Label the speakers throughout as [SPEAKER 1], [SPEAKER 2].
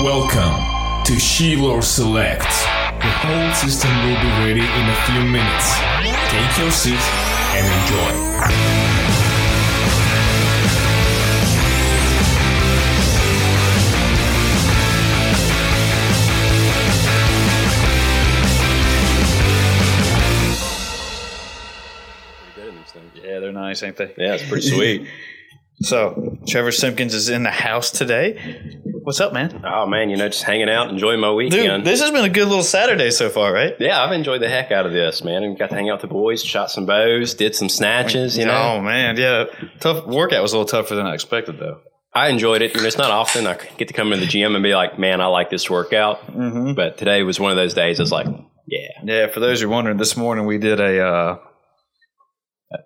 [SPEAKER 1] Welcome to Sheilor Select. The whole system will be ready in a few minutes. Take your seat and enjoy.
[SPEAKER 2] good in these things.
[SPEAKER 3] Yeah, they're nice, ain't they?
[SPEAKER 2] Yeah, it's pretty sweet.
[SPEAKER 3] So, Trevor Simpkins is in the house today. What's up, man?
[SPEAKER 2] oh man, you know, just hanging out, enjoying my
[SPEAKER 3] Dude,
[SPEAKER 2] weekend.
[SPEAKER 3] this has been a good little Saturday so far, right?
[SPEAKER 2] yeah, I've enjoyed the heck out of this, man. And got to hang out with the boys, shot some bows, did some snatches. You know,
[SPEAKER 3] Oh man, yeah. Tough workout was a little tougher than I expected, though.
[SPEAKER 2] I enjoyed it. You know, it's not often I get to come into the gym and be like, man, I like this workout. Mm-hmm. But today was one of those days. I was like, yeah,
[SPEAKER 3] Yeah, for those who are wondering, this morning we did a uh,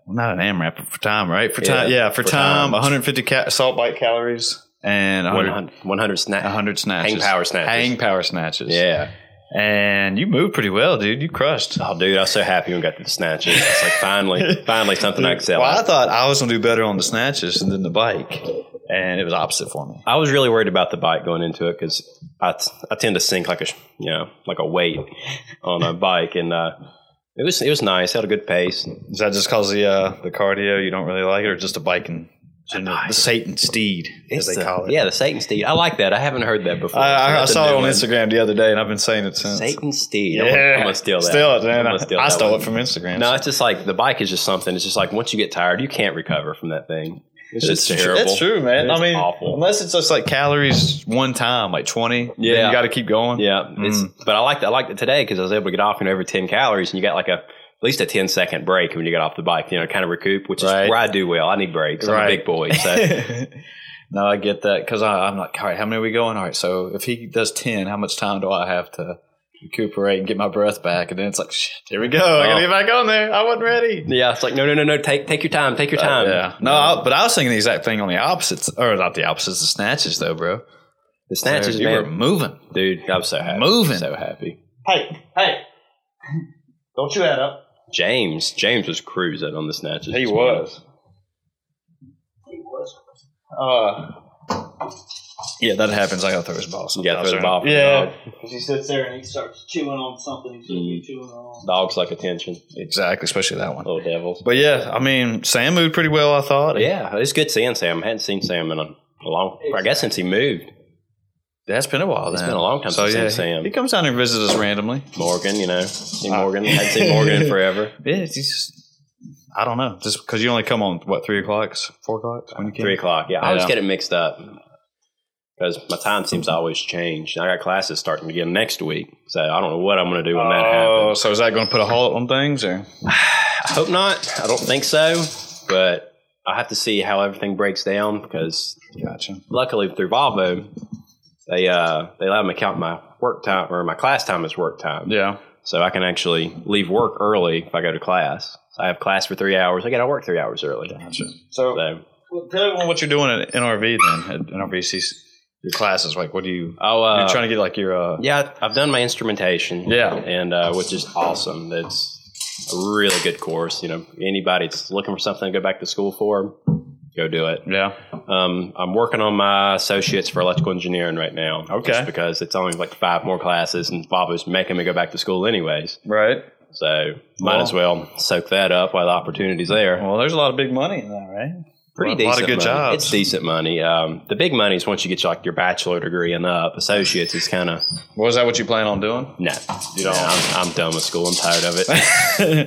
[SPEAKER 3] not an AMRAP but for time, right? For time, yeah,
[SPEAKER 2] Yeah,
[SPEAKER 3] for,
[SPEAKER 2] for
[SPEAKER 3] time,
[SPEAKER 2] time.
[SPEAKER 3] 150 ca- salt bite calories and 100,
[SPEAKER 2] 100, 100 snatch,
[SPEAKER 3] 100 snatches,
[SPEAKER 2] hang power snatches.
[SPEAKER 3] hang power snatches.
[SPEAKER 2] Yeah.
[SPEAKER 3] and you moved pretty well, dude. You crushed.
[SPEAKER 2] Oh, dude, I was so happy when we got to the snatches. It's like finally, finally something I excel.
[SPEAKER 3] Well,
[SPEAKER 2] at.
[SPEAKER 3] I thought I was gonna do better on the snatches than the bike, and it was opposite for me.
[SPEAKER 2] I was really worried about the bike going into it because I, t- I tend to sink like a sh- you know like a weight on a bike and uh, it was it was nice had a good pace
[SPEAKER 3] Is that just cause the uh, the cardio you don't really like it, or just the biking? The Satan steed, as they
[SPEAKER 2] It's the-
[SPEAKER 3] call it.
[SPEAKER 2] yeah the Satan steed I like that I haven't heard that before
[SPEAKER 3] I,
[SPEAKER 2] So
[SPEAKER 3] I, I
[SPEAKER 2] that's a
[SPEAKER 3] saw
[SPEAKER 2] new
[SPEAKER 3] it on
[SPEAKER 2] one.
[SPEAKER 3] Instagram the other day, and I've been saying it since.
[SPEAKER 2] Satan steed I'm, gonna,
[SPEAKER 3] Yeah,
[SPEAKER 2] I'm gonna steal that
[SPEAKER 3] Steal it,
[SPEAKER 2] I'm
[SPEAKER 3] man.
[SPEAKER 2] gonna steal
[SPEAKER 3] I
[SPEAKER 2] that
[SPEAKER 3] stole
[SPEAKER 2] one.
[SPEAKER 3] it from Instagram.
[SPEAKER 2] no it's just like the bike is just something it's just like once you get tired you can't recover from that thing it's just
[SPEAKER 3] It's true.
[SPEAKER 2] terrible
[SPEAKER 3] That's true, man.
[SPEAKER 2] It's
[SPEAKER 3] I mean,
[SPEAKER 2] awful.
[SPEAKER 3] unless it's just like calories one time, like twenty. then
[SPEAKER 2] Yeah.
[SPEAKER 3] you got to keep going.
[SPEAKER 2] Yeah, it's
[SPEAKER 3] Mm.
[SPEAKER 2] but I liked I liked it today because I was able to get off you know every ten calories, and you got like a at least a 10 second break when you get off the bike, you know, kind of recoup, which is
[SPEAKER 3] Right.
[SPEAKER 2] where I do well. I need breaks. I'm
[SPEAKER 3] Right.
[SPEAKER 2] a big boy, so
[SPEAKER 3] no, I get that because I'm like, all right, how many are we going? All right, so if he does ten, how much time do I have to recuperate and get my breath back? And then it's like, shit, here we go. I got to
[SPEAKER 2] Oh.
[SPEAKER 3] get back on there. I wasn't ready.
[SPEAKER 2] yeah, it's like no, no, no, no. Take take your time, take your time.
[SPEAKER 3] Uh, yeah, no, I, but I was thinking the exact thing on the opposites, or not the opposites, the snatches though, bro.
[SPEAKER 2] The snatches,
[SPEAKER 3] you were
[SPEAKER 2] man,
[SPEAKER 3] moving.
[SPEAKER 2] dude. I'm so happy,
[SPEAKER 3] Moving.
[SPEAKER 2] so happy.
[SPEAKER 3] Hey, hey, don't you add up?
[SPEAKER 2] James, James was cruising on the snatches.
[SPEAKER 3] He
[SPEAKER 2] this morning.
[SPEAKER 3] was. Uh, yeah, that happens. I gotta throw his ball.
[SPEAKER 2] You gotta
[SPEAKER 3] sometimes,
[SPEAKER 2] throw the
[SPEAKER 3] right?
[SPEAKER 2] ball. for the
[SPEAKER 3] Yeah,
[SPEAKER 2] dog.
[SPEAKER 4] Because he sits there and he starts chewing on something he's supposed to be chewing on.
[SPEAKER 2] dogs like attention,
[SPEAKER 3] exactly. Especially that one.
[SPEAKER 2] little devils.
[SPEAKER 3] But yeah, I mean, Sam moved pretty well. I thought.
[SPEAKER 2] yeah, it's good seeing Sam. I hadn't seen Sam in a, a long. I guess since he moved,
[SPEAKER 3] that's been a while. It's
[SPEAKER 2] been a long time since I've seen Sam.
[SPEAKER 3] He comes down and visits us randomly.
[SPEAKER 2] Morgan, you know, see
[SPEAKER 3] Uh,
[SPEAKER 2] Morgan. I hadn't seen Morgan in forever.
[SPEAKER 3] Yeah, he's just. I don't know, just because you only come on what three o'clock, four o'clock when you came.
[SPEAKER 2] Three o'clock. Yeah, I always
[SPEAKER 3] Yeah.
[SPEAKER 2] get it mixed up because my time seems to always change. I got classes starting again next week, so I don't know what I'm going to do when that
[SPEAKER 3] Oh,
[SPEAKER 2] happens.
[SPEAKER 3] so is that going to put a halt on things, or
[SPEAKER 2] I hope not. I don't think so, but I have to see how everything breaks down because
[SPEAKER 3] gotcha?
[SPEAKER 2] luckily through Volvo, they uh, they allow me to count my work time or my class time as work time.
[SPEAKER 3] Yeah,
[SPEAKER 2] So I can actually leave work early if I go to class. So I have class for three hours. I got to work three hours early.
[SPEAKER 3] gotcha.
[SPEAKER 2] So
[SPEAKER 3] Well, tell everyone what you're doing at NRV then at NRVC's your classes. Like, what do you?
[SPEAKER 2] I'll, uh,
[SPEAKER 3] you're trying to get like your uh,
[SPEAKER 2] Yeah, I've done my instrumentation.
[SPEAKER 3] Yeah.
[SPEAKER 2] and uh, which is awesome. That's a really good course. You know, anybody that's looking for something to go back to school for, go do it.
[SPEAKER 3] yeah.
[SPEAKER 2] Um, I'm working on my associates for electrical engineering right now.
[SPEAKER 3] Okay.
[SPEAKER 2] just because it's only like five more classes, and Bob was making me go back to school anyways.
[SPEAKER 3] right.
[SPEAKER 2] So might as well soak that up while the opportunity's there.
[SPEAKER 3] Well, there's a lot of big money in that, right?
[SPEAKER 2] pretty
[SPEAKER 3] Lot- lot of
[SPEAKER 2] decent.
[SPEAKER 3] good
[SPEAKER 2] money.
[SPEAKER 3] jobs.
[SPEAKER 2] It's decent money. Um, the big money is once you get like your bachelor degree and up. Associates is kind of
[SPEAKER 5] Was that what you plan on doing?
[SPEAKER 2] no. You know, I'm, I'm done with school. I'm tired of it.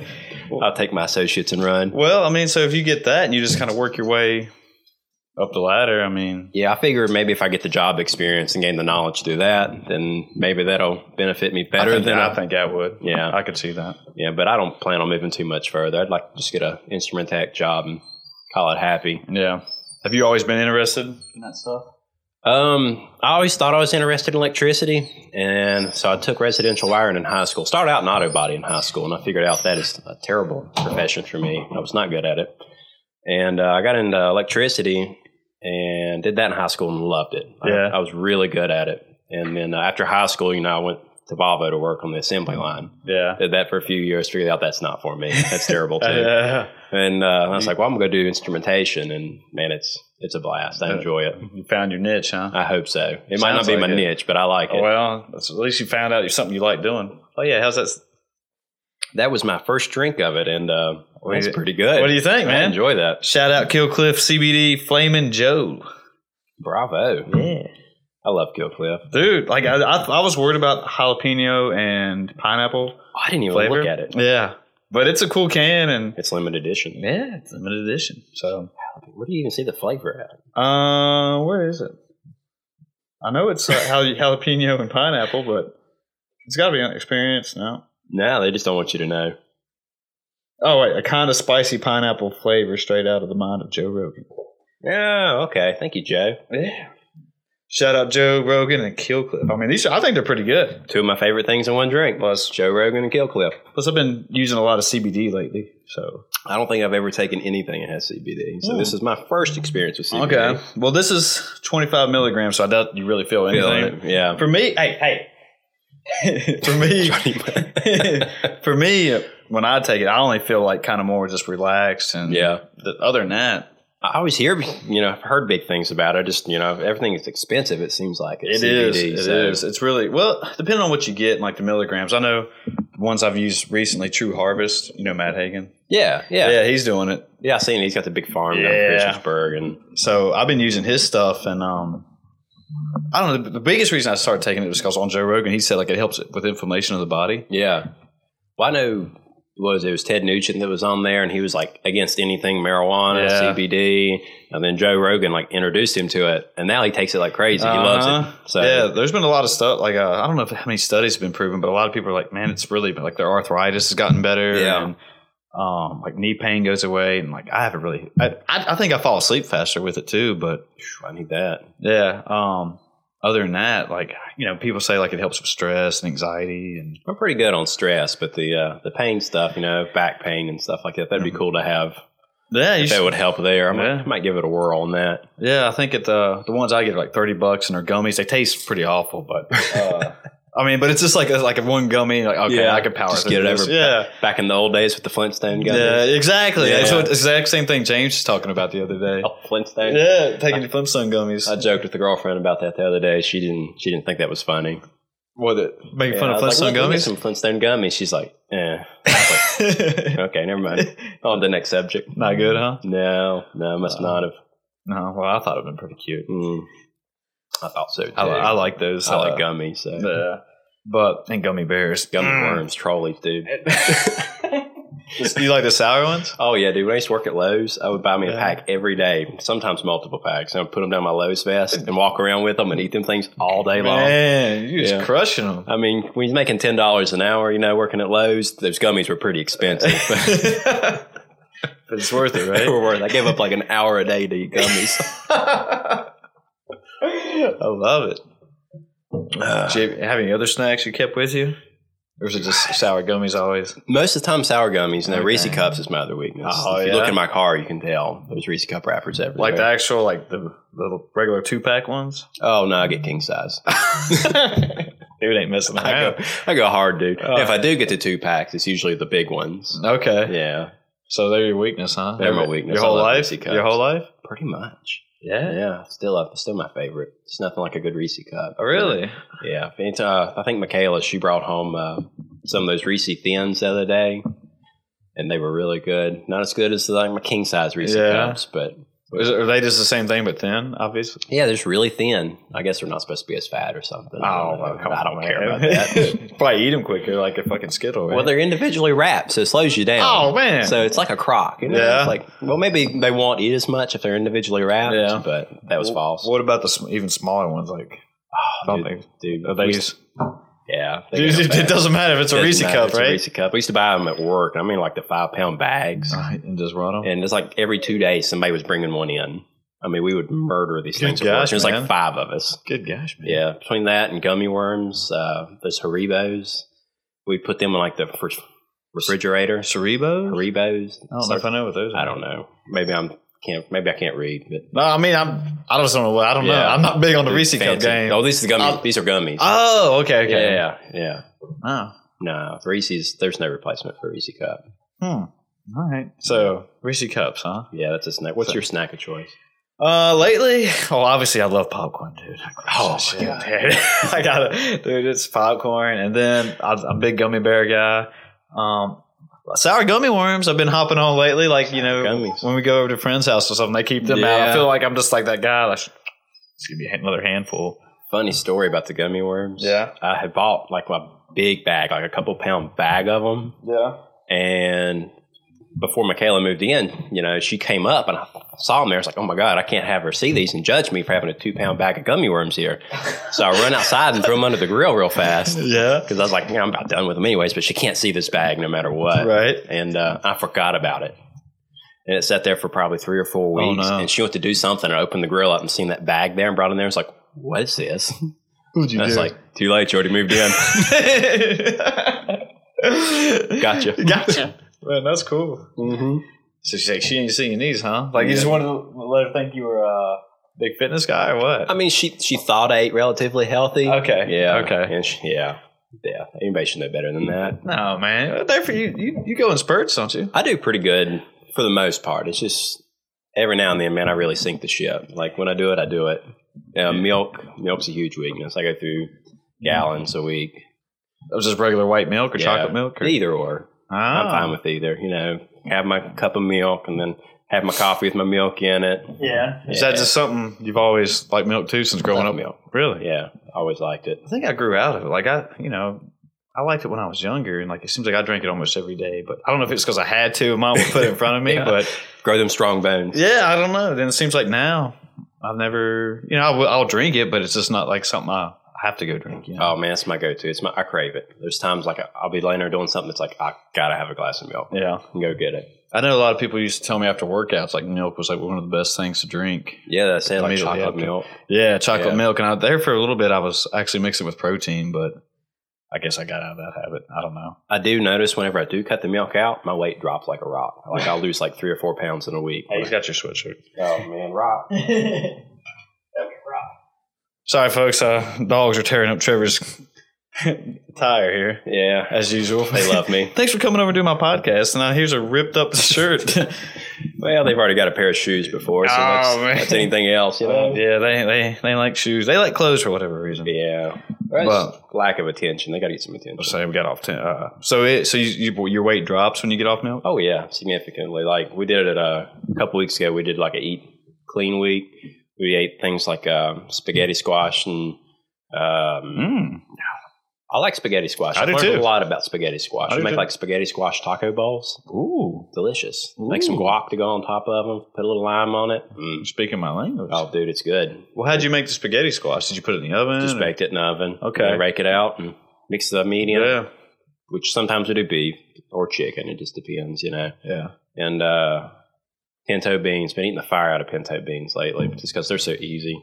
[SPEAKER 2] I'll take my associates and run.
[SPEAKER 3] Well, I mean, so if you get that and you just kind of work your way up the ladder, I mean,
[SPEAKER 2] Yeah, I figure maybe if I get the job experience and gain the knowledge through that, then maybe that'll benefit me
[SPEAKER 3] I
[SPEAKER 2] better
[SPEAKER 3] think,
[SPEAKER 2] than
[SPEAKER 3] I think I would.
[SPEAKER 2] Yeah.
[SPEAKER 3] I could see that.
[SPEAKER 2] Yeah, but I don't plan on moving too much further. I'd like to just get a instrument tech job and call it happy.
[SPEAKER 3] Yeah. Have you always been interested?
[SPEAKER 4] and that stuff.
[SPEAKER 2] Um, I always thought I was interested in electricity, and so I took residential wiring in high school. Started out in auto body in high school, and I figured out that is a terrible profession for me. I was not good at it, and uh, I got into electricity and did that in high school and loved it. I-
[SPEAKER 3] Yeah.
[SPEAKER 2] I, was really good at it. And then uh, after high school, you know, I went to Volvo to work on the assembly line.
[SPEAKER 3] Yeah.
[SPEAKER 2] Did that for a few years. Figured out that's not for me. That's terrible too.
[SPEAKER 3] Yeah.
[SPEAKER 2] And uh, I was like, well, I'm going to do instrumentation, and man, it's it's a blast. I enjoy it.
[SPEAKER 3] you found your niche, huh?
[SPEAKER 2] I hope so. It might
[SPEAKER 3] Sounds
[SPEAKER 2] not be my
[SPEAKER 3] like it. Oh,
[SPEAKER 2] niche, but I like it.
[SPEAKER 3] Well, that's- at least you found out something you like doing. Oh yeah, how's that? s-
[SPEAKER 2] that was my first drink of it, and uh,
[SPEAKER 3] do
[SPEAKER 2] it's
[SPEAKER 3] you-
[SPEAKER 2] pretty good.
[SPEAKER 3] What do you think,
[SPEAKER 2] I
[SPEAKER 3] man?
[SPEAKER 2] enjoy that.
[SPEAKER 3] Shout out Killcliff CBD Flamin' Joe,
[SPEAKER 2] Bravo. Yeah. I love Killcliff.
[SPEAKER 3] dude. Like I, I, I was worried about jalapeno and pineapple
[SPEAKER 2] I didn't even
[SPEAKER 3] flavor.
[SPEAKER 2] look at it.
[SPEAKER 3] Yeah, but it's a cool can and
[SPEAKER 2] It's limited edition.
[SPEAKER 3] yeah, it's limited edition. So,
[SPEAKER 2] Where do you even see the flavor at?
[SPEAKER 3] uh, where is it? I know it's uh, jal- jalapeno and pineapple, but it's got to be an experience now.
[SPEAKER 2] No, they just don't want you to know.
[SPEAKER 3] Oh wait, a kind of spicy pineapple flavor straight out of the mind of Joe Rogan.
[SPEAKER 2] Oh, okay. Thank you, Joe.
[SPEAKER 3] Yeah. Shout out Joe Rogan and Killcliff. I mean, these I think they're pretty good.
[SPEAKER 2] Two of my favorite things in one drink was Joe Rogan and Killcliff.
[SPEAKER 3] Plus, I've been using a lot of CBD lately, so
[SPEAKER 2] I don't think I've ever taken anything that has CBD, so this is my first experience with CBD.
[SPEAKER 3] Hmm. Okay. Well, this is 25 milligrams, so I doubt you really feel
[SPEAKER 2] Feeling
[SPEAKER 3] anything.
[SPEAKER 2] it. Yeah.
[SPEAKER 3] For me, hey, hey. for me, for me, when I take it, I only feel like kind of more just relaxed and
[SPEAKER 2] Yeah.
[SPEAKER 3] The, other than that,
[SPEAKER 2] I always hear, you know, I've heard big things about it. I just, you know, everything is expensive. It seems like
[SPEAKER 3] it
[SPEAKER 2] it's
[SPEAKER 3] is.
[SPEAKER 2] CBD,
[SPEAKER 3] It is.
[SPEAKER 2] so-
[SPEAKER 3] It's really well depending on what you get, like the milligrams. I know the ones I've used recently. True Harvest, you know Matt Hagen.
[SPEAKER 2] Yeah, yeah, yeah.
[SPEAKER 3] Yeah, he's doing it.
[SPEAKER 2] I seen he's got the big farm down in
[SPEAKER 3] Yeah.
[SPEAKER 2] Christiansburg, and
[SPEAKER 3] So I've been using his stuff, and um, I don't know. The, the biggest reason I started taking it was because on Joe Rogan, he said like it helps with inflammation of the body.
[SPEAKER 2] yeah. Well, I know what was it? it was Ted Nugent that was on there, and he was like against anything marijuana,
[SPEAKER 3] Yeah.
[SPEAKER 2] CBD, and then Joe Rogan like introduced him to it, and now he takes it like crazy. He loves
[SPEAKER 3] Uh-huh.
[SPEAKER 2] it. So
[SPEAKER 3] yeah, there's been a lot of stuff. Like uh, I don't know if- how many studies have been proven, but a lot of people are like, man, it's really like their arthritis has gotten better.
[SPEAKER 2] Yeah.
[SPEAKER 3] And, um, like knee pain goes away, and like I haven't really. I, I, I think I fall asleep faster with it too, but
[SPEAKER 2] I need that.
[SPEAKER 3] yeah. Um, other than that, like you know, people say like it helps with stress and anxiety, and
[SPEAKER 2] I'm pretty good on stress, but the uh, the pain stuff, you know, back pain and stuff like that, that'd be cool to have.
[SPEAKER 3] yeah, you
[SPEAKER 2] If that would help there, I might,
[SPEAKER 3] Mm-hmm. Yeah.
[SPEAKER 2] I might give it a whirl on that.
[SPEAKER 3] Yeah, I think at the the ones I get are like thirty bucks and they're gummies. They taste pretty awful, but uh, I mean, but it's just like like one gummy. Like okay,
[SPEAKER 2] Yeah,
[SPEAKER 3] I can power
[SPEAKER 2] just
[SPEAKER 3] through
[SPEAKER 2] get it
[SPEAKER 3] this.
[SPEAKER 2] over-
[SPEAKER 3] Yeah,
[SPEAKER 2] Back in the old days with the Flintstone guys.
[SPEAKER 3] yeah, exactly.
[SPEAKER 2] Yeah.
[SPEAKER 3] It's the exact same thing James was talking about the other day.
[SPEAKER 2] Oh, Flintstone.
[SPEAKER 3] Yeah, taking the Flintstone gummies.
[SPEAKER 2] I joked with a girlfriend about that the other day. She didn't. She didn't think that was funny.
[SPEAKER 3] what it making fun
[SPEAKER 2] Yeah,
[SPEAKER 3] of
[SPEAKER 2] I was
[SPEAKER 3] Flintstone
[SPEAKER 2] like, "Look, we got
[SPEAKER 3] gummies?
[SPEAKER 2] Some Flintstone gummies. She's like, eh. I was like, okay, never mind. On to the next subject.
[SPEAKER 3] Not good, huh?
[SPEAKER 2] No, no,
[SPEAKER 3] Uh.
[SPEAKER 2] must not have.
[SPEAKER 3] No. Well, I thought it'd been pretty cute.
[SPEAKER 2] Mm. I thought so too.
[SPEAKER 3] I, li- I like those.
[SPEAKER 2] I like
[SPEAKER 3] uh,
[SPEAKER 2] gummies. So.
[SPEAKER 3] Yeah, but and gummy bears,
[SPEAKER 2] Gummy
[SPEAKER 3] Mm.
[SPEAKER 2] worms, trolleys, dude.
[SPEAKER 3] you like the sour ones?
[SPEAKER 2] Oh yeah, dude. When I used to work at Lowe's, I would buy me a
[SPEAKER 3] Yeah.
[SPEAKER 2] pack every day, sometimes multiple packs, and I would put them down my Lowe's vest and walk around with them and eat them things all day long.
[SPEAKER 3] Man, you just
[SPEAKER 2] Yeah.
[SPEAKER 3] crushing them.
[SPEAKER 2] I mean, when you're making ten dollars an hour, you know, working at Lowe's, those gummies were pretty expensive. but
[SPEAKER 3] But it's worth it,
[SPEAKER 2] they
[SPEAKER 3] right?
[SPEAKER 2] were worth. I gave up like an hour a day to eat gummies.
[SPEAKER 3] I love it. Did you have any other snacks you kept with you? Or was it just sour gummies always?
[SPEAKER 2] Most of the time, sour gummies. Now,
[SPEAKER 3] Okay.
[SPEAKER 2] Reese cups is my other weakness.
[SPEAKER 3] Oh,
[SPEAKER 2] if you
[SPEAKER 3] yeah?
[SPEAKER 2] look in my car, you can tell there's Reese cup wrappers everywhere.
[SPEAKER 3] Like the actual, like the little regular two pack ones?
[SPEAKER 2] Oh no, I get king size.
[SPEAKER 3] Dude ain't missing
[SPEAKER 2] I go,
[SPEAKER 3] that.
[SPEAKER 2] I go hard, dude.
[SPEAKER 3] Oh.
[SPEAKER 2] If I do get the two packs, it's usually the big ones.
[SPEAKER 3] Okay.
[SPEAKER 2] Yeah,
[SPEAKER 3] So they're your weakness, huh?
[SPEAKER 2] They're my weakness.
[SPEAKER 3] Your whole
[SPEAKER 2] I love
[SPEAKER 3] life?
[SPEAKER 2] Reese's Cups.
[SPEAKER 3] Your whole life?
[SPEAKER 2] pretty much. Yeah, still up, still my favorite. It's nothing like a good Reese cup.
[SPEAKER 3] Oh, really?
[SPEAKER 2] Yeah, it's, uh, I think Michaela she brought home uh, some of those Reese thins the other day, and they were really good. Not as good as like my king size Reese
[SPEAKER 3] Yeah.
[SPEAKER 2] cups, but
[SPEAKER 3] Is it- are they just the same thing but thin? Obviously.
[SPEAKER 2] Yeah, they're just really thin. I guess they're not supposed to be as fat or something.
[SPEAKER 3] Oh,
[SPEAKER 2] I don't, know.
[SPEAKER 3] come
[SPEAKER 2] I don't
[SPEAKER 3] on,
[SPEAKER 2] care about
[SPEAKER 3] man.
[SPEAKER 2] that.
[SPEAKER 3] Probably eat them quicker, like a fucking skittle. Right?
[SPEAKER 2] well, they're individually wrapped, so it slows you down.
[SPEAKER 3] Oh, man.
[SPEAKER 2] So it's like a crock. You know?
[SPEAKER 3] Yeah.
[SPEAKER 2] It's like, well, maybe they won't eat as much if they're individually wrapped.
[SPEAKER 3] Yeah.
[SPEAKER 2] But that was false.
[SPEAKER 3] what about the sm- even smaller ones? Like, ah, I don't think.
[SPEAKER 2] Dude,
[SPEAKER 3] Are they
[SPEAKER 2] we-
[SPEAKER 3] just-
[SPEAKER 2] yeah. they
[SPEAKER 3] Dude,
[SPEAKER 2] go
[SPEAKER 3] it,
[SPEAKER 2] bad.
[SPEAKER 3] it doesn't matter if it's a
[SPEAKER 2] Doesn't
[SPEAKER 3] Reese
[SPEAKER 2] matter.
[SPEAKER 3] cup,
[SPEAKER 2] It's a
[SPEAKER 3] right?
[SPEAKER 2] Reese's cup. We used to buy them at work. I mean, like the five pound bags.
[SPEAKER 3] Right, and just run them.
[SPEAKER 2] And it's like every two days somebody was bringing one in. I mean, we would murder these
[SPEAKER 3] Good
[SPEAKER 2] things. at work.
[SPEAKER 3] gosh,
[SPEAKER 2] There's like
[SPEAKER 3] man.
[SPEAKER 2] five of us.
[SPEAKER 3] Good gosh, man.
[SPEAKER 2] Yeah, between that and gummy worms, uh, those Haribos, we put them in like the fr- refrigerator.
[SPEAKER 3] Cerebos?
[SPEAKER 2] Haribos.
[SPEAKER 3] I don't know if I know what those are.
[SPEAKER 2] I don't know. Maybe I'm can't. Maybe I can't read. But
[SPEAKER 3] No, I mean, I'm, I just don't know. what- I don't know.
[SPEAKER 2] Yeah.
[SPEAKER 3] I'm not big on the Reese
[SPEAKER 2] Fancy.
[SPEAKER 3] cup game.
[SPEAKER 2] Oh, these are gummies. these are gummies.
[SPEAKER 3] Oh, okay, okay.
[SPEAKER 2] Yeah, yeah.
[SPEAKER 3] Oh.
[SPEAKER 2] No, Reese's. There's no replacement for Reese cup.
[SPEAKER 3] Hmm. All right. So, Reese cups, huh?
[SPEAKER 2] Yeah, that's a snack. What's your snack of choice?
[SPEAKER 3] Uh, lately, oh, obviously, I love popcorn, dude. Oh, shit, dude. I got it, dude. It's popcorn, and then I- I'm a big gummy bear guy. Um, sour gummy worms. I've been hopping on lately. Like you know,
[SPEAKER 2] Gummies.
[SPEAKER 3] when we go over to friends' house or something, they keep them out.
[SPEAKER 2] Yeah.
[SPEAKER 3] I feel like I'm just like that guy. Like, it's gonna be another handful.
[SPEAKER 2] Funny story about the gummy worms.
[SPEAKER 3] Yeah.
[SPEAKER 2] I had bought like my big bag, like a couple pound bag of them.
[SPEAKER 3] Yeah.
[SPEAKER 2] And before Michaela moved in, you know, she came up and I saw them there. I was like, oh my God, I can't have her see these and judge me for having a two pound bag of gummy worms here. So I run outside and throw them under the grill real fast.
[SPEAKER 3] Yeah.
[SPEAKER 2] Because I was like, you know, I'm about done with them anyways, but she can't see this bag no matter what.
[SPEAKER 3] Right.
[SPEAKER 2] And uh, I forgot about it. And it sat there for probably three or four weeks.
[SPEAKER 3] Oh, no.
[SPEAKER 2] And she went to do something and I opened the grill up and seen that bag there and brought it in there. I was like, what is this?
[SPEAKER 3] Who'd you
[SPEAKER 2] And I was
[SPEAKER 3] do?
[SPEAKER 2] like, too late. You already moved in. Gotcha.
[SPEAKER 3] Gotcha. Man, that's cool. So she's like, she ain't seen these, huh? Like, you just wanted to let her think you were a big fitness guy or what?
[SPEAKER 2] I mean, she she thought I ate relatively healthy.
[SPEAKER 3] Okay.
[SPEAKER 2] Yeah.
[SPEAKER 3] Okay.
[SPEAKER 2] And she, yeah. Yeah. Anybody should know better than that.
[SPEAKER 3] No, man. There for you. You, you go in spurts, don't you?
[SPEAKER 2] I do pretty good for the most part. It's just every now and then, man, I really sink the ship. Like when I do it, I do it. Uh, milk, milk's a huge weakness. I go through gallons a week.
[SPEAKER 3] It was just regular white milk or
[SPEAKER 2] Yeah.
[SPEAKER 3] chocolate milk? Or,
[SPEAKER 2] Either or.
[SPEAKER 3] Ah.
[SPEAKER 2] I'm
[SPEAKER 3] Oh.
[SPEAKER 2] fine with either. You know, have my cup of milk and then have my coffee with my milk in it.
[SPEAKER 4] Yeah.
[SPEAKER 3] Is that just something you've always liked milk too since growing
[SPEAKER 2] Love
[SPEAKER 3] up?
[SPEAKER 2] milk.
[SPEAKER 3] Really?
[SPEAKER 2] Yeah. Always liked it.
[SPEAKER 3] I think I grew out of it. Like, I, you know, I liked it when I was younger, and like it seems like I drank it almost every day. But I don't know if it's because I had to, and mom would put it in front of me.
[SPEAKER 2] Yeah.
[SPEAKER 3] But
[SPEAKER 2] Grow them strong bones.
[SPEAKER 3] Yeah, I don't know. Then it seems like now I've never, you know, I will, I'll drink it, but it's just not like something I have to go drink. You know?
[SPEAKER 2] Oh man, it's my go-to. It's my I crave it. There's times like I- I'll be laying there doing something. It's like I gotta have a glass of milk
[SPEAKER 3] Yeah,
[SPEAKER 2] and go get it.
[SPEAKER 3] I know a lot of people used to tell me after workouts like milk was like one of the best things to drink.
[SPEAKER 2] Yeah, that's it. Like
[SPEAKER 3] Immediately
[SPEAKER 2] chocolate
[SPEAKER 3] after.
[SPEAKER 2] milk.
[SPEAKER 3] Yeah, chocolate
[SPEAKER 2] Yeah.
[SPEAKER 3] milk, and I, there for a little bit I was actually mixing with protein, but I guess I got out of that habit. I don't know.
[SPEAKER 2] I do notice whenever I do cut the milk out, my weight drops like a rock. Like I'll lose like three or four pounds in a week.
[SPEAKER 3] Hey, he's got your sweatshirt.
[SPEAKER 2] oh man, rock.
[SPEAKER 3] Sorry, folks. Uh, dogs are tearing up Trevor's tire here
[SPEAKER 2] Yeah,
[SPEAKER 3] as usual.
[SPEAKER 2] they love me.
[SPEAKER 3] Thanks for coming over to my podcast. And now here's a ripped up shirt.
[SPEAKER 2] Well, they've already got a pair of shoes before, so
[SPEAKER 3] Oh,
[SPEAKER 2] that's,
[SPEAKER 3] man.
[SPEAKER 2] that's anything else, you know.
[SPEAKER 3] yeah, they, they they like shoes. They like clothes for whatever reason.
[SPEAKER 2] Yeah,
[SPEAKER 3] But-
[SPEAKER 2] That's lack of attention. They got to get some attention.
[SPEAKER 3] So we got off. Ten, uh, so it so you, you, your weight drops when you get off milk.
[SPEAKER 2] Oh yeah, significantly. Like we did it uh, a couple weeks ago. We did like a eat clean week. We ate things like um, spaghetti squash and um,
[SPEAKER 3] Mm.
[SPEAKER 2] I like spaghetti squash.
[SPEAKER 3] I do
[SPEAKER 2] have learned
[SPEAKER 3] too.
[SPEAKER 2] a lot about spaghetti squash.
[SPEAKER 3] I
[SPEAKER 2] We
[SPEAKER 3] do
[SPEAKER 2] make
[SPEAKER 3] too.
[SPEAKER 2] like spaghetti squash taco bowls.
[SPEAKER 3] Ooh,
[SPEAKER 2] Delicious. Make some
[SPEAKER 3] Ooh.
[SPEAKER 2] guac to go on top of them. Put a little lime on it. Mm.
[SPEAKER 3] speaking my language.
[SPEAKER 2] Oh, dude, it's good.
[SPEAKER 3] Well, how'd you make the spaghetti squash? Did you put it in the oven?
[SPEAKER 2] Just baked it in the oven.
[SPEAKER 3] Okay.
[SPEAKER 2] You know, rake it out and mix the meat in.
[SPEAKER 3] Yeah,
[SPEAKER 2] Which sometimes we do beef or chicken. It just depends, you know.
[SPEAKER 3] yeah.
[SPEAKER 2] and uh, pinto beans. Been eating the fire out of pinto beans lately, just because they're so easy.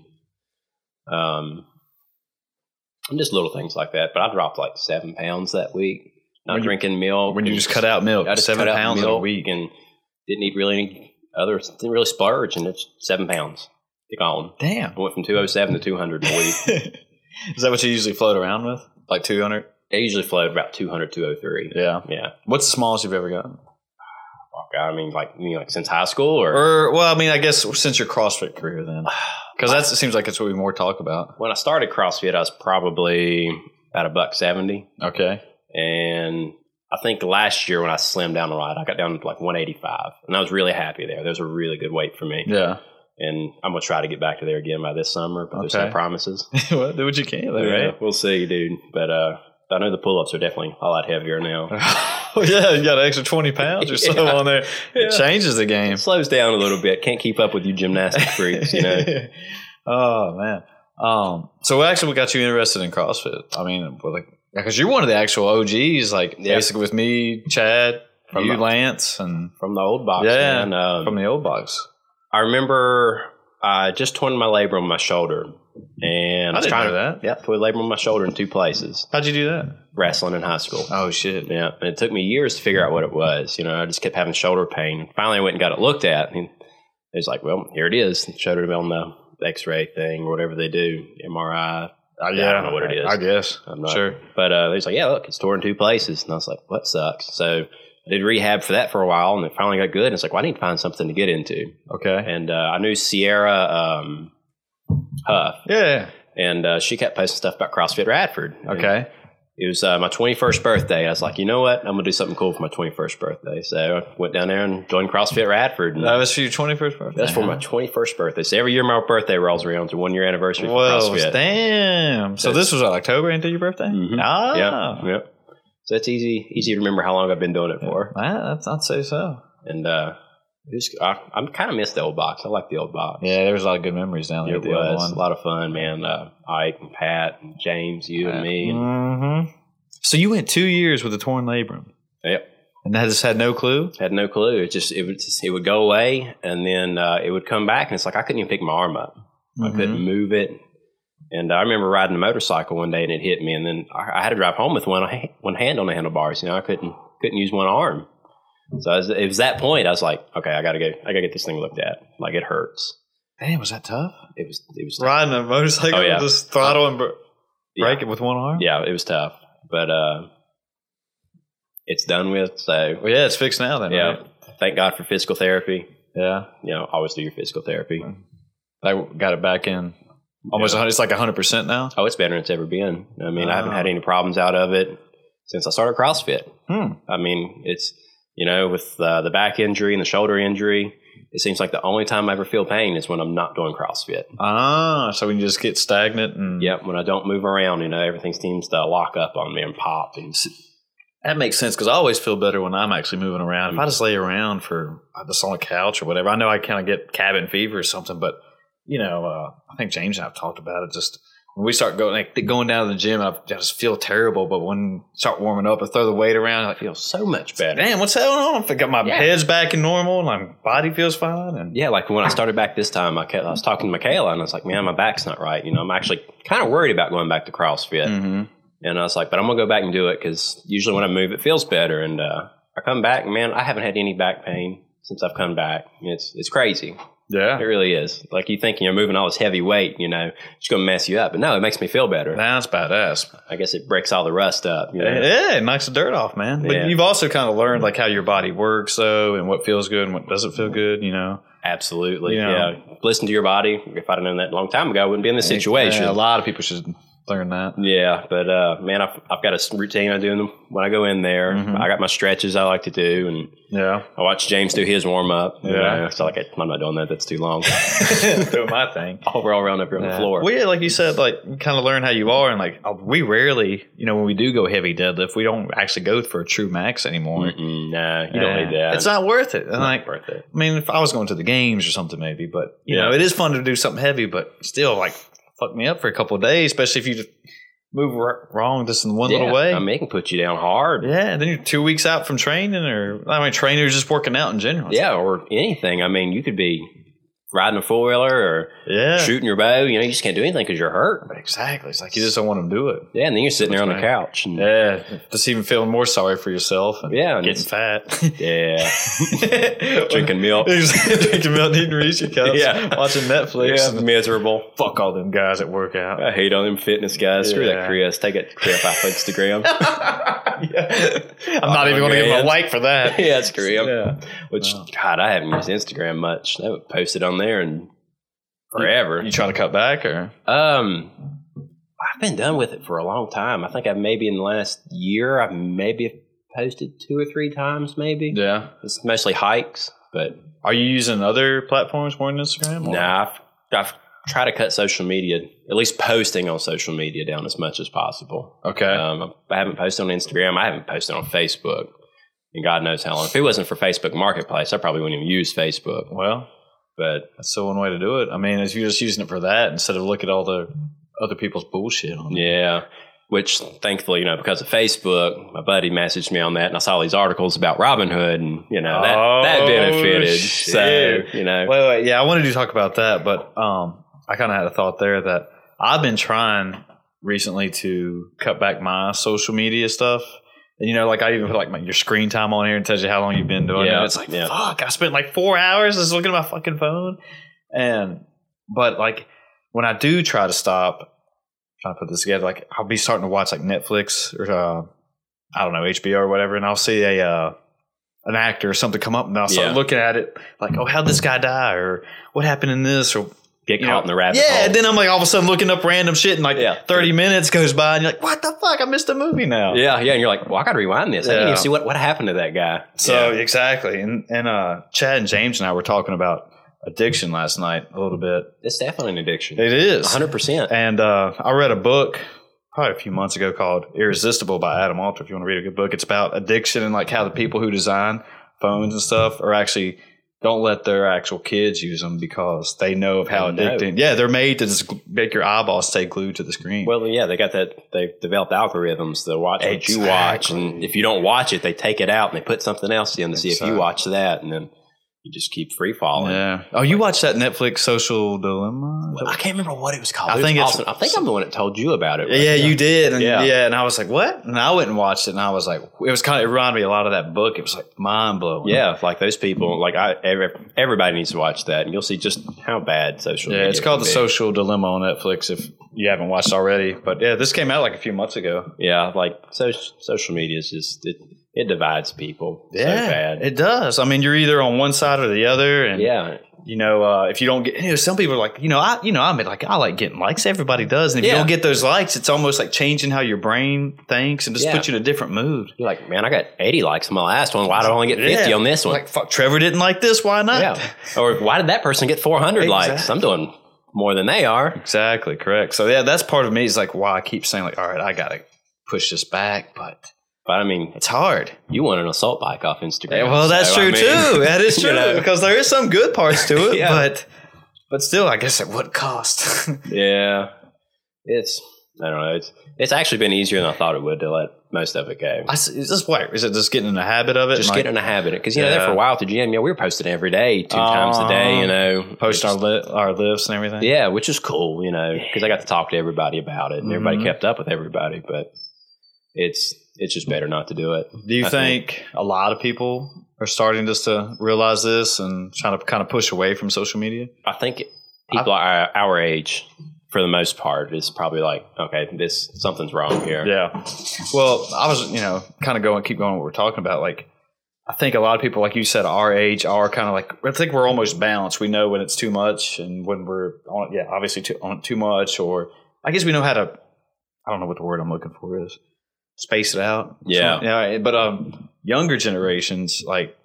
[SPEAKER 2] Um, and just little things like that. But I dropped like seven pounds that week. Not
[SPEAKER 3] When you-
[SPEAKER 2] drinking milk.
[SPEAKER 3] When you
[SPEAKER 2] and
[SPEAKER 3] just cut out milk,
[SPEAKER 2] I just
[SPEAKER 3] seven
[SPEAKER 2] cut out
[SPEAKER 3] pounds in a
[SPEAKER 2] milk
[SPEAKER 3] week.
[SPEAKER 2] and didn't eat really any other. Didn't really splurge, and it's seven pounds gone.
[SPEAKER 3] Damn.
[SPEAKER 2] I went from two hundred seven to two hundred a week.
[SPEAKER 3] Is that what you usually float around with? Like two hundred?
[SPEAKER 2] I usually float about 200, 203.
[SPEAKER 3] Yeah.
[SPEAKER 2] Yeah.
[SPEAKER 3] What's the smallest you've ever gotten?
[SPEAKER 2] Fuck, I mean, like, you know, like since high school or?
[SPEAKER 3] Or well, I mean, I guess since your CrossFit career, then because that seems like it's what we more talk about.
[SPEAKER 2] when I started CrossFit, I was probably about a buck seventy,
[SPEAKER 3] Okay.
[SPEAKER 2] and I think last year when I slimmed down a lot, I got down to like one eighty five, and I was really happy there. That was a really good weight for me.
[SPEAKER 3] Yeah.
[SPEAKER 2] and I'm gonna try to get back to there again by this summer, but there's no
[SPEAKER 3] Okay.
[SPEAKER 2] promises.
[SPEAKER 3] well, do what you can, though,
[SPEAKER 2] Yeah,
[SPEAKER 3] right?
[SPEAKER 2] We'll see, dude. But uh, I know the pull-ups are definitely a lot heavier now.
[SPEAKER 3] Oh, yeah, you got an extra 20 pounds or so
[SPEAKER 2] Yeah.
[SPEAKER 3] on there. It
[SPEAKER 2] Yeah.
[SPEAKER 3] changes the game.
[SPEAKER 2] It slows down a little bit. Can't keep up with you gymnastic freaks, you know.
[SPEAKER 3] oh, man. Um, so what actually got you interested in CrossFit? I mean, well, like, because you're one of the actual OGs, like
[SPEAKER 2] Yeah.
[SPEAKER 3] basically with me, Chad,
[SPEAKER 2] From
[SPEAKER 3] you,
[SPEAKER 2] the-
[SPEAKER 3] Lance, and
[SPEAKER 2] From the old box,
[SPEAKER 3] Yeah,
[SPEAKER 2] man. Um,
[SPEAKER 3] from the old box.
[SPEAKER 2] I remember I just torn my labrum on my shoulder, and
[SPEAKER 3] I
[SPEAKER 2] was
[SPEAKER 3] didn't
[SPEAKER 2] trying
[SPEAKER 3] know that.
[SPEAKER 2] to yep, tore labrum on my shoulder in two places.
[SPEAKER 3] How'd you do that?
[SPEAKER 2] Wrestling in high school.
[SPEAKER 3] Oh, shit.
[SPEAKER 2] Yeah, and it took me years to figure out what it was. You know, I just kept having shoulder pain. Finally, I went and got it looked at, and it was like, "Well, here it is." And showed it on the X-ray thing or whatever they do, MRI. I, I don't know what it is.
[SPEAKER 3] I guess.
[SPEAKER 2] I'm not
[SPEAKER 3] Sure.
[SPEAKER 2] But uh, they was like, "Yeah, look, it's torn in two places," and I was like, "What sucks?" So I did rehab for that for a while, and it finally got good. And it's like, "Well, I need to find something to get into."
[SPEAKER 3] Okay.
[SPEAKER 2] And uh, I knew Sierra um, Huff,
[SPEAKER 3] Yeah.
[SPEAKER 2] and uh, she kept posting stuff about CrossFit Radford. And
[SPEAKER 3] Okay.
[SPEAKER 2] it was uh, my 21st birthday. I was like, you know what? I'm going to do something cool for my 21st birthday. So I went down there and joined CrossFit Radford. And
[SPEAKER 3] That was for your 21st birthday.
[SPEAKER 2] that's for my 21st birthday. So every year my birthday rolls around. It's a one year anniversary for
[SPEAKER 3] Whoa,
[SPEAKER 2] CrossFit.
[SPEAKER 3] damn. So this was what, October until your birthday?
[SPEAKER 2] Mhm.
[SPEAKER 3] Ah.
[SPEAKER 2] Yeah. Yep. So it's easy easy to remember how long I've been doing it for.
[SPEAKER 3] Ah, that's, I'd say so.
[SPEAKER 2] And uh, it was, I, I'm kind of miss the old box. I like the old box.
[SPEAKER 3] Yeah, there was a lot of good memories down there.
[SPEAKER 2] It was a lot of fun, man. Uh, Ike and Pat and James, you and me. And,
[SPEAKER 3] Mm-hmm. So you went two years with a torn labrum,
[SPEAKER 2] yep.
[SPEAKER 3] and that just had no clue.
[SPEAKER 2] Had no clue. It just it would it would go away, and then uh, it would come back, and it's like I couldn't even pick my arm up. I couldn't
[SPEAKER 3] Mm-hmm.
[SPEAKER 2] move it. And I remember riding a motorcycle one day, and it hit me, and then I, I had to drive home with one ha- one hand on the handlebars. You know, I couldn't couldn't use one arm. So I was, it was that point. I was like, okay, I gotta go. I gotta get this thing looked at. Like it hurts.
[SPEAKER 3] Damn, was that tough?
[SPEAKER 2] It was it was
[SPEAKER 3] Riding a motorcycle,
[SPEAKER 2] Oh, yeah.
[SPEAKER 3] with this throttle and br-
[SPEAKER 2] Yeah.
[SPEAKER 3] break it with one arm.
[SPEAKER 2] yeah, it was tough, but uh, it's done with. So
[SPEAKER 3] Well, yeah, it's fixed now. Then,
[SPEAKER 2] yeah,
[SPEAKER 3] right?
[SPEAKER 2] thank God for physical therapy.
[SPEAKER 3] yeah.
[SPEAKER 2] You know, always do your physical therapy.
[SPEAKER 3] They got it back in almost.
[SPEAKER 2] Yeah.
[SPEAKER 3] 100, it's like hundred percent now.
[SPEAKER 2] Oh, it's better than it's ever been. I mean, I haven't
[SPEAKER 3] Wow.
[SPEAKER 2] had any problems out of it since I started CrossFit.
[SPEAKER 3] Hmm.
[SPEAKER 2] I mean, it's you know, with uh, the back injury and the shoulder injury, it seems like the only time I ever feel pain is when I'm not doing CrossFit.
[SPEAKER 3] Ah, so we can just get stagnant and
[SPEAKER 2] Yep, when I don't move around, you know, everything seems to lock up on me and pop. And
[SPEAKER 3] That makes sense because I always feel better when I'm actually moving around. If I just lay around for uh, just on a couch or whatever, I know I kind of get cabin fever or something. But you know, uh, I think James and I've talked about it. Just when we start going like, going down to the gym, I I just feel terrible. But when I start warming up, I throw the weight around. I
[SPEAKER 2] I
[SPEAKER 3] feel
[SPEAKER 2] feel so much better.
[SPEAKER 3] damn, what's going on? I got my
[SPEAKER 2] Yeah.
[SPEAKER 3] head's back in normal and my body feels fine. And
[SPEAKER 2] Yeah, like when I started back this time, I, kept, I was talking to Michaela and I was like, man, my back's not right. You know, I'm actually kind of worried about going back to CrossFit.
[SPEAKER 3] Mhm.
[SPEAKER 2] And I was like, but I'm gonna go back and do it because usually when I move, it feels better. And uh, I come back, man, I haven't had any back pain since I've come back. It's it's crazy.
[SPEAKER 3] yeah.
[SPEAKER 2] It really is. Like you think you're moving all this heavy weight, you know, it's gonna mess you up. But no, it makes me feel better.
[SPEAKER 3] Now it's badass.
[SPEAKER 2] I guess it breaks all the rust up. You know?
[SPEAKER 3] Yeah. yeah, it knocks the dirt off, man. But
[SPEAKER 2] Yeah.
[SPEAKER 3] you've also kind of learned like how your body works, though, and what feels good and what doesn't feel good. You know,
[SPEAKER 2] Absolutely.
[SPEAKER 3] Yeah.
[SPEAKER 2] Yeah. Listen to your body. If I'd have known that a long time ago, I wouldn't be in this situation.
[SPEAKER 3] Yeah,
[SPEAKER 2] Yeah,
[SPEAKER 3] a lot of people should learn that.
[SPEAKER 2] but uh, man, I've, I've got a s- routine I do when I go in there.
[SPEAKER 3] Mhm.
[SPEAKER 2] I got my stretches I like to do, and
[SPEAKER 3] Yeah,
[SPEAKER 2] I watch James do his warm up.
[SPEAKER 3] Yeah.
[SPEAKER 2] so like I'm not doing that. That's too long.
[SPEAKER 3] doing my thing.
[SPEAKER 2] all roll around up here on the floor.
[SPEAKER 3] Well, yeah, like you said, like kind of learn how you are, and like uh, we rarely, you know, when we do go heavy deadlift, we don't actually go for a true max anymore.
[SPEAKER 2] Mm-mm, nah, you don't
[SPEAKER 3] Yeah.
[SPEAKER 2] need that.
[SPEAKER 3] It's not worth it. And like,
[SPEAKER 2] worth it.
[SPEAKER 3] I mean, if I was going to the games or something, maybe, but you
[SPEAKER 2] Yeah.
[SPEAKER 3] know, it is fun to do something heavy, but still, like, fuck me up for a couple of days, especially if you just move r- wrong just in one
[SPEAKER 2] Yeah,
[SPEAKER 3] little way.
[SPEAKER 2] I mean, it can put you down hard.
[SPEAKER 3] yeah, and then you're two weeks out from training, or I mean, training or just working out in general.
[SPEAKER 2] Yeah, or anything. I mean, you could be riding a four wheeler or
[SPEAKER 3] yeah,
[SPEAKER 2] shooting your bow. You know, you just can't do anything because you're hurt.
[SPEAKER 3] exactly. It's like you just don't want to do it.
[SPEAKER 2] Yeah, and then you're sitting there on the
[SPEAKER 3] right.
[SPEAKER 2] couch. And,
[SPEAKER 3] Yeah, just even feeling more sorry for yourself. And
[SPEAKER 2] Yeah, and
[SPEAKER 3] getting fat,
[SPEAKER 2] yeah, drinking milk.
[SPEAKER 3] drinking milk, eating Reese's cups,
[SPEAKER 2] Yeah.
[SPEAKER 3] watching Netflix.
[SPEAKER 2] Yeah,
[SPEAKER 3] and
[SPEAKER 2] miserable.
[SPEAKER 3] fuck all them guys that work out.
[SPEAKER 2] I hate all them fitness guys. Screw that
[SPEAKER 3] Yeah.
[SPEAKER 2] Chris. Take that crap off Instagram.
[SPEAKER 3] I'm not even going to give him a like for that.
[SPEAKER 2] yeah, screw him.
[SPEAKER 3] Yeah.
[SPEAKER 2] Which God, I haven't used Instagram much. I haven't posted on there in forever.
[SPEAKER 3] You trying to cut back or?
[SPEAKER 2] Um, I've been done with it for a long time. I think I've maybe in the last year, I've maybe posted two or three times, maybe.
[SPEAKER 3] Yeah.
[SPEAKER 2] It's mostly hikes. But
[SPEAKER 3] Are you using other platforms more than Instagram? or-
[SPEAKER 2] nah, I've, I've tried to cut social media, at least posting on social media, down as much as possible.
[SPEAKER 3] Okay.
[SPEAKER 2] Um, I haven't posted on Instagram. I haven't posted on Facebook. And God knows how long. If it wasn't for Facebook Marketplace, I probably wouldn't even use Facebook.
[SPEAKER 3] well,
[SPEAKER 2] But
[SPEAKER 3] that's still one way to do it. I mean, if you're just using it for that instead of look at all the other people's bullshit on it.
[SPEAKER 2] yeah, which thankfully, you know, because of Facebook, my buddy messaged me on that and I saw these articles about Robinhood and, you know, that, that
[SPEAKER 3] Oh,
[SPEAKER 2] benefited.
[SPEAKER 3] shit.
[SPEAKER 2] So, you know,
[SPEAKER 3] Wait, wait, yeah, I wanted to talk about that, but um, I kind of had a thought there that I've been trying recently to cut back my social media stuff. And you know, like I even put like my, your screen time on here and tells you how long you've been doing
[SPEAKER 2] Yeah,
[SPEAKER 3] it. It's like,
[SPEAKER 2] yeah.
[SPEAKER 3] fuck, I spent like four hours just looking at my fucking phone. And but like when I do try to stop, trying to put this together, like I'll be starting to watch like Netflix or uh, I don't know HBO or whatever, and I'll see a uh, an actor or something come up, and I'll start
[SPEAKER 2] Yeah.
[SPEAKER 3] looking at it like, oh, how'd this guy die, or what happened in this, or
[SPEAKER 2] get
[SPEAKER 3] you
[SPEAKER 2] caught
[SPEAKER 3] know,
[SPEAKER 2] in the rabbit
[SPEAKER 3] yeah.
[SPEAKER 2] hole.
[SPEAKER 3] And then I'm like all of a sudden looking up random shit, and like
[SPEAKER 2] Yeah.
[SPEAKER 3] thirty minutes goes by, and you're like, what the fuck, I missed a movie now.
[SPEAKER 2] yeah, yeah. And you're like, well, I got to rewind this. I didn't
[SPEAKER 3] Yeah.
[SPEAKER 2] even see what, what happened to that guy.
[SPEAKER 3] So exactly, and and uh, Chad and James and I were talking about addiction last night a little bit.
[SPEAKER 2] It's definitely an addiction.
[SPEAKER 3] It is
[SPEAKER 2] 100%.
[SPEAKER 3] And uh, I read a book probably a few months ago called Irresistible by Adam Alter. If you want to read a good book, it's about addiction and like how the people who design phones and stuff are actually don't let their actual kids use them because they know of how
[SPEAKER 2] They know.
[SPEAKER 3] addicting. Yeah, they're made to just make your eyeballs stay glued to the screen.
[SPEAKER 2] Well, yeah, they got that. They've developed algorithms that watch what you watch, and if you don't watch it, they take it out and they put something else in to see if you
[SPEAKER 3] Exactly.
[SPEAKER 2] watch that, and then you just keep free falling.
[SPEAKER 3] yeah. Oh, you watched that Netflix Social Dilemma?
[SPEAKER 2] I can't remember what it was called.
[SPEAKER 3] I
[SPEAKER 2] I think
[SPEAKER 3] think it's-
[SPEAKER 2] I think I'm the one that told you about it.
[SPEAKER 3] Yeah, you did. And,
[SPEAKER 2] Yeah.
[SPEAKER 3] yeah. And I was like, what? And I went and watched it and I was like, it was kind of, it reminded me a lot of that book. It was like mind blowing.
[SPEAKER 2] Yeah, like those people, like I, every, everybody needs to watch that, and you'll see just how bad social.
[SPEAKER 3] Yeah,
[SPEAKER 2] media
[SPEAKER 3] it's called
[SPEAKER 2] can
[SPEAKER 3] The
[SPEAKER 2] be.
[SPEAKER 3] Social Dilemma on Netflix if you haven't watched already. But yeah, this came out like a few months ago.
[SPEAKER 2] Yeah, like so, social media is just it, it divides people so bad.
[SPEAKER 3] it does. I mean, you're either on one side or the other, and
[SPEAKER 2] yeah,
[SPEAKER 3] you know, uh, if you don't get, you know, some people are like, you know, I, you know, I mean, like I like getting likes. Everybody does, and if
[SPEAKER 2] Yeah.
[SPEAKER 3] you don't get those likes, it's almost like changing how your brain thinks and just
[SPEAKER 2] Yeah.
[SPEAKER 3] puts you in a different mood.
[SPEAKER 2] you're like, man, I got 80 likes on my last one. Why did I only get 50
[SPEAKER 3] Yeah.
[SPEAKER 2] on this one?
[SPEAKER 3] Like, fuck, Trevor didn't like this. Why not?
[SPEAKER 2] Yeah. Or why did that person get 400 likes? I'm doing more than they are.
[SPEAKER 3] Exactly, correct. So yeah, that's part of me is like why I keep saying like, all right, I gotta push this back, but
[SPEAKER 2] But I mean,
[SPEAKER 3] it's hard.
[SPEAKER 2] you want an assault bike off Instagram.
[SPEAKER 3] Yeah, well, that's
[SPEAKER 2] so,
[SPEAKER 3] true
[SPEAKER 2] I mean,
[SPEAKER 3] too. That is
[SPEAKER 2] you
[SPEAKER 3] true
[SPEAKER 2] know.
[SPEAKER 3] because there is some good parts to it,
[SPEAKER 2] Yeah.
[SPEAKER 3] but but still, I guess at what cost?
[SPEAKER 2] Yeah. It's, I don't know. It's, it's actually been easier than I thought it would to let most of it go.
[SPEAKER 3] I, s- is this what is it? Just getting in the habit of it,
[SPEAKER 2] Just
[SPEAKER 3] and,
[SPEAKER 2] get in a habit because you know there for a
[SPEAKER 3] Yeah.
[SPEAKER 2] while at the gym, yeah, we were posting every day, two times a day, you
[SPEAKER 3] Uh-huh.
[SPEAKER 2] know,
[SPEAKER 3] posting our
[SPEAKER 2] It's-
[SPEAKER 3] li- our lifts and everything.
[SPEAKER 2] yeah, which is cool, you know, because I got to talk to everybody about it, and everybody
[SPEAKER 3] Mhm.
[SPEAKER 2] kept up with everybody. But it's it's just better not to do it.
[SPEAKER 3] Do you
[SPEAKER 2] I think-
[SPEAKER 3] think, a lot of people are starting just to realize this and trying to kind of push away from social media?
[SPEAKER 2] I think people our, our age, for the most part, is probably like, okay, this something's wrong here.
[SPEAKER 3] Yeah. Well, I was, you know, kind of going, keep going. What we're talking about, like, I think a lot of people, like you said, our age are kind of like. I think we're almost balanced. We know when it's too much, and when we're on, yeah, obviously too on too much, or I guess we know how to. I don't know what the word I'm looking for is. Space it out.
[SPEAKER 2] Yeah.
[SPEAKER 3] Yeah. But um, younger generations, like,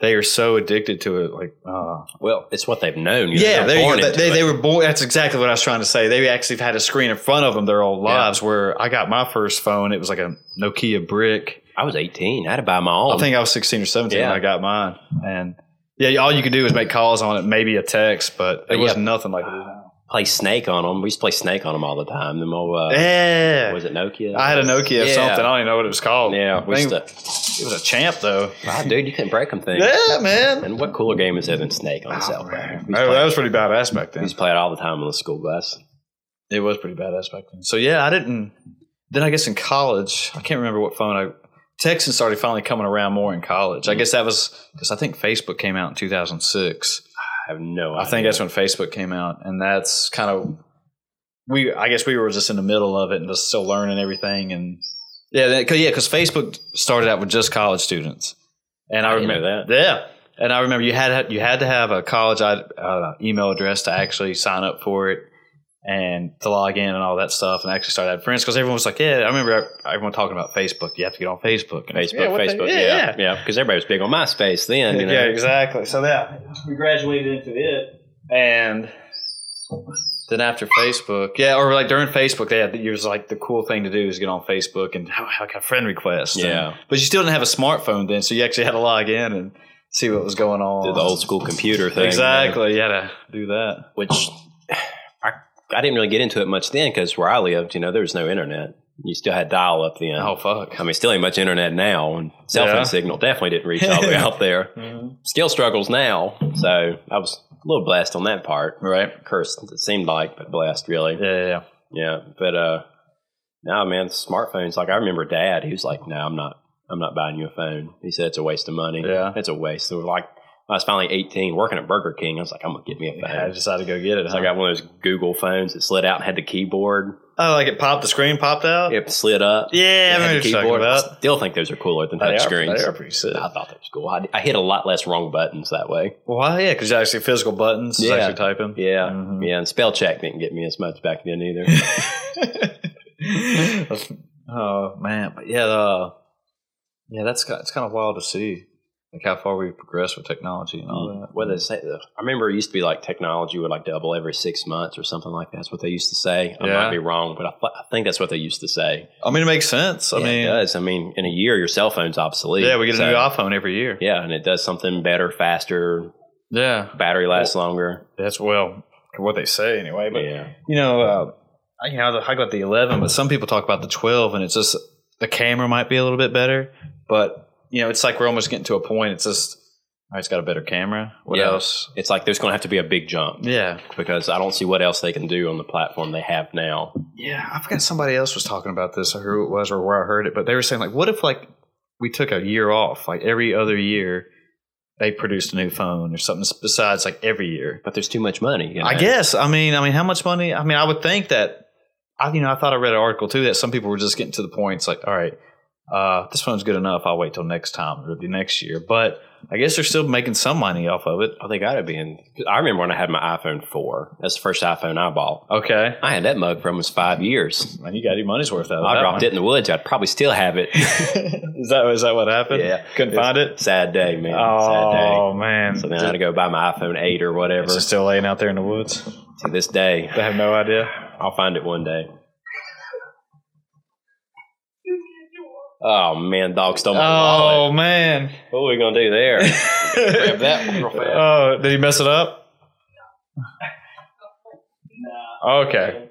[SPEAKER 3] they are so addicted to it. Like, uh,
[SPEAKER 2] Well, it's what they've known. you know,
[SPEAKER 3] yeah,
[SPEAKER 2] they're
[SPEAKER 3] there
[SPEAKER 2] born
[SPEAKER 3] you go.
[SPEAKER 2] into
[SPEAKER 3] They,
[SPEAKER 2] it.
[SPEAKER 3] they were born. That's exactly what I was trying to say. They actually had a screen in front of them their whole
[SPEAKER 2] Yeah.
[SPEAKER 3] lives. Where I got my first phone, it was like a Nokia brick.
[SPEAKER 2] I was 18. I had to buy my own.
[SPEAKER 3] I think I was 16 or 17
[SPEAKER 2] Yeah.
[SPEAKER 3] when I got mine. And yeah, all you could do was make calls on it, maybe a text, but it
[SPEAKER 2] Yeah.
[SPEAKER 3] was nothing like it is now.
[SPEAKER 2] play Snake on them. We used to play Snake on them all the time. Them old, uh,
[SPEAKER 3] Yeah.
[SPEAKER 2] was it Nokia?
[SPEAKER 3] I had a Nokia or
[SPEAKER 2] Yeah.
[SPEAKER 3] something. I don't even know what it was called.
[SPEAKER 2] yeah,
[SPEAKER 3] I
[SPEAKER 2] we used
[SPEAKER 3] think
[SPEAKER 2] to,
[SPEAKER 3] it was a champ, though.
[SPEAKER 2] Ah, dude, you couldn't break them things.
[SPEAKER 3] Yeah, man.
[SPEAKER 2] And what cooler game is there than Snake on a cell phone? We used to
[SPEAKER 3] Oh,
[SPEAKER 2] play-
[SPEAKER 3] that was pretty badass back
[SPEAKER 2] we
[SPEAKER 3] then.
[SPEAKER 2] used to play it all the time on the school bus.
[SPEAKER 3] It was pretty badass back then. So yeah, I didn't. Then I guess in college, I can't remember what phone I. Texting started finally coming around more in college. I guess that was because I think Facebook came out in 2006.
[SPEAKER 2] I have no
[SPEAKER 3] I
[SPEAKER 2] idea.
[SPEAKER 3] think that's when Facebook came out, and that's kind of we. I guess we were just in the middle of it and just still learning everything. And yeah, that, cause, yeah, because Facebook started out with just college students, and I,
[SPEAKER 2] didn't
[SPEAKER 3] remember
[SPEAKER 2] know
[SPEAKER 3] Yeah, and I remember you had you had to have a college uh, email address to actually sign up for it, and to log in and all that stuff and actually start having friends because everyone was like, yeah, I remember everyone talking about Facebook. You have to get on Facebook. And I was
[SPEAKER 2] Facebook,
[SPEAKER 3] like, what the-
[SPEAKER 2] Facebook,
[SPEAKER 3] yeah,
[SPEAKER 2] yeah,
[SPEAKER 3] yeah.
[SPEAKER 2] yeah, because everybody was big on MySpace then. You know?
[SPEAKER 3] Yeah, exactly. So yeah,
[SPEAKER 4] We graduated into it.
[SPEAKER 3] and then after Facebook, yeah, or like during Facebook, they had it was like the cool thing to do is get on Facebook and oh, I got a friend request.
[SPEAKER 2] Yeah.
[SPEAKER 3] And- but you still didn't have a smartphone then, so you actually had to log in and see what was going on.
[SPEAKER 2] Did the old school computer thing. you know,
[SPEAKER 3] exactly, you had to do that.
[SPEAKER 2] which I, I didn't really get into it much then because where I lived, you know, there was no internet. You still had dial up then.
[SPEAKER 3] Oh fuck.
[SPEAKER 2] I mean, still ain't much internet now, and cell phone
[SPEAKER 3] Yeah.
[SPEAKER 2] signal definitely didn't reach all the way out there.
[SPEAKER 3] Mm-hmm.
[SPEAKER 2] Still struggles now, so I was a little blessed on that part.
[SPEAKER 3] Right.
[SPEAKER 2] Cursed, it seemed like, but blessed really.
[SPEAKER 3] Yeah, yeah, yeah.
[SPEAKER 2] Yeah, but uh, now man, smartphones. Like I remember Dad, he was like, "No, I'm not. I'm not buying you a phone." He said it's a waste of money.
[SPEAKER 3] Yeah.
[SPEAKER 2] it's a waste. So like, when I was finally 18, working at Burger King. I was like, "I'm gonna get me a phone."
[SPEAKER 3] I decided to go get it.
[SPEAKER 2] So I
[SPEAKER 3] huh?
[SPEAKER 2] got one of those Google phones that slid out and had the keyboard.
[SPEAKER 3] oh, like it popped. The screen popped out.
[SPEAKER 2] It slid up.
[SPEAKER 3] Yeah,
[SPEAKER 2] it
[SPEAKER 3] I
[SPEAKER 2] had
[SPEAKER 3] remember
[SPEAKER 2] the
[SPEAKER 3] you talking
[SPEAKER 2] keyboard. I
[SPEAKER 3] about.
[SPEAKER 2] still think those are cooler than
[SPEAKER 3] They
[SPEAKER 2] touch
[SPEAKER 3] are-
[SPEAKER 2] screens.
[SPEAKER 3] They are pretty sick.
[SPEAKER 2] I thought that was cool. I, I hit a lot less wrong buttons that way.
[SPEAKER 3] Well, yeah, because actually physical buttons. Yeah.
[SPEAKER 2] Yeah.
[SPEAKER 3] Actually typing.
[SPEAKER 2] Yeah,
[SPEAKER 3] Mhm.
[SPEAKER 2] yeah. And spell check didn't get me as much back then either.
[SPEAKER 3] oh man, but yeah, uh, yeah, that's ki- it's kind of wild to see like how far we've progressed with technology and all that.
[SPEAKER 2] What they say, I remember it used to be like technology would like double every six months or something like that. That's what they used to say. I
[SPEAKER 3] Yeah.
[SPEAKER 2] might be wrong, but I, th- I think that's what they used to say.
[SPEAKER 3] I mean, it makes sense. I
[SPEAKER 2] Yeah,
[SPEAKER 3] mean,
[SPEAKER 2] it does. I mean, in a year, your cell phone's obsolete.
[SPEAKER 3] yeah, we get a
[SPEAKER 2] So,
[SPEAKER 3] new iPhone every year.
[SPEAKER 2] Yeah, and it does something better, faster,
[SPEAKER 3] Yeah,
[SPEAKER 2] battery lasts longer.
[SPEAKER 3] that's well what they say anyway. But
[SPEAKER 2] yeah.
[SPEAKER 3] you know, uh, I- you know, I got the eleven, but some people talk about the twelve, and it's just the camera might be a little bit better, but you know, it's like we're almost getting to a point. It's just, I just got a better camera. What
[SPEAKER 2] Yeah.
[SPEAKER 3] else?
[SPEAKER 2] It's like there's going to have to be a big jump
[SPEAKER 3] Yeah,
[SPEAKER 2] because I don't see what else they can do on the platform they have now.
[SPEAKER 3] Yeah, I forgot somebody else was talking about this or who it was or where I heard it, but they were saying like, what if like we took a year off, like every other year they produced a new phone or something besides like every year.
[SPEAKER 2] But there's too much money. you
[SPEAKER 3] I
[SPEAKER 2] know?
[SPEAKER 3] guess. I mean, I mean, how much money? I mean, I would think that. I you know I thought I read an article too that some people were just getting to the point. It's like, all right, uh, this phone's good enough. I'll wait till next time or the next year. But I guess they're still making some money off of it.
[SPEAKER 2] Oh, they got to be in. I remember when I had my iPhone 4. That's the first iPhone I bought.
[SPEAKER 3] Okay,
[SPEAKER 2] I had that mug for almost five years.
[SPEAKER 3] man, you got your money's worth out of
[SPEAKER 2] I
[SPEAKER 3] that
[SPEAKER 2] dropped
[SPEAKER 3] one.
[SPEAKER 2] it in the woods. I'd probably still have it.
[SPEAKER 3] is that is that what happened?
[SPEAKER 2] Yeah.
[SPEAKER 3] couldn't find it.
[SPEAKER 2] Sad day, man.
[SPEAKER 3] Oh man!
[SPEAKER 2] Sad day. So then I had to go buy my iPhone 8 or whatever.
[SPEAKER 3] Is it still laying out there in the woods?
[SPEAKER 2] to this day,
[SPEAKER 3] They have no idea.
[SPEAKER 2] I'll find it one day. Oh man, dog stole my wallet.
[SPEAKER 3] Oh man!
[SPEAKER 2] What are we gonna do there? Grab that one real fast.
[SPEAKER 3] Oh, did he mess it up?
[SPEAKER 4] Nah.
[SPEAKER 3] Okay.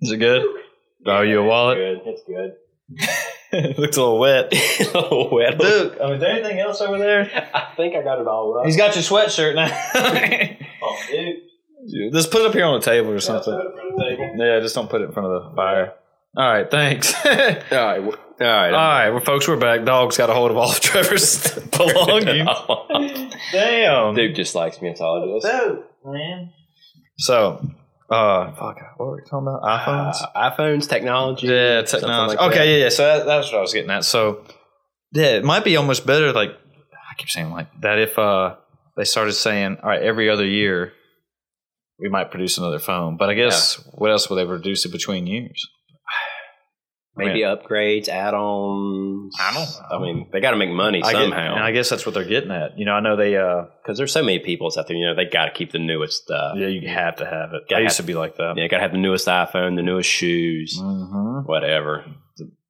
[SPEAKER 3] Is it good? Oh, you a wallet?
[SPEAKER 2] Good, it's good.
[SPEAKER 3] Looks a little wet.
[SPEAKER 2] oh, well,
[SPEAKER 3] Dude, oh, is there anything else over there?
[SPEAKER 2] I think I got it all up.
[SPEAKER 3] He's got your sweatshirt now.
[SPEAKER 4] Oh, dude.
[SPEAKER 3] just put it up here on the table or something. Yeah, just don't put it in front of the fire. All right, thanks.
[SPEAKER 2] All right, w- all right.
[SPEAKER 3] All right, well, folks, we're back. Dog's got a hold of all of Trevor's belongings. Damn.
[SPEAKER 2] Dude just likes me. That's all it is.
[SPEAKER 4] Dude, man.
[SPEAKER 3] So, uh, fuck, what were we talking about? iPhones?
[SPEAKER 2] Uh, iPhones, technology.
[SPEAKER 3] yeah,
[SPEAKER 2] something
[SPEAKER 3] technology.
[SPEAKER 2] like
[SPEAKER 3] okay, yeah, yeah. So that, that's what I was getting at. So, yeah, it might be almost better. Like, I keep saying like that. If uh, they started saying, all right, every other year, we might produce another phone. But I guess what else would they produce it between years?
[SPEAKER 2] Maybe upgrades, add-ons.
[SPEAKER 3] I don't know.
[SPEAKER 2] I mean, they got to make money
[SPEAKER 3] I get-
[SPEAKER 2] somehow.
[SPEAKER 3] and I guess that's what they're getting at. You know, I know they. uh
[SPEAKER 2] because there's so many people out there. You know, they got to keep the newest stuff.
[SPEAKER 3] Yeah, you have to have it. I
[SPEAKER 2] Gotta
[SPEAKER 3] used to
[SPEAKER 2] have-
[SPEAKER 3] be like that.
[SPEAKER 2] Yeah, got to have the newest iPhone, the newest shoes,
[SPEAKER 3] hmm
[SPEAKER 2] whatever.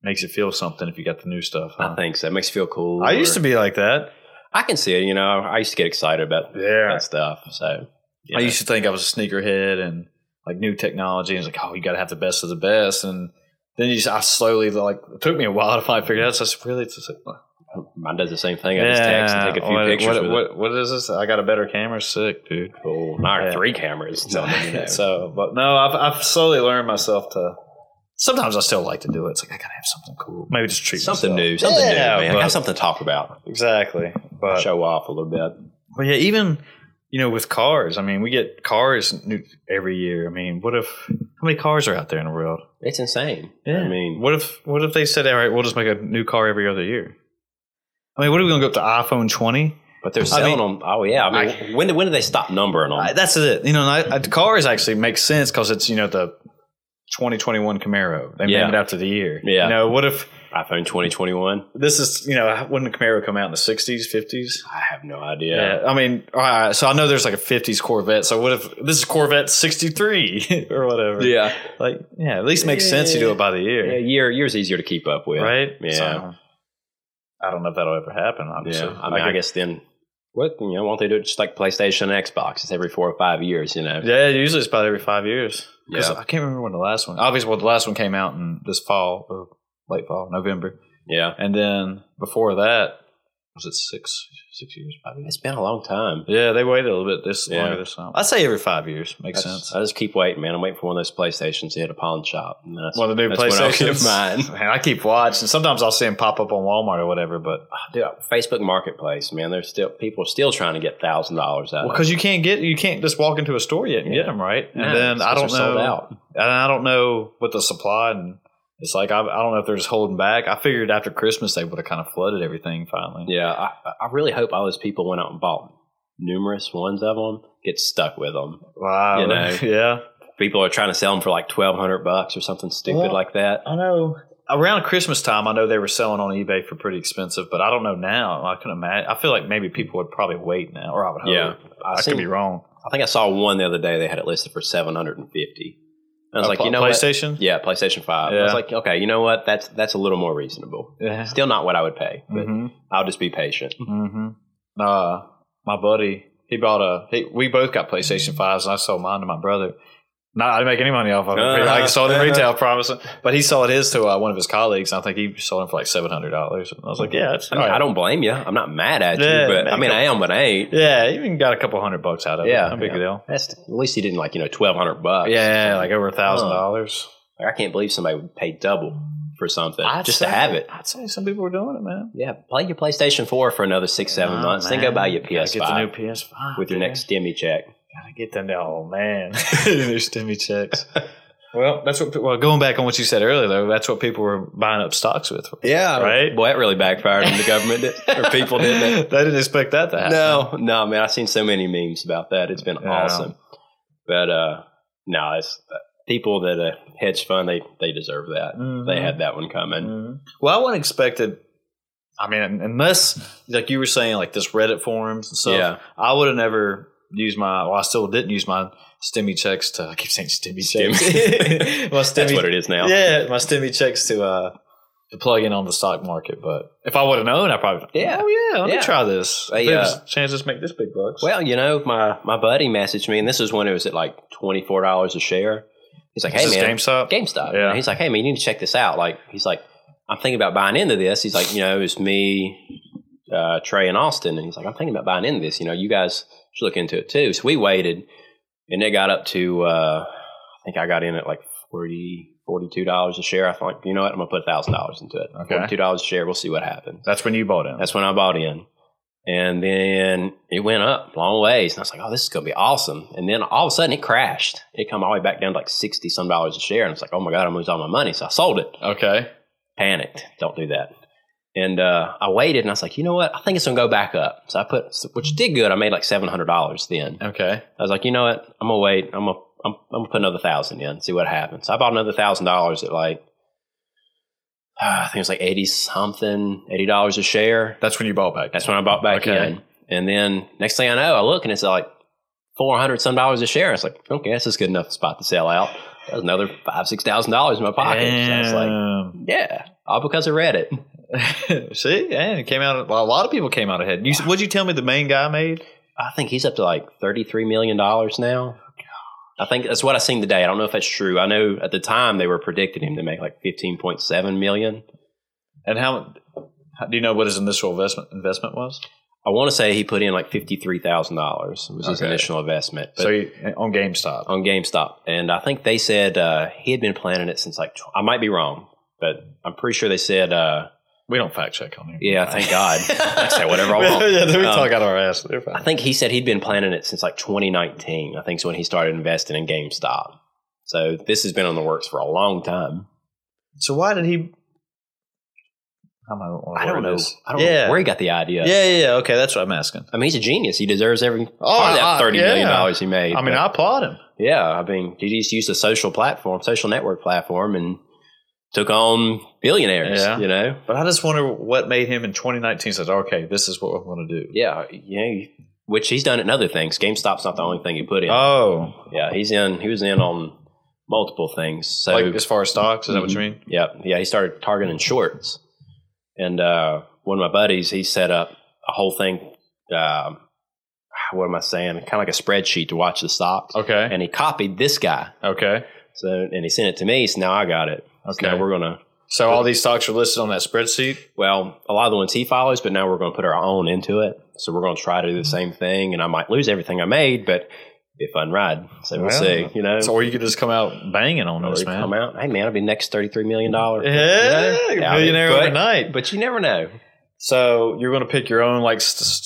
[SPEAKER 3] Makes you feel something if you got the new stuff.
[SPEAKER 2] I
[SPEAKER 3] Huh?
[SPEAKER 2] think so. It makes you feel cool.
[SPEAKER 3] Uh-huh. I used to be like that.
[SPEAKER 2] I can see it. You know, I used to get excited about
[SPEAKER 3] Yeah.
[SPEAKER 2] that stuff. So you
[SPEAKER 3] I
[SPEAKER 2] know.
[SPEAKER 3] used to think I was a sneakerhead and like new technology. And it's like, oh, you got to have the best of the best. And then you just, I slowly, like, it took me a while to finally figure it out. So I said, really, it's just, like, "Oh,
[SPEAKER 2] mine does the same thing. I just text and take a few
[SPEAKER 3] what,
[SPEAKER 2] pictures
[SPEAKER 3] what-
[SPEAKER 2] with it.
[SPEAKER 3] what- what is this? I got a better camera. Sick, dude.
[SPEAKER 2] Cool. Now I got
[SPEAKER 3] Yeah.
[SPEAKER 2] three cameras. So, you know.
[SPEAKER 3] so, but no, I've, I've slowly learned myself to. Sometimes I still like to do it. It's like I gotta have something cool. Maybe just treat
[SPEAKER 2] something
[SPEAKER 3] myself.
[SPEAKER 2] new, something
[SPEAKER 3] Yeah,
[SPEAKER 2] new, man.
[SPEAKER 3] but-
[SPEAKER 2] Got something to talk about.
[SPEAKER 3] Exactly. But
[SPEAKER 2] Show off a little bit.
[SPEAKER 3] But yeah, even you know, with cars, I mean, we get cars new every year. I mean, what if how many cars are out there in the world?
[SPEAKER 2] It's insane. I mean,
[SPEAKER 3] what if what if they said, all right, we'll just make a new car every other year? I mean, what are we gonna go up to iPhone twenty?
[SPEAKER 2] But they're selling them. Oh yeah. I mean, when did when did they stop numbering them?
[SPEAKER 3] I- that's it. You know, and I, I, the cars actually make sense because it's you know the 2021 Camaro. They
[SPEAKER 2] Yeah.
[SPEAKER 3] named it after the year.
[SPEAKER 2] Yeah.
[SPEAKER 3] You know, what if
[SPEAKER 2] iPhone twenty twenty one.
[SPEAKER 3] this is you know when did the Camaro come out in the 60s, 50s?
[SPEAKER 2] I have no idea.
[SPEAKER 3] Yeah. I mean, all right, so I know there's like a 50s Corvette. So what if this is Corvette 63 or whatever?
[SPEAKER 2] Yeah.
[SPEAKER 3] Like, yeah, at least makes sense you do it by the year,
[SPEAKER 2] Yeah, year year's easier to keep up with,
[SPEAKER 3] right?
[SPEAKER 2] Yeah.
[SPEAKER 3] So, I don't know if that'll ever happen. Obviously,
[SPEAKER 2] Yeah, I mean, I, guess then what you know? Won't they do it just like PlayStation and Xbox? It's every four or five years, you know.
[SPEAKER 3] Yeah, usually it's about every five years. 'Cause
[SPEAKER 2] Yeah.
[SPEAKER 3] I can't remember when the last one. Obviously, well, the last one came out in this fall or late fall, November,
[SPEAKER 2] Yeah,
[SPEAKER 3] and then before that was it six six years, five years?
[SPEAKER 2] it's been a long time.
[SPEAKER 3] Yeah, they waited a little bit this
[SPEAKER 2] Yeah.
[SPEAKER 3] longer this time. I'd say every five years makes
[SPEAKER 2] I
[SPEAKER 3] sense.
[SPEAKER 2] just, I just keep waiting, man. I'm waiting for one of those PlayStations to hit a pawn shop. And that's,
[SPEAKER 3] One of the new
[SPEAKER 2] that's when I'll get
[SPEAKER 3] PlayStations.
[SPEAKER 2] mine.
[SPEAKER 3] Man, I keep watching. Sometimes I'll see them pop up on Walmart or whatever, but
[SPEAKER 2] Dude, Facebook Marketplace, man. There's still people are still trying to get thousand dollars out.
[SPEAKER 3] well,
[SPEAKER 2] of it.
[SPEAKER 3] because you can't get you can't just walk into a store yet and get 'em, get them right. And
[SPEAKER 2] Yeah,
[SPEAKER 3] then I don't
[SPEAKER 2] those are sold
[SPEAKER 3] know.
[SPEAKER 2] out.
[SPEAKER 3] and I don't know what the supply and it's like I, I don't know if they're just holding back. I figured after Christmas they would have kind of flooded everything finally.
[SPEAKER 2] Yeah, I, I really hope all those people went out and bought numerous ones of them. Get stuck with them.
[SPEAKER 3] Wow.
[SPEAKER 2] You know.
[SPEAKER 3] yeah.
[SPEAKER 2] People are trying to sell them for like twelve hundred bucks or something stupid
[SPEAKER 3] Well,
[SPEAKER 2] like that.
[SPEAKER 3] I know. Around Christmas time, I know they were selling on eBay for pretty expensive, but I don't know now. I can imagine. I feel like maybe people would probably wait now, or I would hope.
[SPEAKER 2] Yeah,
[SPEAKER 3] I, could
[SPEAKER 2] seen-
[SPEAKER 3] be wrong.
[SPEAKER 2] I think I saw one the other day. They had it listed for seven hundred and fifty. I was
[SPEAKER 3] A
[SPEAKER 2] like,
[SPEAKER 3] pl-
[SPEAKER 2] you know, what?
[SPEAKER 3] Uh, PlayStation.
[SPEAKER 2] yeah, PlayStation Five. I was
[SPEAKER 3] Yeah.
[SPEAKER 2] like, okay, you know what? That's that's a little more reasonable.
[SPEAKER 3] Yeah.
[SPEAKER 2] Still not what I would pay, but
[SPEAKER 3] Mm-hmm.
[SPEAKER 2] I'll just be patient.
[SPEAKER 3] Mm-hmm. Uh, my buddy, he bought a. He, we both got
[SPEAKER 2] Mm-hmm.
[SPEAKER 3] PlayStation fives, and I sold mine to my brother. Not, I didn't make any money off of it. I
[SPEAKER 2] Uh-huh.
[SPEAKER 3] sold it retail, promise. But he sold his to uh, one of his colleagues, and I think he sold him for like seven hundred dollars. And I was like, yeah, that's
[SPEAKER 2] I, mean,
[SPEAKER 3] all right.
[SPEAKER 2] I don't blame you. I'm not mad at
[SPEAKER 3] Yeah,
[SPEAKER 2] you, but I
[SPEAKER 3] man,
[SPEAKER 2] mean, I am, but I ain't.
[SPEAKER 3] Yeah, you even got a couple hundred bucks out of
[SPEAKER 2] Yeah,
[SPEAKER 3] it. no big
[SPEAKER 2] yeah.
[SPEAKER 3] deal.
[SPEAKER 2] That's at least he didn't like you know twelve hundred bucks.
[SPEAKER 3] Yeah, like over a thousand dollars.
[SPEAKER 2] Like, I can't believe somebody would pay double for something just to
[SPEAKER 3] say-
[SPEAKER 2] have it.
[SPEAKER 3] I'd say some people were doing it, man.
[SPEAKER 2] Yeah, play your PlayStation Four for another six, seven
[SPEAKER 3] Oh,
[SPEAKER 2] months, then
[SPEAKER 3] man.
[SPEAKER 2] go buy your
[SPEAKER 3] Gotta
[SPEAKER 2] PS
[SPEAKER 3] Get the new
[SPEAKER 2] Five
[SPEAKER 3] PS five
[SPEAKER 2] with your next Stimmy check.
[SPEAKER 3] Gotta get them down, oh man. Their stimmy checks. well, that's what. Well, going back on what you said earlier, though, that's what people were buying up stocks with.
[SPEAKER 2] Yeah,
[SPEAKER 3] Right?
[SPEAKER 2] Boy, that really backfired on the government did- or people, didn't it?
[SPEAKER 3] they didn't expect that to happen.
[SPEAKER 2] No, no, man. I've seen so many memes about that. It's been
[SPEAKER 3] Yeah.
[SPEAKER 2] awesome. But uh no, it's uh, people that uh, hedge fund. They they deserve that.
[SPEAKER 3] Mhm.
[SPEAKER 2] They had that one coming.
[SPEAKER 3] Mhm. Well, I wasn't expected. I mean, unless like you were saying, like this Reddit forums and stuff.
[SPEAKER 2] Yeah.
[SPEAKER 3] I would have never used my. Well, I still didn't use my stimmy checks to. I keep saying stimmy checks.
[SPEAKER 2] Stimmy.
[SPEAKER 3] my stimmy
[SPEAKER 2] That's what it is now.
[SPEAKER 3] Yeah, my stimmy checks to uh to plug in on the stock market. But if I would have known, I probably
[SPEAKER 2] Yeah.
[SPEAKER 3] oh yeah, let
[SPEAKER 2] Yeah.
[SPEAKER 3] me try this.
[SPEAKER 2] They,
[SPEAKER 3] There's
[SPEAKER 2] uh,
[SPEAKER 3] chances make this big bucks.
[SPEAKER 2] Well, you know, my my buddy messaged me, and this is when it was at like twenty four dollars a share. He's like,
[SPEAKER 3] Is
[SPEAKER 2] "Hey
[SPEAKER 3] this
[SPEAKER 2] man,
[SPEAKER 3] GameStop.
[SPEAKER 2] GameStop."
[SPEAKER 3] Yeah.
[SPEAKER 2] And he's like, "Hey man, you need to check this out." Like, he's like, "I'm thinking about buying into this." He's like, "You know, it's me, uh, Trey, and Austin." And he's like, "I'm thinking about buying into this. You know, you guys should look into it too." So we waited, and it got up to uh, I think I got in at like 40 $42 a share. I thought, you know what, I'm gonna put a thousand dollars into it.
[SPEAKER 3] Okay.
[SPEAKER 2] Forty two dollars a share, we'll see what happens.
[SPEAKER 3] That's when you bought in.
[SPEAKER 2] That's when I bought in. And then it went up long ways. And I was like, oh, this is going to be awesome. And then all of a sudden it crashed. It come all the way back down to like 60 some dollars a share. And it's like, oh my God, I lose all my money. So I sold it.
[SPEAKER 3] okay.
[SPEAKER 2] Panicked. Don't do that. And uh, I waited and I was like, you know what? I think it's going to go back up. So I put, which did good. I made like $700 then.
[SPEAKER 3] Okay.
[SPEAKER 2] I was like, you know what? I'm gonna wait. I'm gonna I'm, I'm gonna put another thousand in, see what happens. I bought another thousand dollars at like I think it was like eighty something, eighty dollars a share.
[SPEAKER 3] That's when you bought back.
[SPEAKER 2] That's when I bought back
[SPEAKER 3] Okay.
[SPEAKER 2] in. And then next thing I know, I look and it's like four hundred some dollars a share. It's like okay, that's just good enough spot to sell out. That was another five six thousand dollars in my pocket. So I was like,
[SPEAKER 3] Damn.
[SPEAKER 2] yeah, all because I read it.
[SPEAKER 3] See, and it came out. Well, a lot of people came out ahead. You, what'd you tell me the main guy made?
[SPEAKER 2] I think he's up to like thirty three million dollars now. I think that's what I seen today. I don't know if that's true. I know at the time they were predicting him to make like fifteen point seven million.
[SPEAKER 3] And how, how do you know what his initial investment investment was?
[SPEAKER 2] I want to say he put in like fifty three thousand dollars was his
[SPEAKER 3] Okay.
[SPEAKER 2] initial investment, but
[SPEAKER 3] so you, on GameStop.
[SPEAKER 2] on GameStop, and I think they said uh, he had been planning it since like tw- I might be wrong, but I'm pretty sure they said uh,
[SPEAKER 3] we don't fact check on here.
[SPEAKER 2] yeah. Thank God, I say whatever I want.
[SPEAKER 3] yeah, we
[SPEAKER 2] Um,
[SPEAKER 3] talk out our ass. They're
[SPEAKER 2] I
[SPEAKER 3] fine.
[SPEAKER 2] think he said he'd been planning it since like 2019. I think is when he started investing in GameStop. So this has been on the works for a long time.
[SPEAKER 3] So why did he? I might want
[SPEAKER 2] I don't know. I don't
[SPEAKER 3] Yeah.
[SPEAKER 2] know where he got the idea.
[SPEAKER 3] Yeah, yeah, yeah. Okay, that's what I'm asking.
[SPEAKER 2] I mean, he's a genius. He deserves every part of
[SPEAKER 3] I-
[SPEAKER 2] that thirty million
[SPEAKER 3] yeah.
[SPEAKER 2] dollars he made.
[SPEAKER 3] I mean,
[SPEAKER 2] But-
[SPEAKER 3] I applaud him.
[SPEAKER 2] yeah, I mean, he just used a social platform, social network platform, and took on billionaires.
[SPEAKER 3] Yeah.
[SPEAKER 2] You know,
[SPEAKER 3] But I just wonder what made him in 2019 said, okay, this is what I'm going to do.
[SPEAKER 2] yeah, yeah. Which he's done in other things. GameStop's not the only thing he put in.
[SPEAKER 3] Oh,
[SPEAKER 2] yeah, he's in. He was in on multiple things. So
[SPEAKER 3] like Mm-hmm. as far as stocks, is that what you mean?
[SPEAKER 2] Yeah, yeah. He started targeting shorts, and uh, one of my buddies he set up a whole thing. Um, what am I saying? Kind of like a spreadsheet to watch the stocks,
[SPEAKER 3] Okay.
[SPEAKER 2] and he copied this guy.
[SPEAKER 3] Okay.
[SPEAKER 2] So and he sent it to me. So now I got it. So
[SPEAKER 3] Okay.
[SPEAKER 2] now we're gonna.
[SPEAKER 3] So all these stocks are listed on that spreadsheet.
[SPEAKER 2] Well, a lot of the ones he follows, but now we're gonna put our own into it. So we're gonna try to
[SPEAKER 3] Mm-hmm.
[SPEAKER 2] do the same thing, and I might lose everything I made, but it'd be a fun ride. So we'll
[SPEAKER 3] Well,
[SPEAKER 2] see. You know.
[SPEAKER 3] So, or you could just come out banging on
[SPEAKER 2] Or
[SPEAKER 3] this,
[SPEAKER 2] you
[SPEAKER 3] man.
[SPEAKER 2] come out. Hey man, I'll be next thirty three million dollar.
[SPEAKER 3] Yeah,
[SPEAKER 2] you know?
[SPEAKER 3] millionaire
[SPEAKER 2] but,
[SPEAKER 3] overnight.
[SPEAKER 2] But you never know.
[SPEAKER 3] So you're going to pick your own like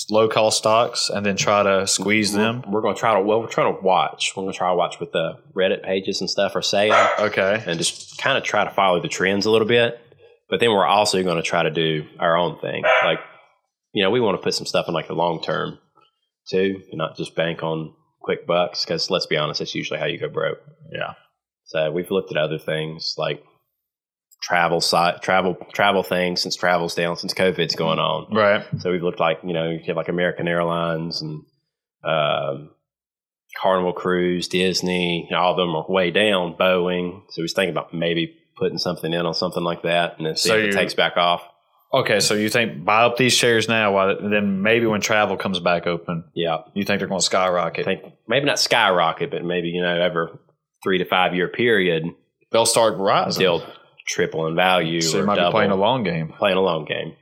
[SPEAKER 3] low cost stocks and then try to squeeze them.
[SPEAKER 2] We're gonna try to well, we're trying to watch. We're gonna try to watch what the Reddit pages and stuff are saying,
[SPEAKER 3] Okay.
[SPEAKER 2] and just kind of try to follow the trends a little bit. But then we're also gonna try to do our own thing. Like, you know, we want to put some stuff in like the long term too, and not just bank on quick bucks. Because let's be honest, that's usually how you go broke.
[SPEAKER 3] Yeah.
[SPEAKER 2] So we've looked at other things like travel site travel travel things since travel's down since COVID's
[SPEAKER 3] Mm-hmm.
[SPEAKER 2] going on.
[SPEAKER 3] Right.
[SPEAKER 2] So we've looked like, you know, you have like American Airlines and um, Carnival Cruise, Disney, you know, all of them are way down, Boeing. So we was thinking about maybe putting something in on something like that and then see
[SPEAKER 3] So
[SPEAKER 2] if
[SPEAKER 3] you-
[SPEAKER 2] it takes back off.
[SPEAKER 3] Okay. So you think buy up these shares now, while then maybe when travel comes back open,
[SPEAKER 2] Yeah.
[SPEAKER 3] you think they're going to
[SPEAKER 2] I
[SPEAKER 3] skyrocket?
[SPEAKER 2] think maybe not skyrocket, but maybe, you know, over three to five year period,
[SPEAKER 3] They'll start rising.
[SPEAKER 2] still triple in value
[SPEAKER 3] so
[SPEAKER 2] or
[SPEAKER 3] you might
[SPEAKER 2] double,
[SPEAKER 3] be playing a long game.
[SPEAKER 2] playing a long game.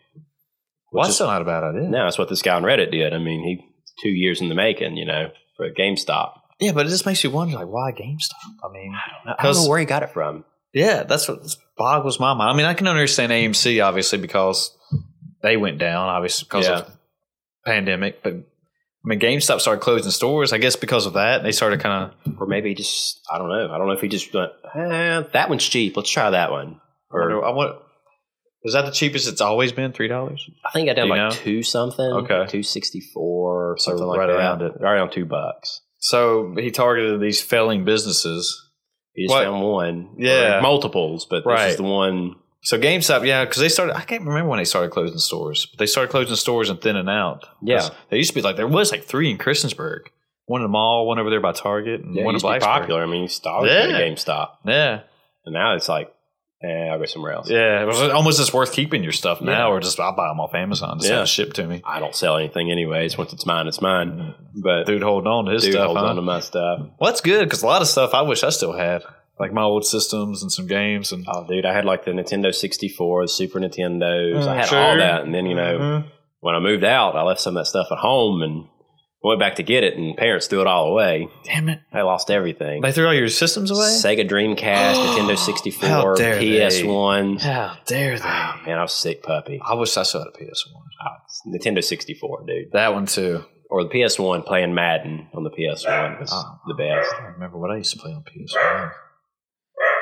[SPEAKER 3] Well,
[SPEAKER 2] Which
[SPEAKER 3] that's
[SPEAKER 2] is-
[SPEAKER 3] still not a bad idea.
[SPEAKER 2] no, that's what this guy on Reddit did. I mean, he two years in the making, you know, for GameStop.
[SPEAKER 3] Yeah, but it just makes you wonder, like, why GameStop? I mean,
[SPEAKER 2] I don't know
[SPEAKER 3] 'Cause-
[SPEAKER 2] where he got it from.
[SPEAKER 3] yeah, that's what boggles my mind. I mean, I can understand AMC obviously because they went down, obviously because
[SPEAKER 2] Yeah.
[SPEAKER 3] of pandemic. But I mean, GameStop started closing stores, I guess, because of that. They started kind of
[SPEAKER 2] or maybe he just I don't know. I don't know if he just went eh, that one's cheap. Let's try that one. Or
[SPEAKER 3] I want. Is that the cheapest it's always been? Three dollars.
[SPEAKER 2] I think I done
[SPEAKER 3] Do you know?
[SPEAKER 2] like two something,
[SPEAKER 3] Okay.
[SPEAKER 2] two sixty four or something
[SPEAKER 3] Something
[SPEAKER 2] like
[SPEAKER 3] right
[SPEAKER 2] that.
[SPEAKER 3] around it.
[SPEAKER 2] right around two bucks.
[SPEAKER 3] So he targeted these failing businesses.
[SPEAKER 2] He just
[SPEAKER 3] What-
[SPEAKER 2] found one,
[SPEAKER 3] Yeah.
[SPEAKER 2] or multiples, but this
[SPEAKER 3] Right.
[SPEAKER 2] is the one.
[SPEAKER 3] So GameStop, yeah, because they started. I can't remember when they started closing stores, but they started closing stores and thinning out. 'Cause
[SPEAKER 2] Yeah.
[SPEAKER 3] they used to be like there was like three in Christiansburg, one in the mall, one over there by Target, and
[SPEAKER 2] Yeah,
[SPEAKER 3] one
[SPEAKER 2] one
[SPEAKER 3] in
[SPEAKER 2] used to be
[SPEAKER 3] Blacksburg.
[SPEAKER 2] popular. I mean, you started
[SPEAKER 3] Yeah.
[SPEAKER 2] at GameStop,
[SPEAKER 3] Yeah,
[SPEAKER 2] and now it's like, eh, I'll go somewhere else.
[SPEAKER 3] yeah. It was almost just worth keeping your stuff now,
[SPEAKER 2] Yeah.
[SPEAKER 3] or just I'll buy them off Amazon. Just
[SPEAKER 2] Yeah.
[SPEAKER 3] have it shipped to me.
[SPEAKER 2] I don't sell anything anyways. Once it's mine, it's mine. But
[SPEAKER 3] Dude, holding on to his
[SPEAKER 2] dude
[SPEAKER 3] Mm-hmm. stuff.
[SPEAKER 2] holds
[SPEAKER 3] huh?
[SPEAKER 2] on to my stuff.
[SPEAKER 3] Well, that's good because a lot of stuff I wish I still had, like my old systems and some games and
[SPEAKER 2] Oh, dude, I had like the Nintendo sixty four, the Super Nintendos. I
[SPEAKER 3] Mm,
[SPEAKER 2] had
[SPEAKER 3] sure.
[SPEAKER 2] all that, and then you know.
[SPEAKER 3] Mhm.
[SPEAKER 2] when I moved out, I left some of that stuff at home and went back to get it, and parents threw it all away.
[SPEAKER 3] Damn it!
[SPEAKER 2] I lost everything.
[SPEAKER 3] They threw all your systems away.
[SPEAKER 2] Sega Dreamcast, Nintendo
[SPEAKER 3] How
[SPEAKER 2] 64,
[SPEAKER 3] dare they.
[SPEAKER 2] PS1.
[SPEAKER 3] How dare they?
[SPEAKER 2] Ah, man, I was a sick puppy.
[SPEAKER 3] I wish I still had a PS One.
[SPEAKER 2] Nintendo 64, dude.
[SPEAKER 3] That one too.
[SPEAKER 2] Or the PS1, playing Madden on the PS1 was
[SPEAKER 3] Oh.
[SPEAKER 2] the best.
[SPEAKER 3] I don't remember what I used to play on PS1.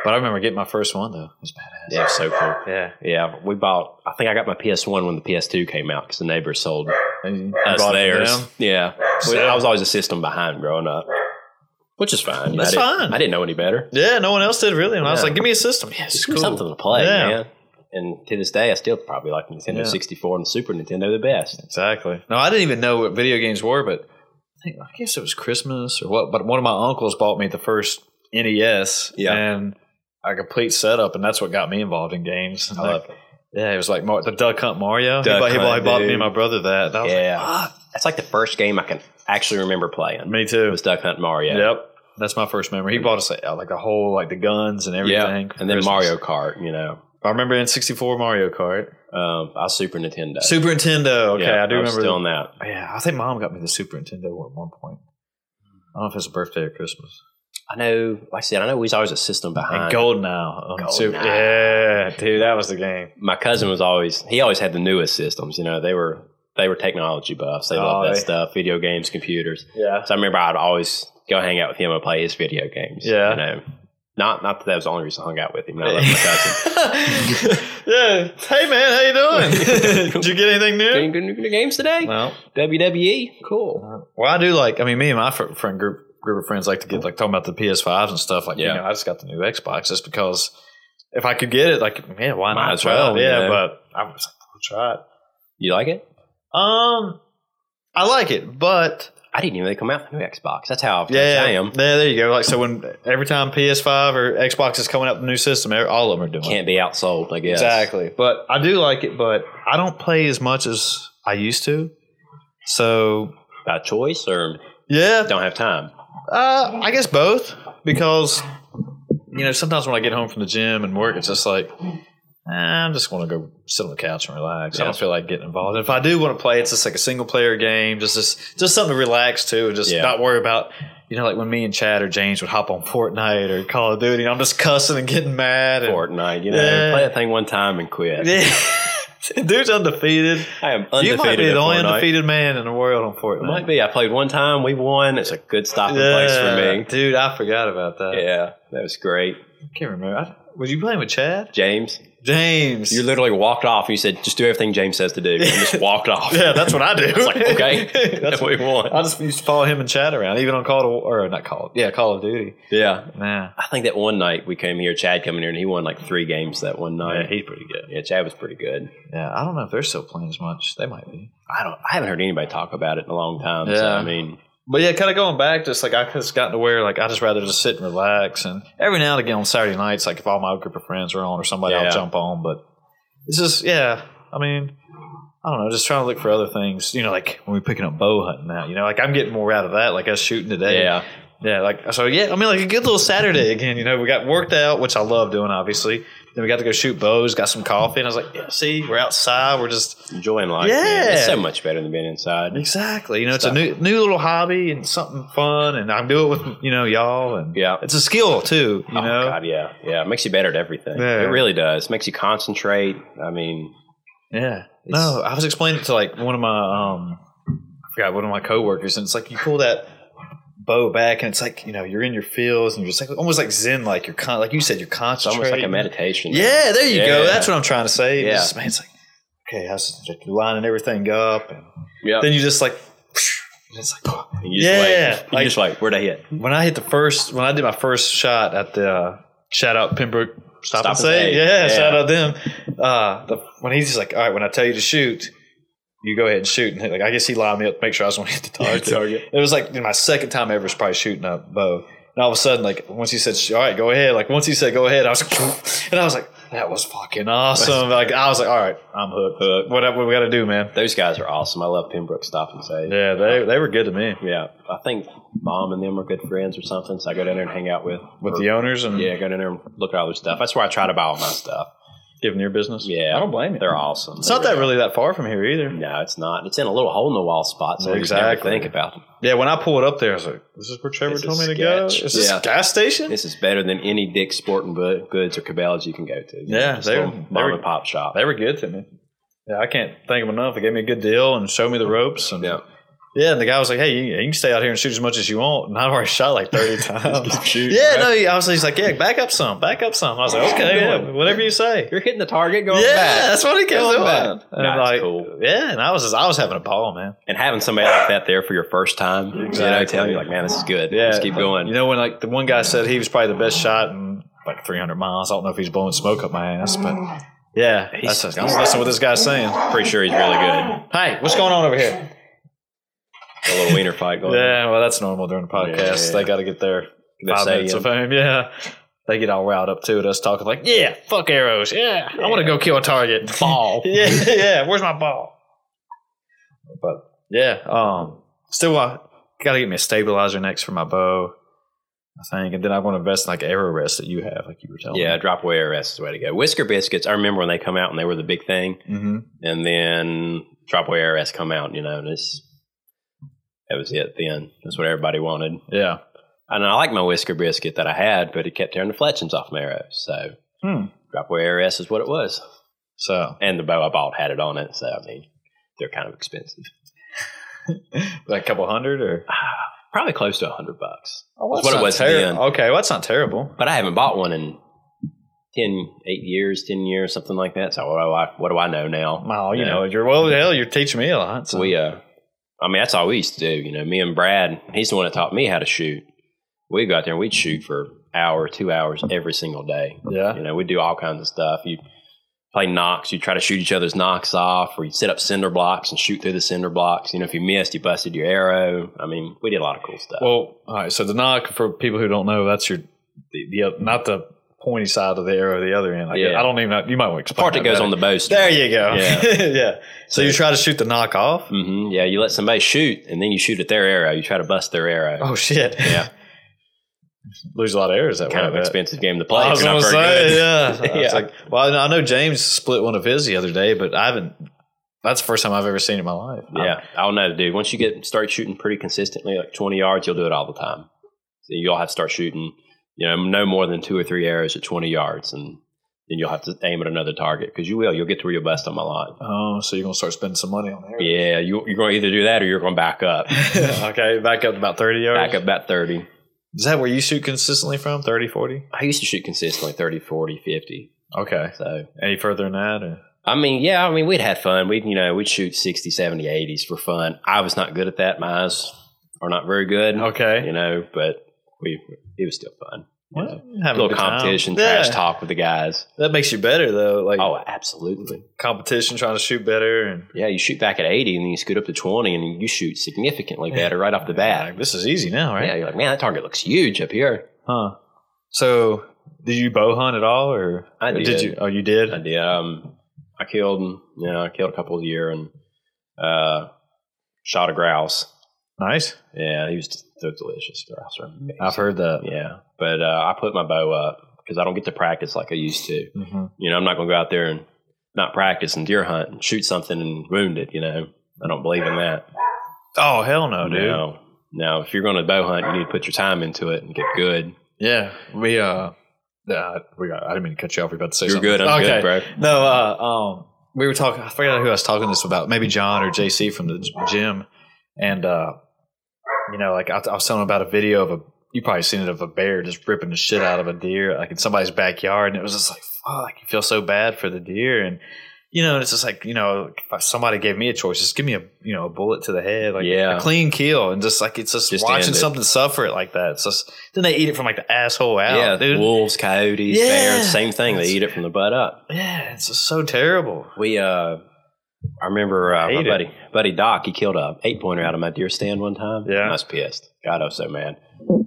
[SPEAKER 3] But I remember getting my first one though. It was badass.
[SPEAKER 2] Yeah, it was so cool.
[SPEAKER 3] Yeah.
[SPEAKER 2] Yeah, we bought, I think I got my PS1 when the PS2 came out because the neighbors sold
[SPEAKER 3] And you
[SPEAKER 2] us
[SPEAKER 3] brought it
[SPEAKER 2] theirs.
[SPEAKER 3] down?
[SPEAKER 2] Yeah.
[SPEAKER 3] So-
[SPEAKER 2] I was always a system behind growing up, which is fine.
[SPEAKER 3] That's
[SPEAKER 2] I didn't-
[SPEAKER 3] fine.
[SPEAKER 2] I didn't know any better.
[SPEAKER 3] Yeah, no one else did really. And I was
[SPEAKER 2] Yeah.
[SPEAKER 3] like, give me a system. Yeah, it's
[SPEAKER 2] Just
[SPEAKER 3] cool.
[SPEAKER 2] something to play,
[SPEAKER 3] Yeah.
[SPEAKER 2] man. And to this day, I still probably like Nintendo
[SPEAKER 3] Yeah.
[SPEAKER 2] 64 and Super Nintendo the best.
[SPEAKER 3] Exactly. No, I didn't even know what video games were, but I, think, I guess it was Christmas or what. But one of my uncles bought me the first NES
[SPEAKER 2] Yeah.
[SPEAKER 3] and a complete setup, and that's what got me involved in games. And
[SPEAKER 2] I
[SPEAKER 3] like,
[SPEAKER 2] love it.
[SPEAKER 3] Yeah, it was like Mar- the Duck Hunt Mario. he
[SPEAKER 2] Duck
[SPEAKER 3] bought, he bought, he
[SPEAKER 2] Hunt,
[SPEAKER 3] bought me
[SPEAKER 2] dude.
[SPEAKER 3] and my brother that. And I was like,
[SPEAKER 2] Yeah. That's like the first game I can actually remember playing.
[SPEAKER 3] me too.
[SPEAKER 2] It was Duck Hunt Mario.
[SPEAKER 3] Yep. That's my first memory. He bought us like, like a whole like the guns and everything.
[SPEAKER 2] Yeah.
[SPEAKER 3] for
[SPEAKER 2] And then
[SPEAKER 3] Christmas.
[SPEAKER 2] Mario Kart, you know.
[SPEAKER 3] I remember in '64 Mario Kart,
[SPEAKER 2] Um, I Super Nintendo.
[SPEAKER 3] Super Nintendo. Okay,
[SPEAKER 2] Yeah,
[SPEAKER 3] I do
[SPEAKER 2] was
[SPEAKER 3] remember.
[SPEAKER 2] still on that.
[SPEAKER 3] yeah, I think mom got me the Super Nintendo at one point. I don't know if it's a birthday or Christmas.
[SPEAKER 2] I know, like I said, I know we was always a system behind.
[SPEAKER 3] And Goldeneye. on
[SPEAKER 2] Uh, Goldeneye.
[SPEAKER 3] Super, yeah, dude, that was the game.
[SPEAKER 2] My cousin was always, he always had the newest systems, you know. They were, they were technology buffs. They loved
[SPEAKER 3] Oh,
[SPEAKER 2] that
[SPEAKER 3] they-
[SPEAKER 2] stuff, video games, computers.
[SPEAKER 3] Yeah,
[SPEAKER 2] So I remember I'd always go hang out with him and play his video games.
[SPEAKER 3] Yeah.
[SPEAKER 2] You know, Not not that that was the only reason I hung out with him. No, I love my cousin.
[SPEAKER 3] yeah. Hey man, how you doing? Did you get anything new?
[SPEAKER 2] Doing good- good games today.
[SPEAKER 3] No.
[SPEAKER 2] WWE, cool.
[SPEAKER 3] Well, I do like. I mean, me and my fr- friend group group of friends like to get like talking about the PS5s and stuff. Like,
[SPEAKER 2] Yeah.
[SPEAKER 3] you know, I just got the new Xbox just because if I could get it, like, man, why
[SPEAKER 2] Might
[SPEAKER 3] not?
[SPEAKER 2] as well,
[SPEAKER 3] yeah,
[SPEAKER 2] yeah.
[SPEAKER 3] but I was like, I'll try it.
[SPEAKER 2] You like it?
[SPEAKER 3] Um, I like it, but
[SPEAKER 2] I didn't even know they come out with the new Xbox. That's how
[SPEAKER 3] yeah,
[SPEAKER 2] I am.
[SPEAKER 3] There, there you go. Like, so when every time PS5 or Xbox is coming up with a new system, every- all of them are doing it.
[SPEAKER 2] Can't be outsold, I guess.
[SPEAKER 3] Exactly. But I do like it, but I don't play as much as I used to. So
[SPEAKER 2] By choice or
[SPEAKER 3] yeah,
[SPEAKER 2] don't have time.
[SPEAKER 3] Uh, I guess both because you know sometimes when I get home from the gym and work, it's just like eh, I just want to go sit on the couch and relax. I don't feel like getting involved. And if I do want to play, it's just like a single player game, just just, just something to relax to and just
[SPEAKER 2] Yeah.
[SPEAKER 3] not worry about. You know, like when me and Chad or James would hop on Fortnite or Call of Duty, and I'm just cussing and getting mad. And,
[SPEAKER 2] Fortnite, you know,
[SPEAKER 3] Yeah.
[SPEAKER 2] play that thing one time and quit.
[SPEAKER 3] Dude's undefeated.
[SPEAKER 2] I am undefeated.
[SPEAKER 3] You might be
[SPEAKER 2] at
[SPEAKER 3] the only
[SPEAKER 2] Fortnite.
[SPEAKER 3] undefeated man in the world on Fortnite.
[SPEAKER 2] It might be. I played one time. We won. It's a good stopping place for me.
[SPEAKER 3] Uh, dude. I forgot about that.
[SPEAKER 2] Yeah, that was great.
[SPEAKER 3] can't remember. I, was you playing with Chad?
[SPEAKER 2] James,
[SPEAKER 3] James.
[SPEAKER 2] you literally walked off. You said, "Just do everything James says to do," and just walked off.
[SPEAKER 3] yeah, that's what I do.
[SPEAKER 2] It's like, okay,
[SPEAKER 3] that's
[SPEAKER 2] that's what we want.
[SPEAKER 3] I just used to follow him and chat around, even on Call of, or not Call, of- yeah, Call of Duty.
[SPEAKER 2] Yeah,
[SPEAKER 3] Nah,
[SPEAKER 2] I think that one night we came here, Chad coming here, and he won like three games that one night.
[SPEAKER 3] he's pretty good.
[SPEAKER 2] Yeah, Chad was pretty good.
[SPEAKER 3] Yeah, I don't know if they're still playing as much. They might be.
[SPEAKER 2] I don't. I haven't heard anybody talk about it in a long time. So,
[SPEAKER 3] Yeah.
[SPEAKER 2] I mean,
[SPEAKER 3] But yeah, kind of going back, just like I just gotten to where like I just rather just sit and relax. And every now and again on Saturday nights, like if all my group of friends are on or somebody,
[SPEAKER 2] Yeah.
[SPEAKER 3] I'll jump on. But it's just yeah. I mean, I don't know. Just trying to look for other things. You know, like when we're picking up bow hunting now. You know, like I'm getting more out of that. Like us shooting today.
[SPEAKER 2] yeah,
[SPEAKER 3] Yeah, like so. Yeah, I mean, like a good little Saturday again. You know, we got worked out, which I love doing, obviously. Then we got to go shoot bows, got some coffee, and I was like, yeah, see, we're outside. We're just
[SPEAKER 2] enjoying life. man. it's
[SPEAKER 3] Yeah.
[SPEAKER 2] so much better than being inside.
[SPEAKER 3] exactly. You know, it's a new new little hobby and something fun, and I can do it with you know y'all, and
[SPEAKER 2] Yeah.
[SPEAKER 3] it's a skill too. You
[SPEAKER 2] oh,
[SPEAKER 3] know,
[SPEAKER 2] God, yeah, yeah. It makes you better at everything.
[SPEAKER 3] Yeah.
[SPEAKER 2] It really does. makes you concentrate. I mean,
[SPEAKER 3] yeah. No, I was explaining it to like one of my um, I forgot one of my coworkers, and it's like you pull that bow back, and it's like you know you're in your fields, and you're just like almost like zen, like you're con- like you said, you're
[SPEAKER 2] it's
[SPEAKER 3] concentrating.
[SPEAKER 2] almost like a meditation.
[SPEAKER 3] Yeah, there you go.
[SPEAKER 2] Yeah.
[SPEAKER 3] That's what I'm trying to say. It's
[SPEAKER 2] Yeah.
[SPEAKER 3] just, man, it's like, okay, how's like, you're lining everything up, and
[SPEAKER 2] yeah.
[SPEAKER 3] then you just like, and it's like, oh.
[SPEAKER 2] And you just
[SPEAKER 3] Yeah,
[SPEAKER 2] like,
[SPEAKER 3] like-
[SPEAKER 2] you just like where'd I hit?
[SPEAKER 3] when I hit the first, when I did my first shot at the uh, shout out Pembroke Stop,
[SPEAKER 2] Stop
[SPEAKER 3] and
[SPEAKER 2] and
[SPEAKER 3] Save,
[SPEAKER 2] Save.
[SPEAKER 3] yeah,
[SPEAKER 2] Yeah.
[SPEAKER 3] shout out them. Uh, the, when he's just like, all right, when I tell you to shoot, you go ahead and shoot, and hit. like I guess he lined me up to make sure I was going to hit the target.
[SPEAKER 2] Target.
[SPEAKER 3] It was like my second time ever was probably shooting up bow. And all of a sudden, like once he said, "All right, go ahead," like once he said, "Go ahead," I was like, and I was like, "That was fucking awesome!" Like I was like, "All right, I'm hooked. What What, we got to do, man?"
[SPEAKER 2] Those guys are awesome. I love Pembroke Stop and Save. Yeah.
[SPEAKER 3] Yeah, they they were good to me
[SPEAKER 2] I think mom and them are good friends or something. So I go down there and hang out with.
[SPEAKER 3] with
[SPEAKER 2] or-
[SPEAKER 3] the owners and
[SPEAKER 2] Yeah, go down there and look at all their stuff. That's where I try to buy all my stuff.
[SPEAKER 3] giving your business.
[SPEAKER 2] Yeah,
[SPEAKER 3] I don't blame you.
[SPEAKER 2] They're awesome.
[SPEAKER 3] It's not that really that far from here either.
[SPEAKER 2] No, it's not. It's in a little hole in the wall spot, so exactly.
[SPEAKER 3] Exactly.
[SPEAKER 2] never think about it.
[SPEAKER 3] Yeah, when I pulled up there, I was like, "This is where Trevor
[SPEAKER 2] This
[SPEAKER 3] told me
[SPEAKER 2] is
[SPEAKER 3] to go."
[SPEAKER 2] sketch.
[SPEAKER 3] Is this
[SPEAKER 2] Yeah.
[SPEAKER 3] a gas station?
[SPEAKER 2] This is better than any Dick's Sporting Bo- Goods or Cabela's you can go to.
[SPEAKER 3] Yeah,
[SPEAKER 2] Just
[SPEAKER 3] they were-
[SPEAKER 2] little
[SPEAKER 3] they were-
[SPEAKER 2] mom and pop shop.
[SPEAKER 3] they were good to me. Yeah, I can't thank them enough. They gave me a good deal and showed me the ropes. And
[SPEAKER 2] Yeah.
[SPEAKER 3] yeah, and the guy was like, "Hey, you, you can stay out here and shoot as much as you want." And I've already shot like thirty times.
[SPEAKER 2] shooting,
[SPEAKER 3] yeah,
[SPEAKER 2] right?
[SPEAKER 3] no, he, I was, he's like, "Yeah, back up some, back up some." I was like, "Okay, yeah, whatever you say."
[SPEAKER 2] You're hitting the target going
[SPEAKER 3] yeah,
[SPEAKER 2] back.
[SPEAKER 3] that's what he kept doing.
[SPEAKER 2] back.
[SPEAKER 3] And I'm
[SPEAKER 2] That's
[SPEAKER 3] like,
[SPEAKER 2] cool.
[SPEAKER 3] Yeah, and I was just, I was having a ball, man.
[SPEAKER 2] And having somebody like that there for your first time, you know,
[SPEAKER 3] Exactly.
[SPEAKER 2] telling you like, man, this is good. Let's keep going.
[SPEAKER 3] You know when like the one guy said he was probably the best shot in like 300 miles. I don't know if he's blowing smoke up my ass, but yeah, that's, that's, that's what this guy's saying.
[SPEAKER 2] pretty sure he's really good.
[SPEAKER 3] Hey, what's going on over here?
[SPEAKER 2] A little wiener fight going. on.
[SPEAKER 3] Yeah, well, that's normal during the podcast.
[SPEAKER 2] Yeah, yeah, yeah.
[SPEAKER 3] They got to get their
[SPEAKER 2] They're
[SPEAKER 3] five minutes
[SPEAKER 2] saying-
[SPEAKER 3] of fame. Yeah, they get all riled up too at us talking like, "Yeah, fuck arrows. Yeah, I want to go kill a target. Ball. yeah, yeah. Where's my ball?" But yeah, um, still, I got to get me a stabilizer next for my bow. I think, and then I want to invest in like arrow rest that you have, like you were telling
[SPEAKER 2] Yeah,
[SPEAKER 3] me.
[SPEAKER 2] drop away ARS is the way to go. Whisker biscuits. I remember when they come out and they were the big thing,
[SPEAKER 3] hmm
[SPEAKER 2] and then drop away ARS come out. You know, and it's that was it. Then that's what everybody wanted.
[SPEAKER 3] Yeah.
[SPEAKER 2] And I like my whisker biscuit that I had, but it kept tearing the fletchings off my arrows. So
[SPEAKER 3] Hmm.
[SPEAKER 2] drop away ARS is what it was,
[SPEAKER 3] So,
[SPEAKER 2] and the bow I bought had it on it. So I mean, they're kind of expensive.
[SPEAKER 3] like a couple hundred or
[SPEAKER 2] probably close to hundred bucks.
[SPEAKER 3] Oh,
[SPEAKER 2] That's what it was
[SPEAKER 3] not terri-
[SPEAKER 2] then.
[SPEAKER 3] Okay, well, that's not terrible.
[SPEAKER 2] But I haven't bought one in 10, 8 years, ten years, something like that. So what do I what do I know now?
[SPEAKER 3] Well, you
[SPEAKER 2] Yeah.
[SPEAKER 3] know, you're well, hell, you're teaching me a lot. So.
[SPEAKER 2] We uh, I mean that's all we used to do. You know, me and Brad, he's the one that taught me how to shoot. We go out there and we'd shoot for hour, two hours every single day.
[SPEAKER 3] yeah,
[SPEAKER 2] You know, we do all kinds of stuff. You play knocks, you try to shoot each other's knocks off, or you set up cinder blocks and shoot through the cinder blocks. You know, if you missed, you busted your arrow. I mean, we did a lot of cool stuff.
[SPEAKER 3] Well, all right. So the knock for people who don't know, that's your the, the oth- not the pointy side of the arrow, the other end. I, guess.
[SPEAKER 2] Yeah.
[SPEAKER 3] I don't even. know. You might want to explain
[SPEAKER 2] part that goes
[SPEAKER 3] better.
[SPEAKER 2] on the bow
[SPEAKER 3] There you go. Yeah. So,
[SPEAKER 2] So-
[SPEAKER 3] you try to shoot the knock off.
[SPEAKER 2] hmm Yeah, you let somebody shoot, and then you shoot at their arrow. You try to bust their arrow.
[SPEAKER 3] Oh shit.
[SPEAKER 2] Yeah.
[SPEAKER 3] Lose a lot of arrows that
[SPEAKER 2] kind
[SPEAKER 3] way.
[SPEAKER 2] of
[SPEAKER 3] I bet.
[SPEAKER 2] expensive game to play.
[SPEAKER 3] I
[SPEAKER 2] if
[SPEAKER 3] was
[SPEAKER 2] you're
[SPEAKER 3] gonna
[SPEAKER 2] not
[SPEAKER 3] say,
[SPEAKER 2] very good.
[SPEAKER 3] yeah. I was
[SPEAKER 2] Yeah.
[SPEAKER 3] like- well, I know- I know James split one of his the other day, but I haven't. That's the first time I've ever seen it in my life.
[SPEAKER 2] Yeah, I don't know, dude. Once you get start shooting pretty consistently, like twenty yards, you'll do it all the time. So you'll have to start shooting, you know, no more than two or three arrows at twenty yards, and then you'll have to aim at another target because you will. You'll get to where you'll bust them a lot.
[SPEAKER 3] Oh, so you're gonna start spending some money on there?
[SPEAKER 2] Yeah, you, you're going to either do that or you're going to back up,
[SPEAKER 3] okay, back up to about thirty yards.
[SPEAKER 2] back up about thirty.
[SPEAKER 3] Is that where you shoot consistently from? 30, 40?
[SPEAKER 2] I used to shoot consistently 30, 40, 50.
[SPEAKER 3] Okay.
[SPEAKER 2] So
[SPEAKER 3] Any further than that? Or?
[SPEAKER 2] I mean, yeah, I mean, we'd had fun. We'd, you know, we'd shoot 60, 70, 80s for fun. I was not good at that. My eyes are not very good,
[SPEAKER 3] Okay.
[SPEAKER 2] you know, but we, it was still fun. you
[SPEAKER 3] Well,
[SPEAKER 2] know.
[SPEAKER 3] having
[SPEAKER 2] little
[SPEAKER 3] good time.
[SPEAKER 2] competition,
[SPEAKER 3] Yeah.
[SPEAKER 2] trash talk with the guys.
[SPEAKER 3] That makes you better though. Like
[SPEAKER 2] Oh, absolutely.
[SPEAKER 3] competition, trying to shoot better, and
[SPEAKER 2] Yeah, you shoot back at 80 and then you scoot up to 20 and you shoot significantly better right off the bat.
[SPEAKER 3] like, this is easy now, right?
[SPEAKER 2] Yeah, you're like, man, that target looks huge up here.
[SPEAKER 3] Huh. So, did you bow hunt at all, or
[SPEAKER 2] I
[SPEAKER 3] or
[SPEAKER 2] did.
[SPEAKER 3] you? Oh, you did.
[SPEAKER 2] I did. Um, I killed, you know, I killed a couple a year and uh, shot a grouse.
[SPEAKER 3] Nice.
[SPEAKER 2] Yeah, he was so delicious. Grouse are amazing.
[SPEAKER 3] I've heard that.
[SPEAKER 2] Yeah, but uh, I put my bow up because I don't get to practice like I used to.
[SPEAKER 3] Mhm.
[SPEAKER 2] You know, I'm not going to go out there and not practice and deer hunt and shoot something and wound it. You know, I don't believe in that.
[SPEAKER 3] Oh hell no, dude.
[SPEAKER 2] No, no. If you're going to bow hunt, you need to put your time into it and get good.
[SPEAKER 3] Yeah, we uh, uh, we got, I didn't mean to cut you off. We were about to say
[SPEAKER 2] You're
[SPEAKER 3] something.
[SPEAKER 2] good. I'm
[SPEAKER 3] okay.
[SPEAKER 2] good, bro.
[SPEAKER 3] No, uh, um, we were talking. I forgot who I was talking this about. Maybe John or JC from the g- gym, and uh, you know, like I, I was telling him about a video of a. You probably seen it of a bear just ripping the shit out of a deer, like in somebody's backyard, and it was just like, fuck, you feel so bad for the deer, and you know, it's just like, you know, if somebody gave me a choice, just give me a, you know, a bullet to the head, like
[SPEAKER 2] Yeah.
[SPEAKER 3] a clean kill, and just like it's just,
[SPEAKER 2] Just
[SPEAKER 3] watching
[SPEAKER 2] end it.
[SPEAKER 3] something suffer it like that. It's just then they eat it from like the asshole out,
[SPEAKER 2] yeah,
[SPEAKER 3] dude.
[SPEAKER 2] wolves, coyotes,
[SPEAKER 3] Yeah.
[SPEAKER 2] bears, same thing. They eat it from the butt up.
[SPEAKER 3] Yeah, it's just so terrible.
[SPEAKER 2] We, uh, I remember uh,
[SPEAKER 3] Hate
[SPEAKER 2] my
[SPEAKER 3] it.
[SPEAKER 2] buddy, buddy Doc. He killed a eight pointer out of my deer stand one time.
[SPEAKER 3] Yeah.
[SPEAKER 2] I was pissed. God, I was so mad.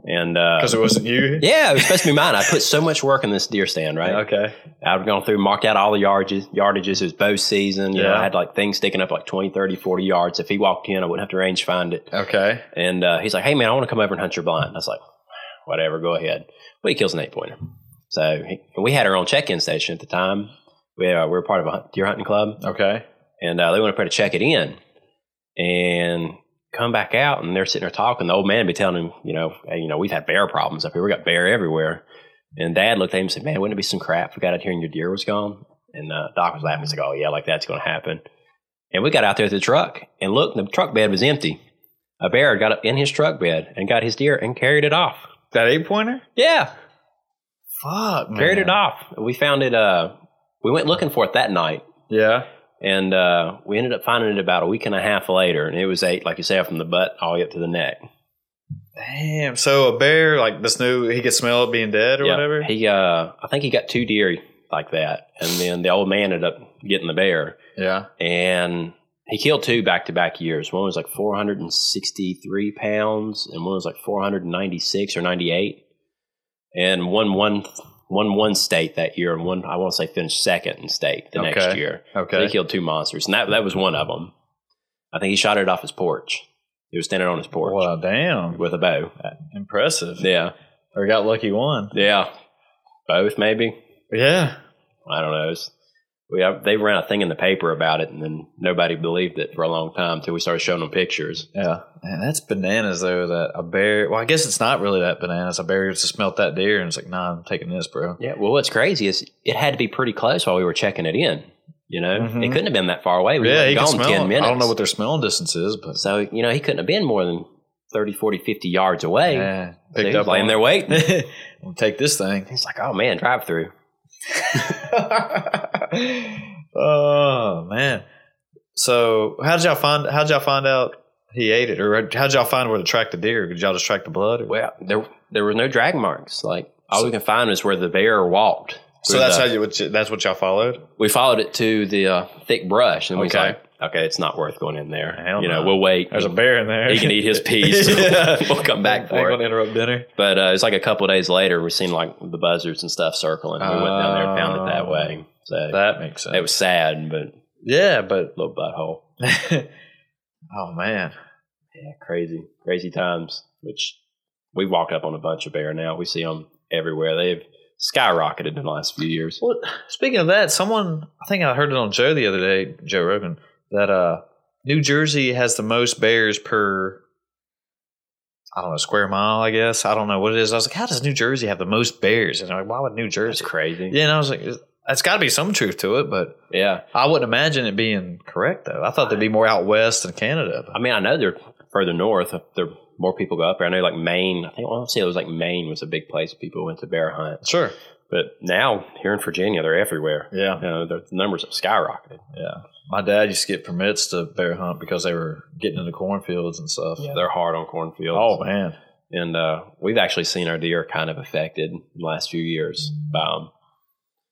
[SPEAKER 2] And uh,
[SPEAKER 3] Because it wasn't you.
[SPEAKER 2] yeah, it was supposed to be mine. I put so much work in this deer stand, right?
[SPEAKER 3] Okay.
[SPEAKER 2] I've gone through, marked out all the yardages. yardages. It was bow season. You know,
[SPEAKER 3] Yeah.
[SPEAKER 2] I had like things sticking up like 20, 30, 40 yards. If he walked in, I wouldn't have to range find it.
[SPEAKER 3] Okay.
[SPEAKER 2] And uh, he's like, hey, man, I want to come over and hunt your blind. I was like, whatever, go ahead. Well, he kills an eight pointer. So he, and we had our own check in station at the time. We, uh, we were part of a hunt- deer hunting club
[SPEAKER 3] Okay.
[SPEAKER 2] and uh, they went up there to check it in and come back out and they're sitting there talking the old man be telling him you know hey, you know we've had bear problems up here we got bear everywhere and dad looked at him and said man wouldn't it be some crap if we got out here and your deer was gone and uh, doc was laughing he's like oh yeah like that's gonna happen and we got out there with the truck and look the truck bed was empty a bear got up in his truck bed and got his deer and carried it off
[SPEAKER 3] That eight pointer?
[SPEAKER 2] yeah
[SPEAKER 3] Fuck, man.
[SPEAKER 2] carried it off we found it uh we went looking for it that night
[SPEAKER 3] Yeah.
[SPEAKER 2] and uh, we ended up finding it about a week and a half later, and it was eight, like you said, from the butt all the way up to the neck.
[SPEAKER 3] Damn. So a bear, like this new, he could smell it being dead or
[SPEAKER 2] Yeah.
[SPEAKER 3] whatever?
[SPEAKER 2] He, uh, I think he got two deer like that, and then the old man ended up getting the bear,
[SPEAKER 3] Yeah.
[SPEAKER 2] and he killed two back to back years. One was like 463 pounds, and one was like 496 or 98, and one one one one state that year, and one I want to say finished second in state the next
[SPEAKER 3] Okay.
[SPEAKER 2] year. So
[SPEAKER 3] Okay.
[SPEAKER 2] He killed two monsters, and that that was one of them. I think he shot it off his porch. He was standing on his porch
[SPEAKER 3] Well, damn.
[SPEAKER 2] with a bow.
[SPEAKER 3] Impressive.
[SPEAKER 2] Yeah,
[SPEAKER 3] Or got lucky one.
[SPEAKER 2] yeah, both maybe.
[SPEAKER 3] Yeah.
[SPEAKER 2] I don't know. It's, we I, they ran a thing in the paper about it, and then nobody believed it for a long time until we started showing them pictures.
[SPEAKER 3] Yeah. Man, that's bananas, though, that a bear, well, I guess it's not really that bananas. A bear just smelt that deer and it's like, nah, I'm taking this, bro.
[SPEAKER 2] Yeah. Well, what's crazy is it had to be pretty close while we were checking it in. You know,
[SPEAKER 3] Mhm.
[SPEAKER 2] it couldn't have been that far away. We
[SPEAKER 3] yeah,
[SPEAKER 2] were
[SPEAKER 3] he can
[SPEAKER 2] gone
[SPEAKER 3] smell
[SPEAKER 2] ten
[SPEAKER 3] it.
[SPEAKER 2] minutes.
[SPEAKER 3] I don't know what their smelling distance is, but
[SPEAKER 2] So you know, he couldn't have been more than 30, 40, 50 yards away.
[SPEAKER 3] Yeah.
[SPEAKER 2] They
[SPEAKER 3] Picked up
[SPEAKER 2] was laying
[SPEAKER 3] on
[SPEAKER 2] there waiting.
[SPEAKER 3] it. I'll take this thing.
[SPEAKER 2] It's like, oh man, drive through.
[SPEAKER 3] oh man. So how did y'all find how did y'all find out he ate it? Or how did y'all find where to track the deer? Did y'all just track the blood? Or?
[SPEAKER 2] Well, there there were no drag marks. Like all we can find is where the bear walked.
[SPEAKER 3] So
[SPEAKER 2] through
[SPEAKER 3] that's
[SPEAKER 2] the-
[SPEAKER 3] how you what you- that's what y'all followed?
[SPEAKER 2] we followed it to the uh, thick brush, and we was
[SPEAKER 3] Okay.
[SPEAKER 2] like, okay, it's not worth going in there.
[SPEAKER 3] Hell
[SPEAKER 2] you know,
[SPEAKER 3] no.
[SPEAKER 2] we'll wait.
[SPEAKER 3] There's a bear in there.
[SPEAKER 2] he can eat his piece.
[SPEAKER 3] Yeah.
[SPEAKER 2] we'll come back
[SPEAKER 3] Ain't
[SPEAKER 2] for
[SPEAKER 3] gonna
[SPEAKER 2] it.
[SPEAKER 3] interrupt dinner.
[SPEAKER 2] But uh, it's like a couple of days later, we seen like the buzzards and stuff circling. We went down there and found it that
[SPEAKER 3] Oh.
[SPEAKER 2] way. So
[SPEAKER 3] That makes sense.
[SPEAKER 2] it was sad, but
[SPEAKER 3] yeah, but
[SPEAKER 2] little butthole.
[SPEAKER 3] oh man.
[SPEAKER 2] Yeah, crazy, crazy times. Which we walked up on a bunch of bear now. We see them everywhere. They've skyrocketed in the last few years.
[SPEAKER 3] Well, speaking of that, someone I think I heard it on Joe the other day, Joe Rogan, that uh New Jersey has the most bears per I don't know square mile. I guess I don't know what it is. I was like, how does New Jersey have the most bears? And I'm like, why would New
[SPEAKER 2] It's
[SPEAKER 3] Jersey?
[SPEAKER 2] crazy.
[SPEAKER 3] Yeah, and I was like, that's got to be some truth to it, but
[SPEAKER 2] yeah.
[SPEAKER 3] I wouldn't imagine it being correct though. I thought there'd be more out west in Canada.
[SPEAKER 2] I mean, I know they're further north. There more people go up there. I know, like Maine. I think I want to say it was like Maine was a big place people went to bear hunt.
[SPEAKER 3] sure.
[SPEAKER 2] But now here in Virginia, they're everywhere.
[SPEAKER 3] Yeah.
[SPEAKER 2] You know, the numbers have skyrocketed.
[SPEAKER 3] Yeah. My dad used to get permits to bear hunt because they were getting into cornfields and stuff.
[SPEAKER 2] They're hard on cornfields.
[SPEAKER 3] Oh man.
[SPEAKER 2] and uh, we've actually seen our deer kind of affected in the last few years. Um,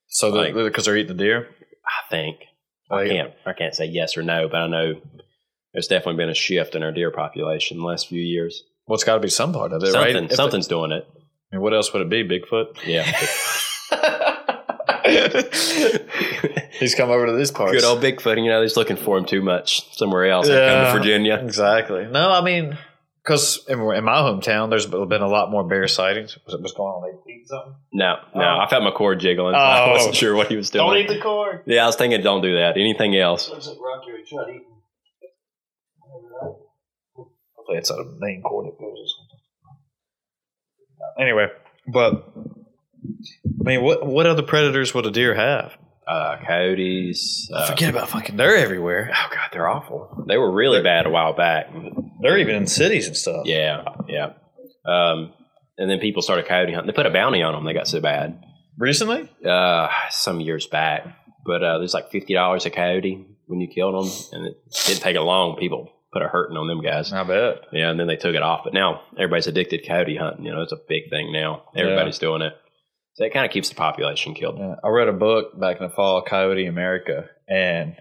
[SPEAKER 3] So
[SPEAKER 2] Like-
[SPEAKER 3] because they're eating the deer.
[SPEAKER 2] I think I
[SPEAKER 3] Like-
[SPEAKER 2] can't. I can't say yes or no, but I know there's definitely been a shift in our deer population the last few years.
[SPEAKER 3] Well, it's got to be some part of it,
[SPEAKER 2] Something,
[SPEAKER 3] right? If it-
[SPEAKER 2] something's doing it.
[SPEAKER 3] I mean, what else would it be? Bigfoot.
[SPEAKER 2] Yeah,
[SPEAKER 3] He's come over to this part.
[SPEAKER 2] good old Bigfoot. You know, they're just looking for him too much somewhere else. They Come
[SPEAKER 3] Yeah.
[SPEAKER 2] to Virginia.
[SPEAKER 3] Exactly. No, I mean, because in, in my hometown, there's been a lot more bear sightings. What's what's going on? Like, eating something?
[SPEAKER 2] No, no, I felt my cord jiggling. so I
[SPEAKER 3] Oh.
[SPEAKER 2] wasn't sure what he was doing.
[SPEAKER 4] Oh. Don't eat the corn.
[SPEAKER 2] yeah, I was thinking, don't do that. Anything else?
[SPEAKER 4] Looks like Rocky we tried eating.
[SPEAKER 3] Hopefully, it's a main cord that goes or something. Anyway, but I mean, what what other predators would a deer have?
[SPEAKER 2] Uh, coyotes. Uh,
[SPEAKER 3] Forget about fucking. They're everywhere.
[SPEAKER 2] Oh God, they're awful. They were really bad a while back.
[SPEAKER 3] They're even in cities and stuff.
[SPEAKER 2] Yeah, yeah. Um, and then people started coyote hunting. They put a bounty on them. They got so bad.
[SPEAKER 3] Recently,
[SPEAKER 2] uh, some years back. But uh, there's like fifty dollars a coyote when you killed them, and it didn't take it long. People put a hurting on them guys.
[SPEAKER 3] I bet.
[SPEAKER 2] Yeah, and then they took it off. But now everybody's addicted to coyote hunting. You know, it's a big thing now. Everybody's doing it. So it kind of keeps the population killed.
[SPEAKER 3] Yeah, I read a book back in the fall, Coyote America, and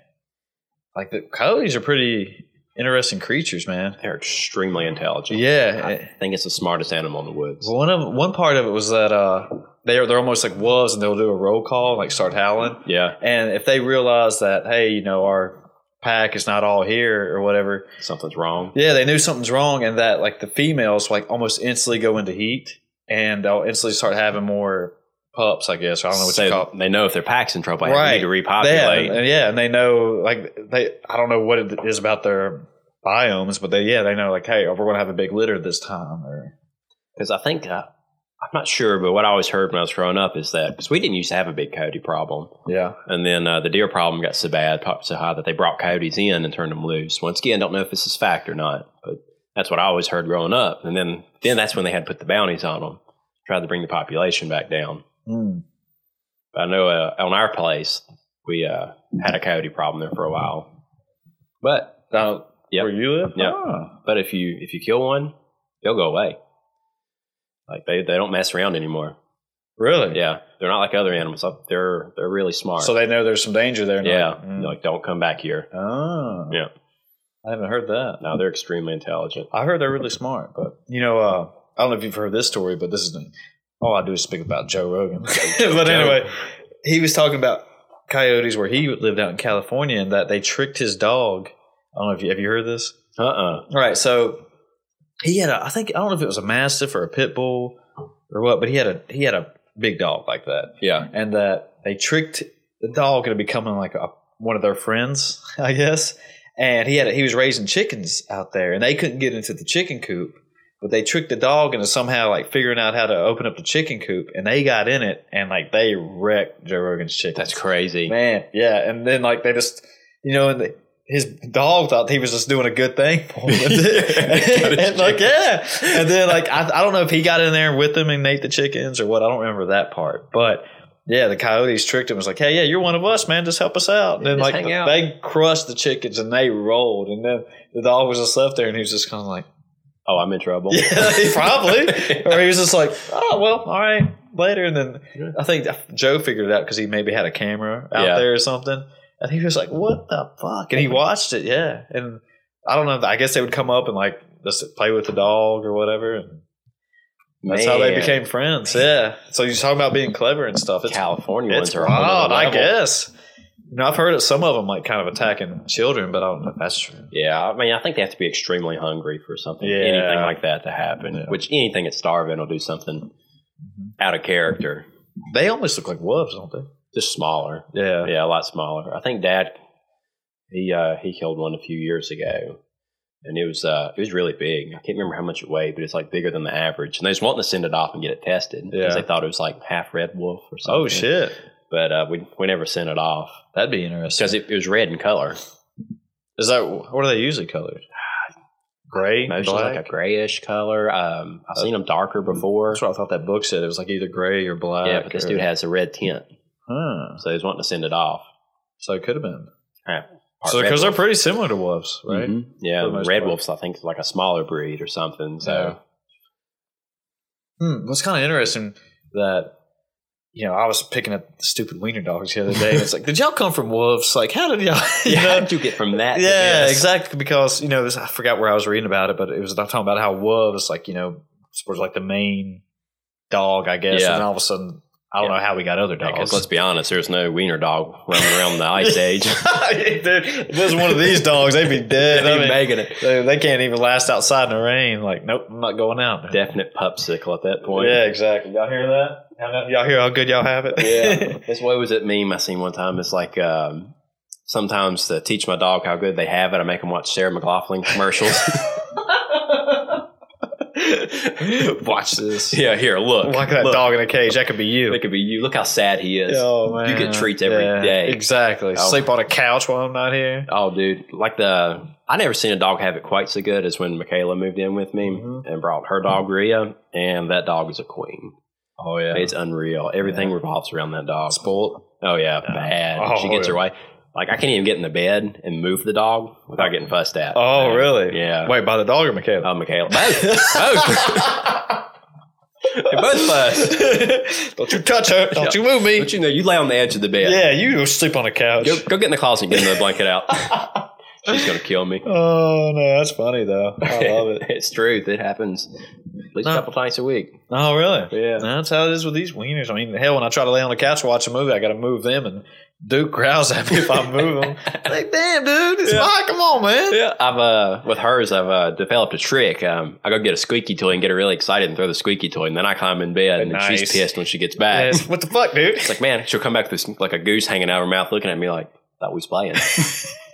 [SPEAKER 3] like the coyotes are pretty interesting creatures, man.
[SPEAKER 2] They're extremely intelligent.
[SPEAKER 3] Yeah,
[SPEAKER 2] I think it's the smartest animal in the woods.
[SPEAKER 3] one of one part of it was that uh, they're they're almost like wolves, and they'll do a roll call and like start howling,
[SPEAKER 2] Yeah,
[SPEAKER 3] and if they realize that hey, you know our pack is not all here or whatever,
[SPEAKER 2] something's wrong.
[SPEAKER 3] yeah, they knew something's wrong, and that like the females like almost instantly go into heat, and they'll instantly start having more pups, I guess. Or I don't know what
[SPEAKER 2] So
[SPEAKER 3] you call.
[SPEAKER 2] they know if their pack's in trouble, right.
[SPEAKER 3] Right.
[SPEAKER 2] need to
[SPEAKER 3] Yeah,
[SPEAKER 2] repopulate.
[SPEAKER 3] and- yeah, and they know like they. I don't know what it is about their biomes, but they yeah they know like hey oh, we're gonna have a big litter this time or
[SPEAKER 2] Because I think uh, I'm not sure, but what I always heard when I was growing up is that because we didn't used to have a big coyote problem.
[SPEAKER 3] yeah
[SPEAKER 2] And then uh, the deer problem got so bad, popped so high that they brought coyotes in and turned them loose. Once again, don't know if this is fact or not, but that's what I always heard growing up. And then, then that's when they had put the bounties on them, tried to bring the population back down.
[SPEAKER 3] Hmm.
[SPEAKER 2] But I know uh, on our place we uh, had a coyote problem there for a while. But uh, yeah,
[SPEAKER 3] where you live
[SPEAKER 2] Yep.
[SPEAKER 3] Ah.
[SPEAKER 2] but if you if you kill one, they'll go away. Like they, they don't mess around anymore.
[SPEAKER 3] really
[SPEAKER 2] Yeah, they're not like other animals. They're they're really smart.
[SPEAKER 3] so they know there's some danger there and
[SPEAKER 2] yeah,
[SPEAKER 3] like, mm.
[SPEAKER 2] like don't come back here.
[SPEAKER 3] oh
[SPEAKER 2] Yeah.
[SPEAKER 3] I haven't heard that
[SPEAKER 2] No, they're extremely intelligent.
[SPEAKER 3] I heard they're really smart but you know uh, I don't know if you've heard this story but this is all I do is speak about Joe Rogan but anyway he was talking about coyotes where he lived out in California and that they tricked his dog I don't know if you have you heard this
[SPEAKER 2] Uh uh
[SPEAKER 3] All right, so he had a I think I don't know if it was a mastiff or a pit bull or what, but he had a he had a big dog like that.
[SPEAKER 2] Yeah.
[SPEAKER 3] And that they tricked the dog into becoming like a, one of their friends, I guess. And he had he was raising chickens out there and they couldn't get into the chicken coop, but they tricked the dog into somehow like figuring out how to open up the chicken coop and they got in it and like they wrecked Joe Rogan's chicken.
[SPEAKER 2] That's crazy.
[SPEAKER 3] Man, yeah, and then like they just, you know, and they, his dog thought he was just doing a good thing for him. and like, yeah. And then like I, I don't know if he got in there with him and ate the chickens or what. I don't remember that part. But yeah, the coyotes tricked him. It was like, hey, yeah, you're one of us, man. Just help us out. And then
[SPEAKER 2] just
[SPEAKER 3] like
[SPEAKER 2] hang out.
[SPEAKER 3] they crushed the chickens and they rolled. And then the dog was just left there and he was just kind of like,
[SPEAKER 2] Oh, I'm in trouble.
[SPEAKER 3] yeah, probably. Or he was just like, oh, well, all right, later. And then I think Joe figured it out because he maybe had a camera out
[SPEAKER 2] Yeah.
[SPEAKER 3] there or something. And he was like, what the fuck? And he watched it, yeah. And I don't know. I guess they would come up and like just play with the dog or whatever. And that's how they
[SPEAKER 2] Man,
[SPEAKER 3] became friends, yeah. So you're talking about being clever and stuff. It's,
[SPEAKER 2] California
[SPEAKER 3] it's
[SPEAKER 2] ones are a whole
[SPEAKER 3] wild,
[SPEAKER 2] nother
[SPEAKER 3] I
[SPEAKER 2] level.
[SPEAKER 3] guess. You know, I've heard of some of them like kind of attacking children, but I don't know if that's true.
[SPEAKER 2] Yeah, I mean, I think they have to be extremely hungry for something,
[SPEAKER 3] Yeah.
[SPEAKER 2] anything like that to happen.
[SPEAKER 3] Yeah. Mm-hmm.
[SPEAKER 2] Which anything that's starving will do something out of character,
[SPEAKER 3] They almost look like wolves, don't they?
[SPEAKER 2] just smaller.
[SPEAKER 3] Yeah.
[SPEAKER 2] Yeah, a lot smaller. I think Dad, he uh, he killed one a few years ago, and it was uh, it was really big. I can't remember how much it weighed, but it's like bigger than the average. And they just wanted to send it off and get it tested because
[SPEAKER 3] Yeah.
[SPEAKER 2] they thought it was like half red wolf or something.
[SPEAKER 3] Oh, shit.
[SPEAKER 2] But uh, we we never sent it off
[SPEAKER 3] That'd be interesting.
[SPEAKER 2] because it, it was red in color.
[SPEAKER 3] Is that what are they usually colored? Gray,
[SPEAKER 2] Mostly
[SPEAKER 3] black.
[SPEAKER 2] like a grayish color. Um, I've seen them darker before.
[SPEAKER 3] That's what I thought that book said. It was like either gray or black.
[SPEAKER 2] Yeah, but Uh, this
[SPEAKER 3] or-
[SPEAKER 2] dude has a red tint,
[SPEAKER 3] Huh.
[SPEAKER 2] so he's wanting to send it off.
[SPEAKER 3] So it could have been.
[SPEAKER 2] Part
[SPEAKER 3] So
[SPEAKER 2] Red
[SPEAKER 3] because they're
[SPEAKER 2] Wolf.
[SPEAKER 3] pretty similar to wolves, right?
[SPEAKER 2] Mhm. yeah,
[SPEAKER 3] For the most
[SPEAKER 2] Red
[SPEAKER 3] part.
[SPEAKER 2] Wolf's I think is like a smaller breed or something. So
[SPEAKER 3] Hmm. What's kind of interesting that you know I was picking up the stupid wiener dogs the other day. and it's like, did y'all come from wolves? Like, how did y'all? You
[SPEAKER 2] yeah,
[SPEAKER 3] know?
[SPEAKER 2] how did you get from that? to
[SPEAKER 3] Yeah,
[SPEAKER 2] this?
[SPEAKER 3] exactly. Because you know, this, I forgot where I was reading about it, but it was talking about how wolves, like you know, was like the main dog, I guess.
[SPEAKER 2] Yeah.
[SPEAKER 3] And then all of a sudden, I don't know how we got other
[SPEAKER 2] Yeah, 'cause
[SPEAKER 3] dogs.
[SPEAKER 2] let's be honest, there's no wiener dog running around the ice age.
[SPEAKER 3] Dude, if it was one of these dogs, they'd be dead. I mean,
[SPEAKER 2] making it.
[SPEAKER 3] they, they can't even last outside in the rain. Like, nope, I'm not going out.
[SPEAKER 2] Definite pupsicle at that point.
[SPEAKER 3] Yeah, exactly. Y'all hear that? How- Y'all hear how good y'all have it?
[SPEAKER 2] Yeah. That's what was that meme I seen one time? It's like um, sometimes to teach my dog how good they have it, I make them watch Sarah McLaughlin commercials.
[SPEAKER 3] Watch this.
[SPEAKER 2] yeah, here, look.
[SPEAKER 3] Like that
[SPEAKER 2] look.
[SPEAKER 3] dog in a cage. That could be you.
[SPEAKER 2] It could be you. Look how sad he is.
[SPEAKER 3] Oh man,
[SPEAKER 2] You get treats every day.
[SPEAKER 3] Exactly.
[SPEAKER 2] Oh.
[SPEAKER 3] Sleep on a couch while I'm not here.
[SPEAKER 2] Oh, dude! Like the I never seen a dog have it quite so good as when Michaela moved in with me
[SPEAKER 3] Mm-hmm.
[SPEAKER 2] and brought her dog Rhea, and that dog is a queen.
[SPEAKER 3] Oh yeah.
[SPEAKER 2] It's unreal. Everything revolves around that dog.
[SPEAKER 3] Bolt.
[SPEAKER 2] Oh yeah, bad.
[SPEAKER 3] Oh,
[SPEAKER 2] she gets
[SPEAKER 3] yeah.
[SPEAKER 2] her way. Like I can't even get in the bed and move the dog without getting fussed at.
[SPEAKER 3] Oh really?
[SPEAKER 2] Yeah.
[SPEAKER 3] Wait, by the dog or Michaela?
[SPEAKER 2] Oh, Michaela. Both. Both. They're both fussed.
[SPEAKER 3] Don't you touch her. Don't you move me.
[SPEAKER 2] But you know, you lay on the edge of the bed.
[SPEAKER 3] Yeah, you sleep on a couch.
[SPEAKER 2] Go, go get in the closet and get another blanket out. She's gonna kill me.
[SPEAKER 3] Oh no, that's funny though. I love it. Uh,
[SPEAKER 2] it's truth. It happens at least a
[SPEAKER 3] No.
[SPEAKER 2] couple times a week.
[SPEAKER 3] oh really?
[SPEAKER 2] Yeah.
[SPEAKER 3] That's how it is with these wieners. I mean, hell, when I try to lay on the couch and watch a movie, I got to move them, and Duke growls at me if I move them. like, damn, dude, it's mine. Come on, man.
[SPEAKER 2] Yeah, I've uh with hers, I've uh developed a trick. Um, I go get a squeaky toy and get her really excited and throw the squeaky toy, and then I climb in bed, and then she's
[SPEAKER 3] Nice.
[SPEAKER 2] pissed when she gets back.
[SPEAKER 3] Yes. What the fuck, dude?
[SPEAKER 2] It's like, man, she'll come back with this, like a goose hanging out of her mouth, looking at me like, "Thought we was playing."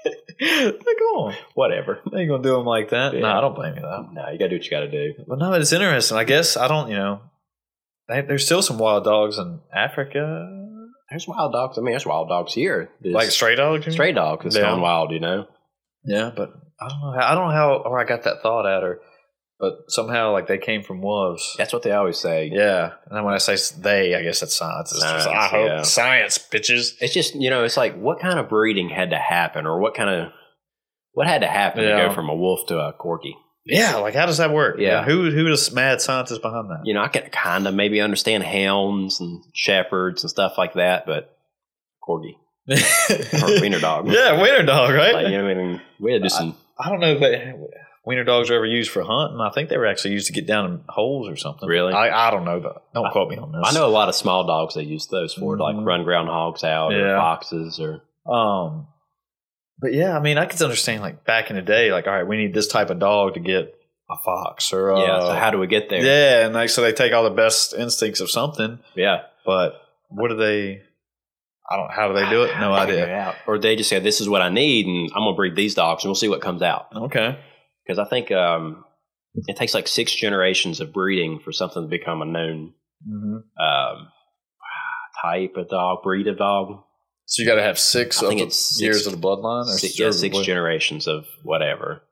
[SPEAKER 3] Like, come on.
[SPEAKER 2] Whatever.
[SPEAKER 3] They ain't gonna do them like that.
[SPEAKER 2] Yeah.
[SPEAKER 3] No, I don't blame you though.
[SPEAKER 2] Oh, No, you gotta do what you gotta do.
[SPEAKER 3] But no, it's interesting. I guess I don't. You know, they, there's still some wild dogs in Africa,
[SPEAKER 2] There's wild dogs. I mean, there's wild dogs here. There's
[SPEAKER 3] like stray dogs. you mean?
[SPEAKER 2] stray dogs. It's
[SPEAKER 3] Yeah.
[SPEAKER 2] gone wild, you know.
[SPEAKER 3] Yeah, but I don't know. How, I don't know how or I got that thought at her, but somehow like they came from wolves.
[SPEAKER 2] That's what they always say.
[SPEAKER 3] Yeah, and then when I say they, I guess that's science. It's just, I
[SPEAKER 2] Science,
[SPEAKER 3] hope
[SPEAKER 2] yeah.
[SPEAKER 3] science, bitches.
[SPEAKER 2] It's just you know, it's like what kind of breeding had to happen, or what kind of what had to happen to
[SPEAKER 3] Yeah.
[SPEAKER 2] go from a wolf to a corgi.
[SPEAKER 3] Yeah, like how does that work?
[SPEAKER 2] Yeah.
[SPEAKER 3] who who is mad scientist behind that?
[SPEAKER 2] you know, I can kind of maybe understand hounds and shepherds and stuff like that, but corgi or wiener dog.
[SPEAKER 3] yeah, wiener dog, right?
[SPEAKER 2] Like, you know, I mean, we had just some,
[SPEAKER 3] I don't know if they, wiener dogs are ever used for hunting. I think they were actually used to get down in holes or something.
[SPEAKER 2] Really?
[SPEAKER 3] I, I don't know. Though. Don't quote me on this.
[SPEAKER 2] I know a lot of small dogs they use those for, to like
[SPEAKER 3] Mhm.
[SPEAKER 2] run groundhogs out or
[SPEAKER 3] Yeah.
[SPEAKER 2] foxes or.
[SPEAKER 3] Um, but yeah, I mean, I could understand like back in the day, like all right, we need this type of dog to get a fox or a,
[SPEAKER 2] yeah, so how do we get there?
[SPEAKER 3] Uh, yeah, and like so they take all the best instincts of something,
[SPEAKER 2] Yeah.
[SPEAKER 3] but what do they? I don't. How do they do it? No
[SPEAKER 2] Figure it
[SPEAKER 3] idea.
[SPEAKER 2] out. Or they just say, this is what I need, and I'm going to breed these dogs, and we'll see what comes out.
[SPEAKER 3] Okay.
[SPEAKER 2] Because I think um, it takes like six generations of breeding for something to become a known
[SPEAKER 3] Mm-hmm.
[SPEAKER 2] um, type of dog, breed of dog.
[SPEAKER 3] So you got to have six
[SPEAKER 2] I
[SPEAKER 3] of
[SPEAKER 2] think
[SPEAKER 3] the
[SPEAKER 2] it's six-
[SPEAKER 3] years of the bloodline, or
[SPEAKER 2] Six, yeah, six
[SPEAKER 3] what?
[SPEAKER 2] generations of whatever,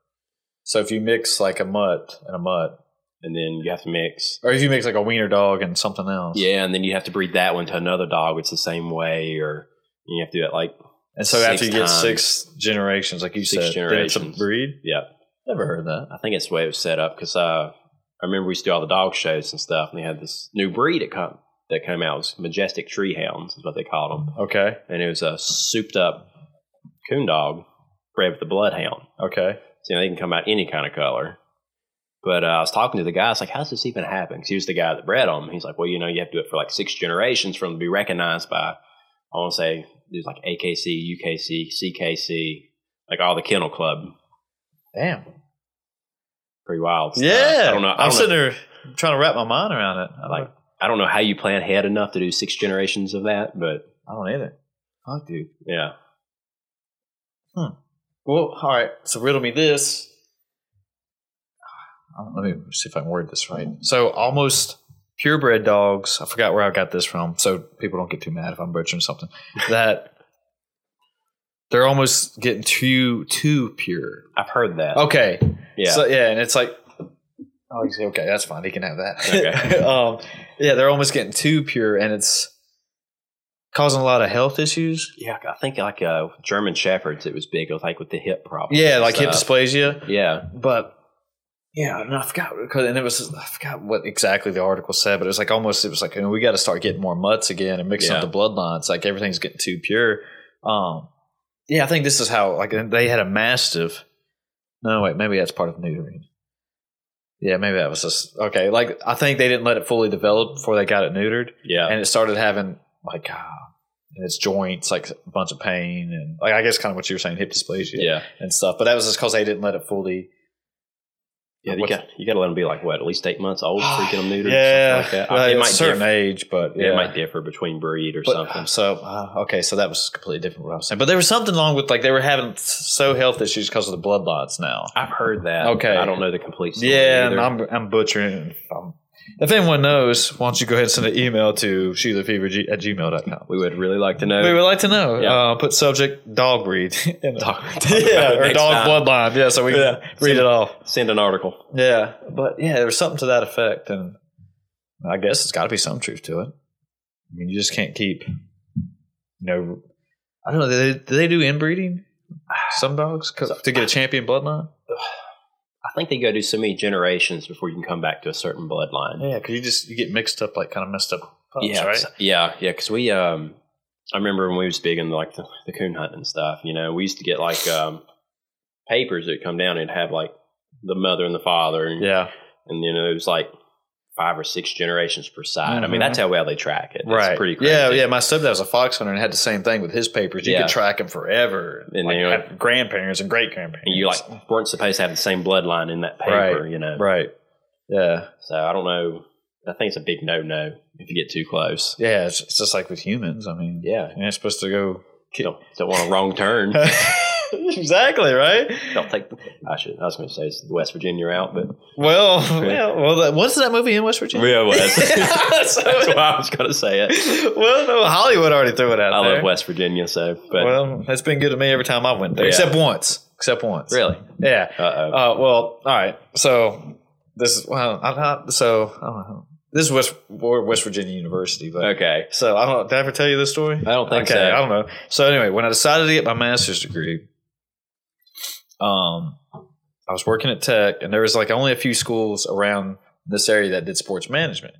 [SPEAKER 3] So if you mix like a mutt and a mutt,
[SPEAKER 2] and then you have to mix.
[SPEAKER 3] or if you mix like a wiener dog and something else,
[SPEAKER 2] Yeah, and then you have to breed that one to another dog. It's the same way, or and you have to do it like
[SPEAKER 3] And so
[SPEAKER 2] Six
[SPEAKER 3] after you get
[SPEAKER 2] times.
[SPEAKER 3] six generations, like you
[SPEAKER 2] Six
[SPEAKER 3] said, then it's a
[SPEAKER 2] generations.
[SPEAKER 3] breed.
[SPEAKER 2] yeah.
[SPEAKER 3] Never heard that.
[SPEAKER 2] I think it's the way it was set up because uh, I remember we used to do all the dog shows and stuff, and they had this new breed that come that came out. It was majestic tree hounds is what they called them,
[SPEAKER 3] Okay,
[SPEAKER 2] and it was a souped up coon dog bred with a bloodhound.
[SPEAKER 3] okay.
[SPEAKER 2] So, you know, they can come out any kind of color. But uh, I was talking to the guy. I was like, "How's this even happen?" Because he was the guy that bred them. He's like, "Well, you know, you have to do it for like six generations for them to be recognized by." I want to say there's like AKC, UKC, CKC, like all the kennel club.
[SPEAKER 3] Damn.
[SPEAKER 2] Pretty wild. stuff.
[SPEAKER 3] Yeah.
[SPEAKER 2] I don't know. I
[SPEAKER 3] am
[SPEAKER 2] don't know.
[SPEAKER 3] sitting there trying to wrap my mind around it. I
[SPEAKER 2] like I don't know how you plan ahead enough to do six generations of that, but
[SPEAKER 3] I don't either. Fuck, dude.
[SPEAKER 2] yeah,
[SPEAKER 3] Well, all right. So riddle me this. Uh, Let me see if I can word this right. So almost purebred dogs. I forgot where I got this from, so people don't get too mad if I'm butchering something. That they're almost getting too too pure.
[SPEAKER 2] I've heard that.
[SPEAKER 3] Okay.
[SPEAKER 2] yeah,
[SPEAKER 3] So yeah, and it's like. Oh, you say okay. That's fine. He can have that.
[SPEAKER 2] Okay.
[SPEAKER 3] um, yeah, they're almost getting too pure, and it's causing a lot of health issues.
[SPEAKER 2] yeah. I think like uh, German shepherds, it was big, like with the hip problem.
[SPEAKER 3] Yeah, like hip dysplasia.
[SPEAKER 2] Yeah,
[SPEAKER 3] but yeah, and I forgot because and it was I forgot what exactly the article said, but it was like almost it was like you know, we got to start getting more mutts again and mixing
[SPEAKER 2] Yeah.
[SPEAKER 3] up the bloodlines. Like everything's getting too pure. Um, yeah, I think this is how like they had a mastiff. No, wait, maybe that's part of neutering. Yeah, maybe that was just okay. Like I think they didn't let it fully develop before they got it neutered,
[SPEAKER 2] yeah.
[SPEAKER 3] and it started having like. Uh, in its joints, like a bunch of pain, and like I guess kind of what you were saying, hip dysplasia
[SPEAKER 2] yeah,
[SPEAKER 3] and stuff. But that was just because they didn't let it fully.
[SPEAKER 2] yeah. You
[SPEAKER 3] What's-
[SPEAKER 2] got you got to let them be like what, at least eight months old, freaking them neutered.
[SPEAKER 3] yeah,
[SPEAKER 2] or something like that.
[SPEAKER 3] well,
[SPEAKER 2] it
[SPEAKER 3] it's
[SPEAKER 2] might
[SPEAKER 3] a certain
[SPEAKER 2] differ.
[SPEAKER 3] age, but yeah,
[SPEAKER 2] It might differ between breed or
[SPEAKER 3] But-
[SPEAKER 2] something.
[SPEAKER 3] So uh, okay, so that was completely different what I was saying. But there was something wrong with like they were having so health issues because of the bloodlots now.
[SPEAKER 2] I've heard that.
[SPEAKER 3] Okay.
[SPEAKER 2] but I don't know the complete. Story
[SPEAKER 3] Yeah,
[SPEAKER 2] either.
[SPEAKER 3] and I'm I'm butchering. it. Um, if anyone knows, why don't you go ahead and send an email to sheilafever g- at gmail.com.
[SPEAKER 2] we would really like to know.
[SPEAKER 3] We would like to know.
[SPEAKER 2] Yeah.
[SPEAKER 3] Uh, put subject dog breed. in it.
[SPEAKER 2] Dog-
[SPEAKER 3] yeah, or
[SPEAKER 2] Next
[SPEAKER 3] dog
[SPEAKER 2] time.
[SPEAKER 3] bloodline. Yeah, so we can read it off.
[SPEAKER 2] Send an article.
[SPEAKER 3] Yeah, but yeah, there was something to that effect, and I guess it's got to be some truth to it. I mean, you just can't keep, you know, I don't know. Do they, do they do inbreeding? Some dogs 'Cause- to get a champion bloodline.
[SPEAKER 2] I think they go do so many generations before you can come back to a certain bloodline.
[SPEAKER 3] Yeah, because you just you get mixed up, like kind of messed up. Pups,
[SPEAKER 2] yeah,
[SPEAKER 3] right.
[SPEAKER 2] it's- yeah, yeah. Because we, um, I remember when we was big in like the, the coon hunt and stuff. You know, we used to get like um, papers that come down and have like the mother and the father, and,
[SPEAKER 3] Yeah,
[SPEAKER 2] and you know it was like five or six generations per side. I mean, that's how well they track it. It's
[SPEAKER 3] Mm-hmm. right.
[SPEAKER 2] pretty crazy.
[SPEAKER 3] Yeah, yeah. My stepdad was a fox hunter and had the same thing with his papers. You
[SPEAKER 2] Yeah.
[SPEAKER 3] could track him forever,
[SPEAKER 2] And
[SPEAKER 3] and like,
[SPEAKER 2] they were-
[SPEAKER 3] have grandparents and great grandparents.
[SPEAKER 2] And you like weren't supposed to have the same bloodline in that paper, you know.
[SPEAKER 3] right? Yeah,
[SPEAKER 2] So I don't know. I think it's a big no-no if you get too close.
[SPEAKER 3] yeah. It's, it's just like with humans. I mean,
[SPEAKER 2] Yeah,
[SPEAKER 3] you're not supposed to go
[SPEAKER 2] don't don't want a wrong turn.
[SPEAKER 3] exactly right.
[SPEAKER 2] don't take. I should. I was going to say it's the West Virginia route, but
[SPEAKER 3] Well, well, well. That, was that movie in West Virginia?
[SPEAKER 2] Yeah, Wes.
[SPEAKER 3] So-
[SPEAKER 2] That's why I was going to say it.
[SPEAKER 3] well, no, Hollywood already threw it out
[SPEAKER 2] I
[SPEAKER 3] there.
[SPEAKER 2] love West Virginia, so but
[SPEAKER 3] Well, that's been good to me every time I went there,
[SPEAKER 2] Yeah.
[SPEAKER 3] except once. Except once.
[SPEAKER 2] really,
[SPEAKER 3] Yeah.
[SPEAKER 2] uh oh,
[SPEAKER 3] Uh, well, all right. So this is well, I'm not. So I don't know. This is West we're West Virginia University, but
[SPEAKER 2] okay,
[SPEAKER 3] so I don't. Did I ever tell you this story?
[SPEAKER 2] I don't think
[SPEAKER 3] okay,
[SPEAKER 2] so.
[SPEAKER 3] I don't know. So anyway, when I decided to get my master's degree, um, I was working at Tech, and there was like only a few schools around this area that did sports management.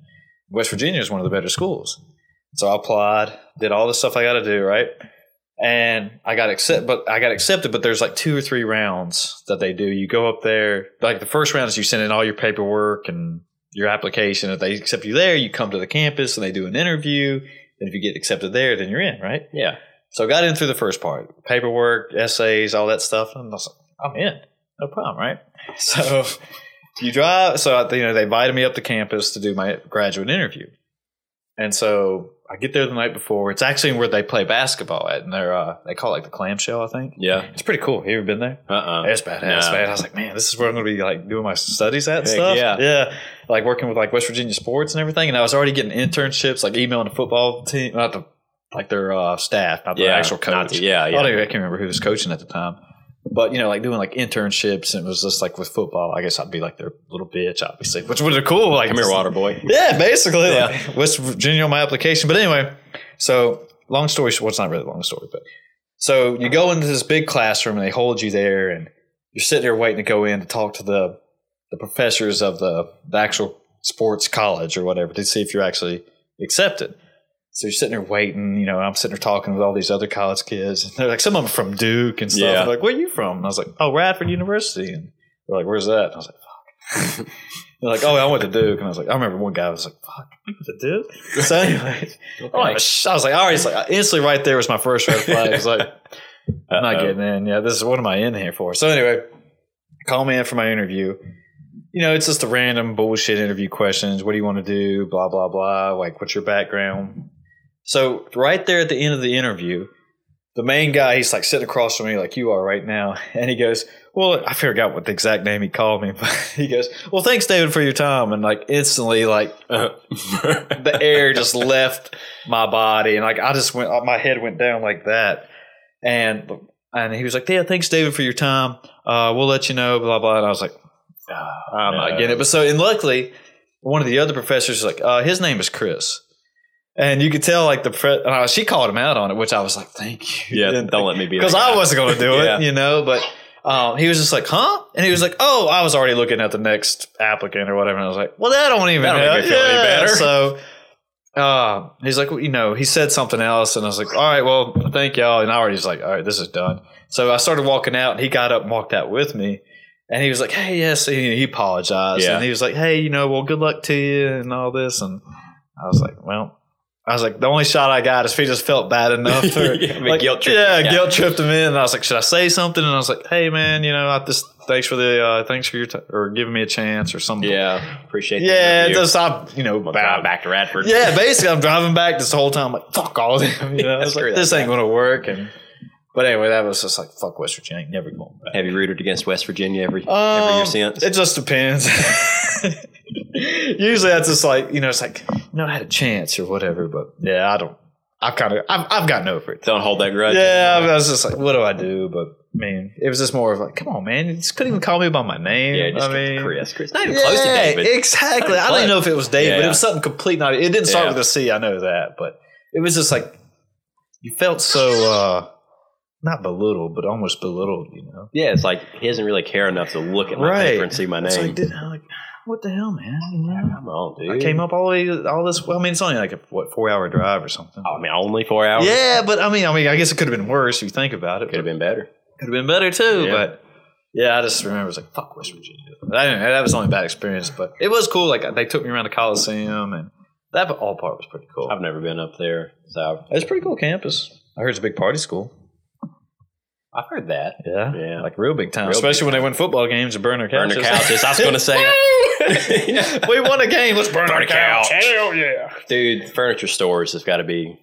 [SPEAKER 3] West Virginia is one of the better schools, so I applied, did all the stuff I got to do, right? And I got accept, but I got accepted. But there's like two or three rounds that they do. You go up there, like the first round is you send in all your paperwork and your application. If they accept you there, you come to the campus and they do an interview. And if you get accepted there, then you're in, right?
[SPEAKER 2] yeah,
[SPEAKER 3] So I got in through the first part paperwork, essays, all that stuff. And I was like, I'm in. No problem, right? So you drive. So, I, you know, they invited me up to campus to do my graduate interview. And so I get there the night before. It's actually where they play basketball at. And they're, uh, they call it like the clamshell, I think.
[SPEAKER 2] yeah,
[SPEAKER 3] It's pretty cool. You ever been there?
[SPEAKER 2] uh uh
[SPEAKER 3] It's badass,
[SPEAKER 2] No.
[SPEAKER 3] man. I was like, man, this is where I'm going to be like doing my studies at and
[SPEAKER 2] Heck
[SPEAKER 3] stuff.
[SPEAKER 2] yeah.
[SPEAKER 3] yeah, like working with like West Virginia sports and everything. And I was already getting internships, like emailing the football team, not the like their uh, staff, not the
[SPEAKER 2] Yeah,
[SPEAKER 3] actual coach.
[SPEAKER 2] not the- yeah,
[SPEAKER 3] I,
[SPEAKER 2] yeah.
[SPEAKER 3] don't even, I can't remember who was coaching at the time. But you know, like doing like internships, and it was just like with football. I guess I'd be like their little bitch, obviously, which would have cool. Like
[SPEAKER 2] Come here,
[SPEAKER 3] just-
[SPEAKER 2] water boy.
[SPEAKER 3] yeah, basically. Like, West Virginia on my application. But anyway, so long story short, well, it's not really a long story, but so you go into this big classroom and they hold you there and you're sitting there waiting to go in to talk to the the professors of the, the actual sports college or whatever to see if you're actually accepted. So you're sitting there waiting, you know, and I'm sitting there talking with all these other college kids. And they're like, some of them from Duke and stuff.
[SPEAKER 2] Yeah.
[SPEAKER 3] They're like, where are you from? And I was like, oh, Radford University. And they're like, where's that? And I was like, they're like, oh, I went to Duke, and I was like, I remember one guy was like, fuck, you went to Duke. So anyway, I'm like, "Shh." I was like, all right, it's like instantly right there was my first red flag. I was like, I'm not
[SPEAKER 2] Uh-oh.
[SPEAKER 3] getting in. Yeah, this is what am I in here for? So anyway, call me in for my interview. You know, it's just the random bullshit interview questions. What do you want to do? Blah blah blah. Like, what's your background? So right there at the end of the interview, the main guy, he's like sitting across from me, like you are right now, and he goes, "Well, I forgot what the exact name he called me, but he goes, well, thanks, David, for your time," and like instantly, like the air just left my body, and like I just went, my head went down like that, and and he was like, "Yeah, thanks, David, for your time. Uh, we'll let you know." Blah blah. And I was like, "Ah, "I'm not getting it." But so, and luckily, one of the other professors is like, uh, "His name is Chris," and you could tell like the pre- uh, she called him out on it, which I was like, "Thank you."
[SPEAKER 2] yeah,
[SPEAKER 3] And-
[SPEAKER 2] don't let me be.
[SPEAKER 3] because
[SPEAKER 2] the
[SPEAKER 3] I
[SPEAKER 2] guy.
[SPEAKER 3] wasn't going to do it,
[SPEAKER 2] Yeah.
[SPEAKER 3] you know. But um, he was just like, "Huh?" And he was like, "Oh, I was already looking at the next applicant or whatever." And I was like, "Well, that don't even
[SPEAKER 2] That don't
[SPEAKER 3] help.
[SPEAKER 2] make me feel any
[SPEAKER 3] Yeah.
[SPEAKER 2] better.
[SPEAKER 3] So uh, he's like, well, you know, he said something else, and I was like, "All right, well, thank y'all." And I already was like, "All right, this is done." So I started walking out, and he got up and walked out with me. And he was like, "Hey, yes," and he apologized,
[SPEAKER 2] Yeah.
[SPEAKER 3] and he was like, "Hey, you know, well, good luck to you and all this." And I was like, "Well." I was like, the only shot I got is if he just felt bad enough for
[SPEAKER 2] Yeah, I mean,
[SPEAKER 3] like,
[SPEAKER 2] guilt trip.
[SPEAKER 3] Yeah,
[SPEAKER 2] Yeah.
[SPEAKER 3] guilt tripped him in. And I was like, should I say something? And I was like, hey man, you know, I just thanks for the uh, thanks for your t- or giving me a chance or something.
[SPEAKER 2] Yeah, appreciate. the
[SPEAKER 3] yeah,
[SPEAKER 2] interview.
[SPEAKER 3] just I you know
[SPEAKER 2] I'm
[SPEAKER 3] bow-
[SPEAKER 2] driving back to Radford.
[SPEAKER 3] Yeah, basically, I'm driving back this whole time like fuck all of them. You know,
[SPEAKER 2] Yeah,
[SPEAKER 3] It's
[SPEAKER 2] screw
[SPEAKER 3] like,
[SPEAKER 2] that
[SPEAKER 3] this ain't gonna work. And but anyway, that was just like fuck West Virginia, ain't never going back.
[SPEAKER 2] Have you rooted against West Virginia every every year
[SPEAKER 3] Um,
[SPEAKER 2] since?
[SPEAKER 3] It just depends. Usually that's just like, you know, it's like, you know, I had a chance or whatever, but yeah, I don't, I've kind of, I've, I've gotten over it.
[SPEAKER 2] Don't hold that grudge.
[SPEAKER 3] Yeah, I, mean, I was just like, what do I do? But man, it was just more of like, come on, man, you just couldn't even call me by my name.
[SPEAKER 2] yeah. Just
[SPEAKER 3] I mean,
[SPEAKER 2] Chris. Chris, not even close to
[SPEAKER 3] Yeah,
[SPEAKER 2] David.
[SPEAKER 3] Exactly. I
[SPEAKER 2] Close.
[SPEAKER 3] didn't know if it was David,
[SPEAKER 2] Yeah,
[SPEAKER 3] but
[SPEAKER 2] yeah.
[SPEAKER 3] it was something complete. Not it didn't start
[SPEAKER 2] Yeah.
[SPEAKER 3] with a C. I know that, but it was just like you felt so uh not belittled, but almost belittled. You know,
[SPEAKER 2] yeah, it's like he doesn't really care enough to look at my
[SPEAKER 3] Right.
[SPEAKER 2] paper and see my name.
[SPEAKER 3] It's like, did, I'm like, what the hell, man? You know?
[SPEAKER 2] Come on,
[SPEAKER 3] I
[SPEAKER 2] dude.
[SPEAKER 3] came up all the way, all this. Well, I mean, it's only like a what four hour drive or something.
[SPEAKER 2] Oh, I mean, only four hours.
[SPEAKER 3] Yeah, but I mean, I mean, I guess it could have been worse if you think about it.
[SPEAKER 2] could have been better.
[SPEAKER 3] could have been better too.
[SPEAKER 2] Yeah.
[SPEAKER 3] But yeah, I just remember it was like fuck West Virginia. I didn't, that was the only bad experience, but it was cool. Like they took me around the Coliseum, and that all part was pretty cool.
[SPEAKER 2] I've never been up there, so
[SPEAKER 3] It's a pretty cool campus. I heard it's a big party school.
[SPEAKER 2] I've heard that.
[SPEAKER 3] Yeah,
[SPEAKER 2] Yeah.
[SPEAKER 3] like real big time.
[SPEAKER 2] Real
[SPEAKER 3] Especially when they win football games and burn their
[SPEAKER 2] Burn
[SPEAKER 3] couches.
[SPEAKER 2] the couches. I was going to say,
[SPEAKER 3] we won a game. Let's burn,
[SPEAKER 2] Burn
[SPEAKER 3] our
[SPEAKER 2] a couch.
[SPEAKER 3] couch.
[SPEAKER 2] dude, furniture stores has got to be.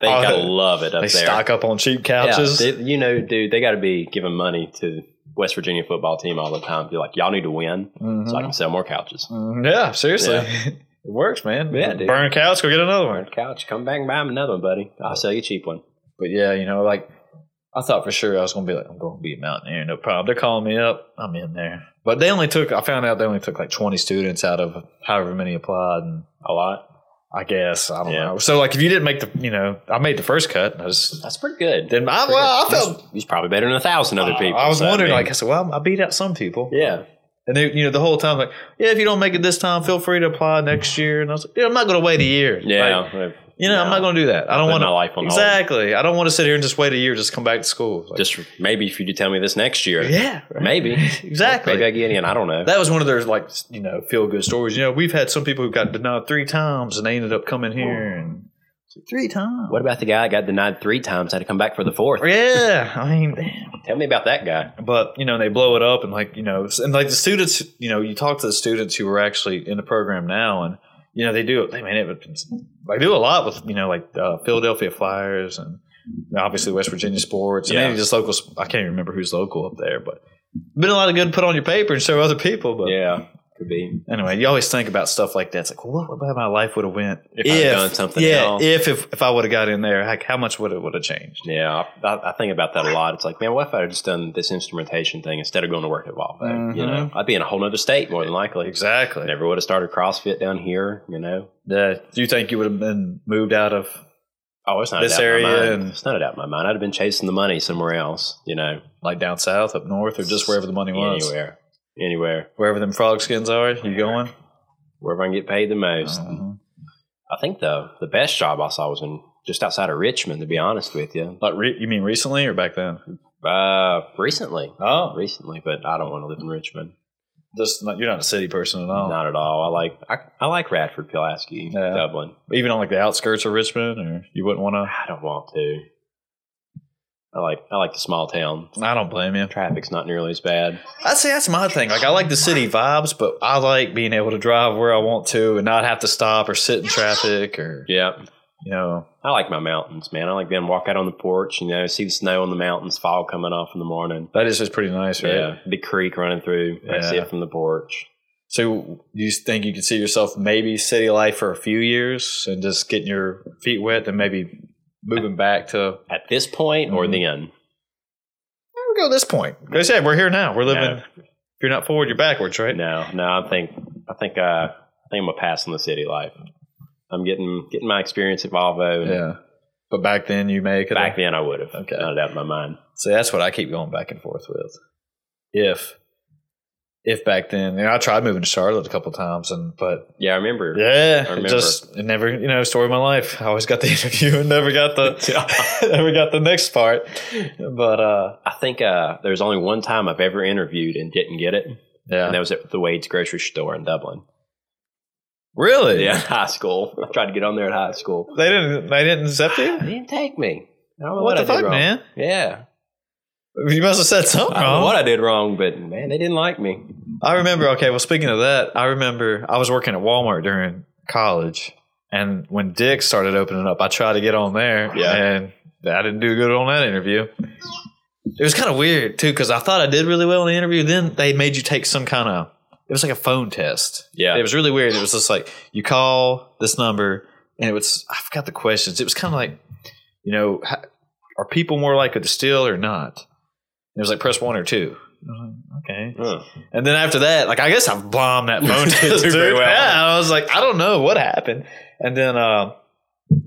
[SPEAKER 2] They
[SPEAKER 3] Oh,
[SPEAKER 2] gotta
[SPEAKER 3] they-
[SPEAKER 2] love it up
[SPEAKER 3] They
[SPEAKER 2] there.
[SPEAKER 3] stock up on cheap
[SPEAKER 2] Yeah,
[SPEAKER 3] couches.
[SPEAKER 2] they- you know, dude, they got to be giving money to West Virginia football team all the time. Be like, y'all need to win so I can sell more couches.
[SPEAKER 3] Mm, Yeah, seriously.
[SPEAKER 2] Yeah.
[SPEAKER 3] it works, man.
[SPEAKER 2] Yeah, dude.
[SPEAKER 3] Burn a couch, go get another one.
[SPEAKER 2] Burn a couch, come back and buy 'em another one, buddy. I'll sell you a cheap one.
[SPEAKER 3] But yeah, you know, like I thought for sure I was gonna be like, I'm gonna be a mountaineer, no problem. They're calling me up, I'm in there. But they only took I found out they only took like twenty students out of however many applied and
[SPEAKER 2] A lot.
[SPEAKER 3] I guess. I don't
[SPEAKER 2] Yeah.
[SPEAKER 3] know. So like if you didn't make the you know, I made the first cut and I just
[SPEAKER 2] That's pretty good.
[SPEAKER 3] didn't I
[SPEAKER 2] Oh,
[SPEAKER 3] well I felt
[SPEAKER 2] he's probably better than a thousand other people.
[SPEAKER 3] I was
[SPEAKER 2] so,
[SPEAKER 3] wondering,
[SPEAKER 2] mean,
[SPEAKER 3] like I said, well, I beat out some people.
[SPEAKER 2] yeah,
[SPEAKER 3] And they, you know, the whole time, like, yeah, if you don't make it this time, feel free to apply next year. And I was like, yeah, I'm not going to wait a year.
[SPEAKER 2] yeah.
[SPEAKER 3] Like, you know, I'm not going to do that. I don't
[SPEAKER 2] Put
[SPEAKER 3] want to.
[SPEAKER 2] my life on hold.
[SPEAKER 3] Exactly. I don't want to sit here and just wait a year, just come back to school. Like,
[SPEAKER 2] Just maybe if you do tell me this next year,
[SPEAKER 3] yeah, right.
[SPEAKER 2] maybe
[SPEAKER 3] Exactly.
[SPEAKER 2] maybe I get in. I don't know.
[SPEAKER 3] that was one of their like you know feel good stories. You know, we've had some people who got denied three times and they ended up coming here and three times.
[SPEAKER 2] what about the guy that got denied three times? Had to come back for the fourth.
[SPEAKER 3] Yeah, I mean, damn.
[SPEAKER 2] Tell me about that guy.
[SPEAKER 3] But you know, they blow it up and like you know, and like the students, you know, you talk to the students who are actually in the program now, and you know, they do. They mean, it, they do a lot with you know, like uh, Philadelphia Flyers and you know, obviously West Virginia sports and
[SPEAKER 2] Yeah.
[SPEAKER 3] maybe just local. sp- I can't even remember who's local up there, but been a lot of good to put on your paper and show other people. But
[SPEAKER 2] Yeah, Could be.
[SPEAKER 3] Anyway, you always think about stuff like that. It's like, what about my life would have went
[SPEAKER 2] If I'd done something
[SPEAKER 3] yeah,
[SPEAKER 2] else.
[SPEAKER 3] if if if I would have got in there, like how much would it would have changed?
[SPEAKER 2] Yeah, I, I- I think about that a lot. It's like, man, what if I had just done this instrumentation thing instead of going to work at Volvo?
[SPEAKER 3] Mm-hmm.
[SPEAKER 2] You know, I'd be in a whole other state more than likely.
[SPEAKER 3] Exactly.
[SPEAKER 2] Never would have started CrossFit down here. You know,
[SPEAKER 3] Yeah. Do you think you would have been moved out of?
[SPEAKER 2] oh, it's not
[SPEAKER 3] This
[SPEAKER 2] out of my
[SPEAKER 3] area
[SPEAKER 2] mind.
[SPEAKER 3] and-
[SPEAKER 2] It's not out of my mind. I'd have been chasing the money somewhere else. You know,
[SPEAKER 3] Like down south, up north, or just wherever the money was.
[SPEAKER 2] anywhere, anywhere,
[SPEAKER 3] Wherever them frog skins are, you going?
[SPEAKER 2] wherever I can get paid the most.
[SPEAKER 3] Mm-hmm.
[SPEAKER 2] I think the the best job I saw was in just outside of Richmond. To be honest with you,
[SPEAKER 3] Like re- you mean recently or back then?
[SPEAKER 2] uh, recently,
[SPEAKER 3] Oh,
[SPEAKER 2] recently, but I don't want to live in Richmond.
[SPEAKER 3] just not, you're not a city person at all.
[SPEAKER 2] Not at all. I like I, I like Radford, Pulaski,
[SPEAKER 3] Oh. Yeah.
[SPEAKER 2] Dublin.
[SPEAKER 3] Even on like the outskirts of Richmond, or you wouldn't want to.
[SPEAKER 2] I don't want to. I like I like the small town.
[SPEAKER 3] I don't blame you.
[SPEAKER 2] Traffic's not nearly as bad.
[SPEAKER 3] I see. That's my thing. Like I like the city vibes, but I like being able to drive where I want to and not have to stop or sit in traffic or
[SPEAKER 2] Yeah.
[SPEAKER 3] you know.
[SPEAKER 2] I like my mountains, man. I like being walk out on the porch, you know, see the snow on the mountains, fall coming off in the morning.
[SPEAKER 3] That is just pretty nice, right?
[SPEAKER 2] Yeah. Big creek running through. I can see
[SPEAKER 3] Yeah.
[SPEAKER 2] it from the porch.
[SPEAKER 3] So you think you could see yourself maybe city life for a few years and just getting your feet wet and maybe moving back to
[SPEAKER 2] At this point or
[SPEAKER 3] Mhm.
[SPEAKER 2] then?
[SPEAKER 3] we go to this point. Like I said, we're here now. We're living.
[SPEAKER 2] Yeah.
[SPEAKER 3] If you're not forward, you're backwards, right?
[SPEAKER 2] No, no, I think I think uh I think I'm a pass on the city life. I'm getting getting my experience at Volvo and
[SPEAKER 3] Yeah. But back then, you may could
[SPEAKER 2] back then I would have.
[SPEAKER 3] Okay.
[SPEAKER 2] Not out of my mind.
[SPEAKER 3] See, that's what I keep going back and forth with. If, if back then, you know, I tried moving to Charlotte a couple times, and but
[SPEAKER 2] Yeah, I remember.
[SPEAKER 3] yeah,
[SPEAKER 2] I
[SPEAKER 3] it
[SPEAKER 2] remember.
[SPEAKER 3] just it never, you know, story of my life. I always got the interview and never got the never got the next part. But uh,
[SPEAKER 2] I think uh, there's only one time I've ever interviewed and didn't get it,
[SPEAKER 3] yeah,
[SPEAKER 2] and that was at the Wade's grocery store in Dublin.
[SPEAKER 3] really,
[SPEAKER 2] Yeah, in high school. I tried to get on there at high school.
[SPEAKER 3] they didn't they didn't accept
[SPEAKER 2] They
[SPEAKER 3] you.
[SPEAKER 2] didn't take me. I don't know
[SPEAKER 3] What,
[SPEAKER 2] what,
[SPEAKER 3] the
[SPEAKER 2] I did
[SPEAKER 3] fuck,
[SPEAKER 2] wrong.
[SPEAKER 3] man?
[SPEAKER 2] Yeah,
[SPEAKER 3] You must have said something
[SPEAKER 2] I don't know
[SPEAKER 3] wrong.
[SPEAKER 2] what I did wrong, but man, they didn't like me.
[SPEAKER 3] I remember. Okay, well, speaking of that, I remember I was working at Walmart during college, and when Dick started opening up, I tried to get on there,
[SPEAKER 2] Yeah.
[SPEAKER 3] and I didn't do good on that interview. It was kind of weird too because I thought I did really well in the interview. Then they made you take some kind of it was like a phone test.
[SPEAKER 2] Yeah.
[SPEAKER 3] it was really weird. It was just like you call this number, and it was I forgot the questions. It was kind of like you know, ha- are people more likely to steal or not? And it was like press one or two. I was like, okay.
[SPEAKER 2] Huh.
[SPEAKER 3] And then after that, like I guess I bombed that phone test,
[SPEAKER 2] Did
[SPEAKER 3] dude.
[SPEAKER 2] very well.
[SPEAKER 3] Yeah, I was like, I don't know what happened. And then uh,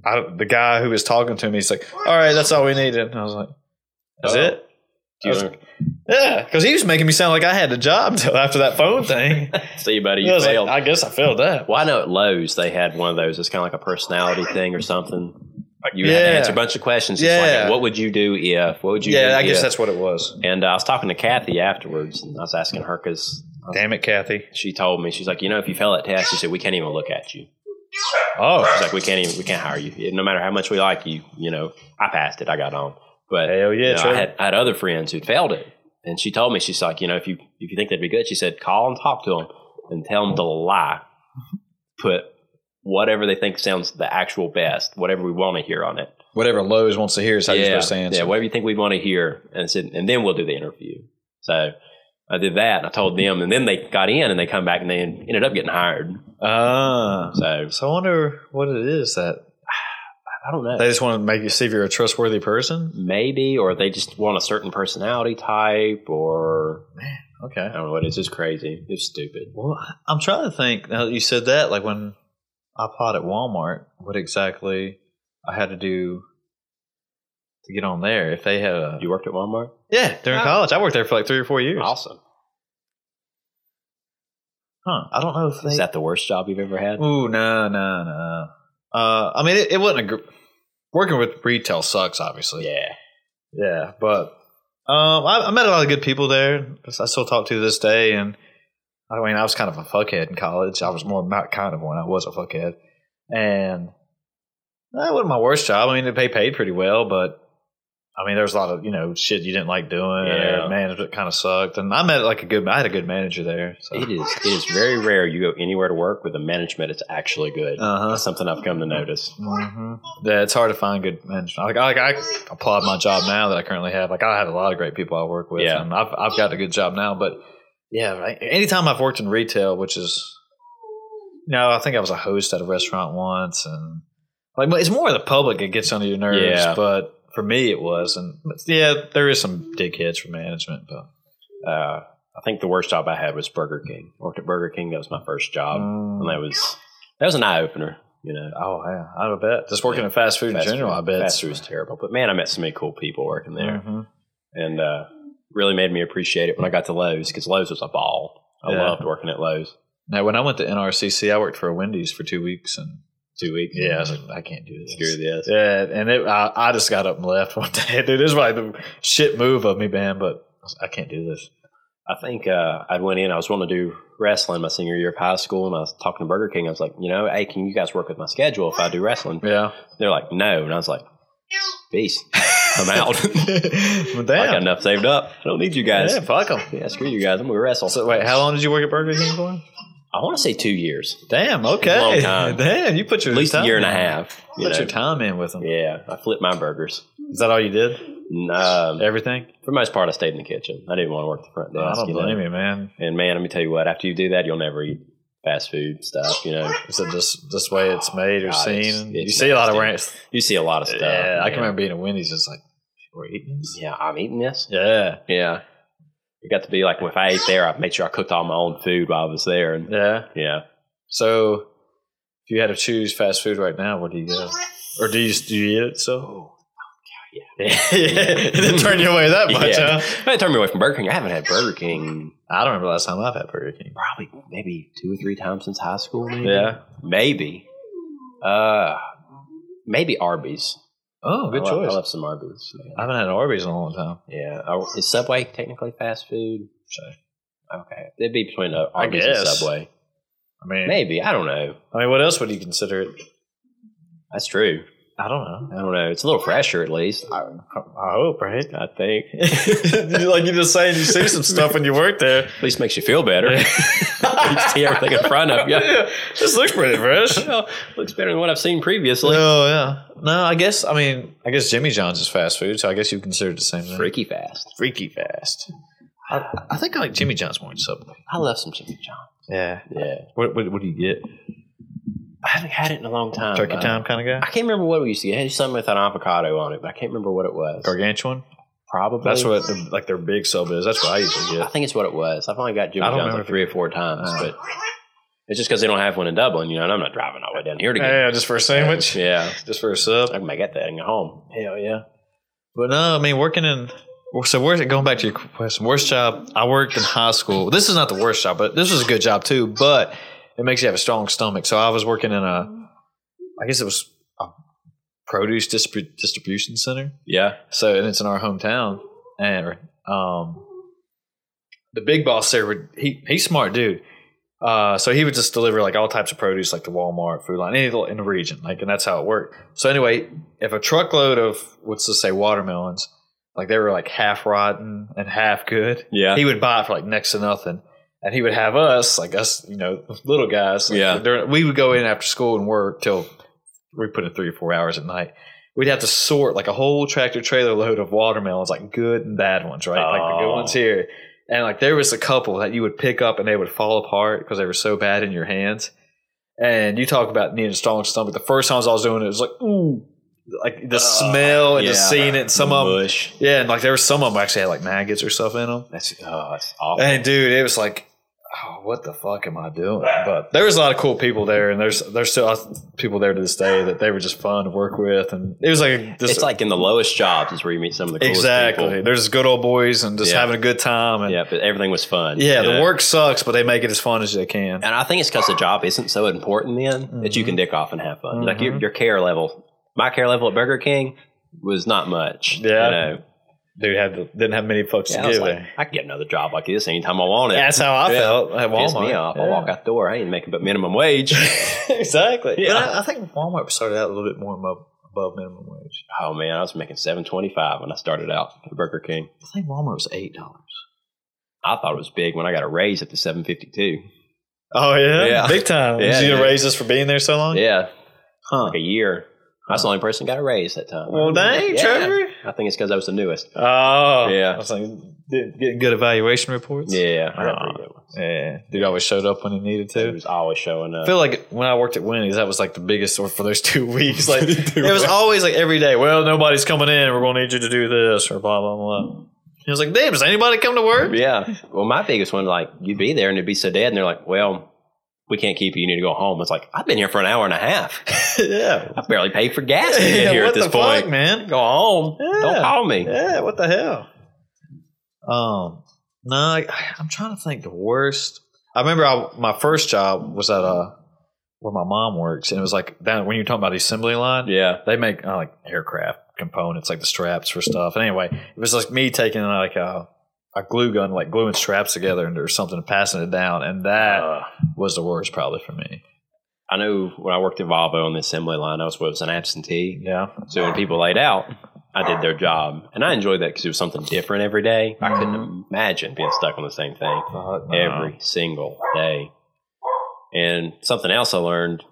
[SPEAKER 3] I, the guy who was talking to me, he's like, "All right, that's all we needed." And I was like, "That's
[SPEAKER 2] Oh.
[SPEAKER 3] it."
[SPEAKER 2] Do you
[SPEAKER 3] I was-
[SPEAKER 2] wanna-
[SPEAKER 3] yeah, because he was making me sound like I had a job till after that phone thing.
[SPEAKER 2] See, buddy,
[SPEAKER 3] I
[SPEAKER 2] you
[SPEAKER 3] was like,
[SPEAKER 2] failed.
[SPEAKER 3] I guess I failed that.
[SPEAKER 2] well, I know at Lowe's they had one of those. It's kind of like a personality thing or something. You had
[SPEAKER 3] Yeah.
[SPEAKER 2] to answer a bunch of questions. It's
[SPEAKER 3] Yeah.
[SPEAKER 2] like, what would you do if? What would you do
[SPEAKER 3] Yeah, I
[SPEAKER 2] if?
[SPEAKER 3] guess that's what it was.
[SPEAKER 2] And uh, I was talking to Kathy afterwards, and I was asking her because
[SPEAKER 3] Damn it, Kathy.
[SPEAKER 2] she told me she's like, you know, if you fail that test, she said we can't even look at you.
[SPEAKER 3] Oh,
[SPEAKER 2] She's like, we can't even we can't hire you. No matter how much we like you, you know, I passed it, I got on. But
[SPEAKER 3] hell yeah,
[SPEAKER 2] you know, I
[SPEAKER 3] Trevor.
[SPEAKER 2] had I had other friends who failed it, and she told me she's like, you know, if you if you think that'd be good, she said, call and talk to them and tell them to lie, put whatever they think sounds the actual best, whatever we want to hear on it.
[SPEAKER 3] whatever Lowe's wants to hear is how you're supposed to answer.
[SPEAKER 2] Yeah, whatever you think we want to hear, and said, and then we'll do the interview. So I did that, and I told them, and then they got in, and they come back, and they ended up getting hired.
[SPEAKER 3] Ah,
[SPEAKER 2] So
[SPEAKER 3] so I wonder what it is that
[SPEAKER 2] I don't know,
[SPEAKER 3] they just want to make you see if you're a trustworthy person.
[SPEAKER 2] maybe, or they just want a certain personality type, or
[SPEAKER 3] Okay.
[SPEAKER 2] I don't know what it is. It's crazy. It's stupid.
[SPEAKER 3] Well, I'm trying to think. Now that you said that, like when I applied at Walmart, what exactly I had to do to get on there? If they had a
[SPEAKER 2] You worked at Walmart?
[SPEAKER 3] yeah during college, I worked there for like three or four years.
[SPEAKER 2] Awesome.
[SPEAKER 3] Huh? I don't know if
[SPEAKER 2] Is
[SPEAKER 3] they.
[SPEAKER 2] that the worst job you've ever had?
[SPEAKER 3] Ooh, no, no, no. Uh, I mean, it, it wasn't a gr- working with retail sucks, obviously.
[SPEAKER 2] Yeah.
[SPEAKER 3] Yeah, but um, I, I met a lot of good people there. I still talk to this day, and I mean, I was kind of a fuckhead in college. I was more not kind of one. I was a fuckhead, and that wasn't my worst job. I mean, they paid pretty well, but I mean, there was a lot of you know shit you didn't like doing.
[SPEAKER 2] Yeah.
[SPEAKER 3] or management kind of sucked, and I met like a good. I had a good manager there. So.
[SPEAKER 2] It is. It is very rare you go anywhere to work where the management is actually good.
[SPEAKER 3] Uh-huh.
[SPEAKER 2] That's something I've come to notice.
[SPEAKER 3] hmm
[SPEAKER 2] Mm-hmm.
[SPEAKER 3] Yeah, it's hard to find good management. Like, I, I applaud my job now that I currently have. Like, I have a lot of great people I work with,
[SPEAKER 2] Yeah.
[SPEAKER 3] and I've I've got a good job now. But yeah, right. Anytime I've worked in retail, which is no, I think I was a host at a restaurant once, and like but it's more the public it gets under your nerves.
[SPEAKER 2] Yeah.
[SPEAKER 3] But for me, it was, and but yeah, there is some dickheads for management, but
[SPEAKER 2] Uh, I think the worst job I had was Burger King. Worked at Burger King. That was my first job, and that was that was an eye opener. You know,
[SPEAKER 3] um, oh yeah, I would bet just working in fast food
[SPEAKER 2] Fast
[SPEAKER 3] in general,
[SPEAKER 2] food-
[SPEAKER 3] I bet
[SPEAKER 2] fast food was terrible. But man, I met so many cool people working there,
[SPEAKER 3] Mhm.
[SPEAKER 2] and uh, really made me appreciate it when I got to Lowe's because Lowe's was a ball. I
[SPEAKER 3] Yeah.
[SPEAKER 2] loved working at Lowe's.
[SPEAKER 3] Now, when I went to NRCC, I worked for a Wendy's for two weeks, and
[SPEAKER 2] Two weeks.
[SPEAKER 3] yeah, I was like, I can't do this.
[SPEAKER 2] Screw this.
[SPEAKER 3] Yeah, and it, I, I just got up and left one day. Dude, this was like the shit move of me, man. But I was like, I can't do this.
[SPEAKER 2] I think uh, I went in. I was wanting to do wrestling my senior year of high school, and I was talking to Burger King. I was like, you know, hey, can you guys work with my schedule if I do wrestling?
[SPEAKER 3] Yeah,
[SPEAKER 2] They're like, no, and I was like, peace, I'm out.
[SPEAKER 3] well,
[SPEAKER 2] I got
[SPEAKER 3] damn.
[SPEAKER 2] enough saved up. I don't need you guys.
[SPEAKER 3] yeah, fuck 'em.
[SPEAKER 2] Yeah, screw you guys. I'm gonna wrestle.
[SPEAKER 3] So wait, how long did you work at Burger King for?
[SPEAKER 2] I want to say two years,
[SPEAKER 3] Damn. Okay.
[SPEAKER 2] Long time.
[SPEAKER 3] Damn, you put your
[SPEAKER 2] at least a
[SPEAKER 3] time
[SPEAKER 2] year and a
[SPEAKER 3] in.
[SPEAKER 2] half.
[SPEAKER 3] You
[SPEAKER 2] You
[SPEAKER 3] put
[SPEAKER 2] know?
[SPEAKER 3] your time in with them.
[SPEAKER 2] Yeah, I flipped my burgers.
[SPEAKER 3] Is that all you did?
[SPEAKER 2] And, Um,
[SPEAKER 3] Everything?
[SPEAKER 2] for the most part, I stayed in the kitchen. I didn't want to work the front
[SPEAKER 3] I
[SPEAKER 2] desk.
[SPEAKER 3] don't
[SPEAKER 2] you know?
[SPEAKER 3] blame you, man.
[SPEAKER 2] And man, let me tell you what. After you do that, you'll never eat fast food stuff. You know,
[SPEAKER 3] Is it just this way it's made or
[SPEAKER 2] God,
[SPEAKER 3] seen?
[SPEAKER 2] Ah, it's-
[SPEAKER 3] you
[SPEAKER 2] it's
[SPEAKER 3] see a lot of
[SPEAKER 2] nasty.
[SPEAKER 3] rants.
[SPEAKER 2] you see a lot of stuff.
[SPEAKER 3] Yeah, I
[SPEAKER 2] man.
[SPEAKER 3] can remember being at Wendy's. It's like we're eating this.
[SPEAKER 2] uh, Yeah, I'm eating this.
[SPEAKER 3] Yeah,
[SPEAKER 2] Yeah. It got to be like if I ate there, I made sure I cooked all my own food while I was there. And
[SPEAKER 3] yeah.
[SPEAKER 2] yeah,
[SPEAKER 3] So, if you had to choose fast food right now, what do you go? Or do you do you eat it?
[SPEAKER 2] Oh.
[SPEAKER 3] So, yeah, uh, it didn't turn you away that much.
[SPEAKER 2] yeah.
[SPEAKER 3] Huh?
[SPEAKER 2] But it turned me away from Burger King. I haven't had Burger King
[SPEAKER 3] I don't remember the last time I've had Burger King.
[SPEAKER 2] probably maybe two or three times since high school. Maybe.
[SPEAKER 3] Yeah.
[SPEAKER 2] Maybe. Uh, maybe Arby's.
[SPEAKER 3] Oh, good
[SPEAKER 2] I love,
[SPEAKER 3] choice.
[SPEAKER 2] I love some Arby's. man.
[SPEAKER 3] I haven't had Arby's in a long time.
[SPEAKER 2] Yeah. Oh, Is Subway technically fast food?
[SPEAKER 3] Sure.
[SPEAKER 2] Okay. It'd be between uh, Arby's and
[SPEAKER 3] guess.
[SPEAKER 2] Subway.
[SPEAKER 3] I mean,
[SPEAKER 2] Maybe. I don't know.
[SPEAKER 3] I mean, what else would you consider it?
[SPEAKER 2] That's true.
[SPEAKER 3] I don't know.
[SPEAKER 2] I don't know. It's a little fresher, at least.
[SPEAKER 3] I, I hope, right?
[SPEAKER 2] I think. at
[SPEAKER 3] You- like you just saying, you see some stuff when you work there.
[SPEAKER 2] least makes you feel better. you see everything in front of you.
[SPEAKER 3] Yeah, this looks pretty fresh.
[SPEAKER 2] Well, looks better than what I've seen previously.
[SPEAKER 3] Oh yeah. No, I guess. I mean, I guess Jimmy John's is fast food, so I guess you consider it the same thing.
[SPEAKER 2] Freaky fast.
[SPEAKER 3] freaky fast. I, I think I like Jimmy John's more than Subway.
[SPEAKER 2] I love some Jimmy John.
[SPEAKER 3] Yeah.
[SPEAKER 2] Yeah.
[SPEAKER 3] What, what, what do you get?
[SPEAKER 2] I haven't had it in a long time.
[SPEAKER 3] Turkey
[SPEAKER 2] though.
[SPEAKER 3] time kind of guy?
[SPEAKER 2] I can't remember what we used to get. It had something with an avocado on it, but I can't remember what it was.
[SPEAKER 3] Gargantuan?
[SPEAKER 2] Probably.
[SPEAKER 3] That's what the, like their big sub is. That's what I usually
[SPEAKER 2] I
[SPEAKER 3] get.
[SPEAKER 2] think it's what it was. I've only got Jimmy
[SPEAKER 3] I don't
[SPEAKER 2] John's
[SPEAKER 3] remember.
[SPEAKER 2] like three or four times,
[SPEAKER 3] Ah.
[SPEAKER 2] but it's just because they don't have one in Dublin, you know, and I'm not driving all the way down here to get it.
[SPEAKER 3] Yeah, just for a sandwich.
[SPEAKER 2] Yeah.
[SPEAKER 3] Just for a sub.
[SPEAKER 2] I can make that thing at home.
[SPEAKER 3] Hell yeah. But no, I mean working in so worst going back to your question, worst job I worked in high school. This is not the worst job, but this was a good job too. But it makes you have a strong stomach. So I was working in a, I guess it was a produce distrib- distribution center.
[SPEAKER 2] Yeah.
[SPEAKER 3] So and it's in our hometown, and um, the big boss there would he he's smart dude. Uh, so he would just deliver like all types of produce, like the Walmart, Food Line, any little in the region, like, and that's how it worked. So anyway, if a truckload of let's just say watermelons, like they were like half rotten and half good,
[SPEAKER 2] Yeah.
[SPEAKER 3] he would buy it for like next to nothing. And he would have us, like us, you know, little guys. like,
[SPEAKER 2] Yeah.
[SPEAKER 3] during- we would go in after school and work till we put in three or four hours at night. We'd have to sort like a whole tractor trailer load of watermelons, like good and bad ones, right? Like the good
[SPEAKER 2] Oh.
[SPEAKER 3] ones here. And like there was a couple that you would pick up and they would fall apart because they were so bad in your hands. And you talk about needing a strong stomach. The first times I was doing it, it was like, ooh, like the smell and just
[SPEAKER 2] Uh, yeah.
[SPEAKER 3] seeing it. And some of them,
[SPEAKER 2] Mush.
[SPEAKER 3] yeah, and like there were some of them actually had like maggots or stuff in them.
[SPEAKER 2] That's, oh, that's awful.
[SPEAKER 3] And dude, it was like, oh, what the fuck am I doing? But there was a lot of cool people there, and there's there's still people there to this day that they were just fun to work with, and it was like a, just
[SPEAKER 2] It's like in the lowest jobs is where you meet some of the coolest
[SPEAKER 3] exactly.
[SPEAKER 2] people.
[SPEAKER 3] There's good old boys and just
[SPEAKER 2] Yeah.
[SPEAKER 3] having a good time, and yeah,
[SPEAKER 2] Yeah, but everything was fun. you
[SPEAKER 3] the
[SPEAKER 2] know?
[SPEAKER 3] work sucks, but they make it as fun as they can.
[SPEAKER 2] And I think it's because the job isn't so important then that
[SPEAKER 3] Mm-hmm.
[SPEAKER 2] you can dick off and have fun. Like your, your care level, my care level at Burger King was not much.
[SPEAKER 3] Yeah.
[SPEAKER 2] You know?
[SPEAKER 3] Dude had to, didn't have many fucks
[SPEAKER 2] Yeah, I
[SPEAKER 3] to
[SPEAKER 2] was
[SPEAKER 3] give.
[SPEAKER 2] like,
[SPEAKER 3] eh?
[SPEAKER 2] I can get another job like this anytime I want it.
[SPEAKER 3] That's how I
[SPEAKER 2] Yeah.
[SPEAKER 3] felt at Walmart.
[SPEAKER 2] Piss me off. I
[SPEAKER 3] Yeah.
[SPEAKER 2] walk out the door. I ain't making but minimum wage.
[SPEAKER 3] exactly.
[SPEAKER 2] Yeah.
[SPEAKER 3] But I, I think Walmart started out a little bit more above, above minimum wage.
[SPEAKER 2] oh man, I was making seven twenty five when I started out at Burger King.
[SPEAKER 3] I think Walmart was eight dollars.
[SPEAKER 2] I thought it was big when I got a raise at the seven fifty two.
[SPEAKER 3] Oh yeah,
[SPEAKER 2] Yeah.
[SPEAKER 3] big time.
[SPEAKER 2] Yeah,
[SPEAKER 3] Did you get
[SPEAKER 2] dude.
[SPEAKER 3] raises for being there so long?
[SPEAKER 2] Yeah,
[SPEAKER 3] Huh.
[SPEAKER 2] like a year. I was the only person that got a raise that time.
[SPEAKER 3] Well, dang,
[SPEAKER 2] Yeah.
[SPEAKER 3] Trevor.
[SPEAKER 2] I think it's because I was the newest.
[SPEAKER 3] Oh,
[SPEAKER 2] Yeah.
[SPEAKER 3] I was like, did- getting good evaluation reports.
[SPEAKER 2] Yeah, I got
[SPEAKER 3] Oh.
[SPEAKER 2] pretty good ones.
[SPEAKER 3] yeah. Dude always showed up when he needed
[SPEAKER 2] He
[SPEAKER 3] to.
[SPEAKER 2] was always showing up.
[SPEAKER 3] I feel like when I worked at Wendy's, that was like the biggest or for those two weeks. Like it
[SPEAKER 6] Two
[SPEAKER 3] was
[SPEAKER 6] weeks.
[SPEAKER 3] always like every day. Well, nobody's coming in. We're going to need you to do this or blah blah blah. He was like, damn, does anybody come to work?
[SPEAKER 2] yeah. Well, my biggest one, like, you'd be there and it'd be so dead, and they're like, well, we can't keep you. You need to go home. It's like, I've been here for an hour and a half.
[SPEAKER 3] yeah.
[SPEAKER 2] I barely paid for gas to get
[SPEAKER 3] Yeah,
[SPEAKER 2] here
[SPEAKER 3] what
[SPEAKER 2] at this
[SPEAKER 3] the
[SPEAKER 2] point.
[SPEAKER 3] fuck, man?
[SPEAKER 2] Go home. Don't
[SPEAKER 3] Yeah.
[SPEAKER 2] call me.
[SPEAKER 3] Yeah, what the hell? Um, no, I, I'm trying to think the worst. I remember I, my first job was at uh where my mom works, and it was like that when you're talking about the assembly line.
[SPEAKER 2] Yeah.
[SPEAKER 3] they make uh, like aircraft components, like the straps for stuff. And anyway, it was like me taking like a, a glue gun, like gluing straps together and or something, and passing it down, and that
[SPEAKER 2] Uh,
[SPEAKER 3] was the worst probably for me.
[SPEAKER 2] I knew when I worked at Volvo on the assembly line, I was, was an absentee.
[SPEAKER 3] Yeah,
[SPEAKER 2] So when people laid out, I did their job. And I enjoyed that because it was something different every day. I couldn't
[SPEAKER 3] Mm-hmm.
[SPEAKER 2] imagine being stuck on the same thing
[SPEAKER 3] Fuck, no.
[SPEAKER 2] every single day. And something else I learned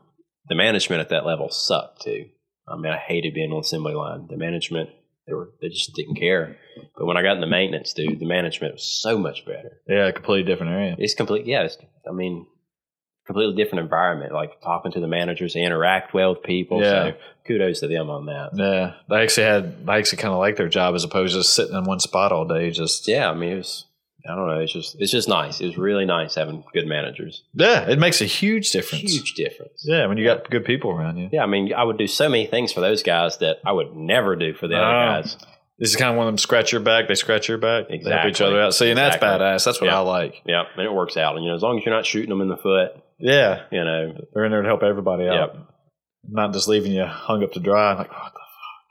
[SPEAKER 2] the management at that level sucked too. I mean, I hated being on the assembly line. The management, they were they just didn't care. But when I got in the maintenance, dude, the management was so much better.
[SPEAKER 3] yeah, completely different area.
[SPEAKER 2] It's complete. Yeah, it's, I mean, completely different environment. Like talking to the managers, they interact well with people.
[SPEAKER 3] Yeah.
[SPEAKER 2] So kudos to them on that.
[SPEAKER 3] Yeah, I actually had I actually kind of like their job as opposed to just sitting in one spot all day. Just
[SPEAKER 2] Yeah, I mean, it was. I don't know. It's just it's just nice. It was really nice having good managers.
[SPEAKER 3] yeah, it makes a huge difference.
[SPEAKER 2] Huge difference.
[SPEAKER 3] Yeah, when you got good people around you.
[SPEAKER 2] Yeah, I mean, I would do so many things for those guys that I would never do for the other
[SPEAKER 3] Oh.
[SPEAKER 2] guys.
[SPEAKER 3] This is kind of one of them scratch your back, they scratch your back, they help each
[SPEAKER 2] Exactly.
[SPEAKER 3] other out. See, and that's
[SPEAKER 2] Exactly.
[SPEAKER 3] badass. That's what
[SPEAKER 2] Yeah.
[SPEAKER 3] I like.
[SPEAKER 2] Yeah, and it works out. And you know, as long as you're not shooting them in the foot,
[SPEAKER 3] Yeah,
[SPEAKER 2] you know.
[SPEAKER 3] they're in there to help everybody out, not just leaving you hung up to dry. Like "Oh, what the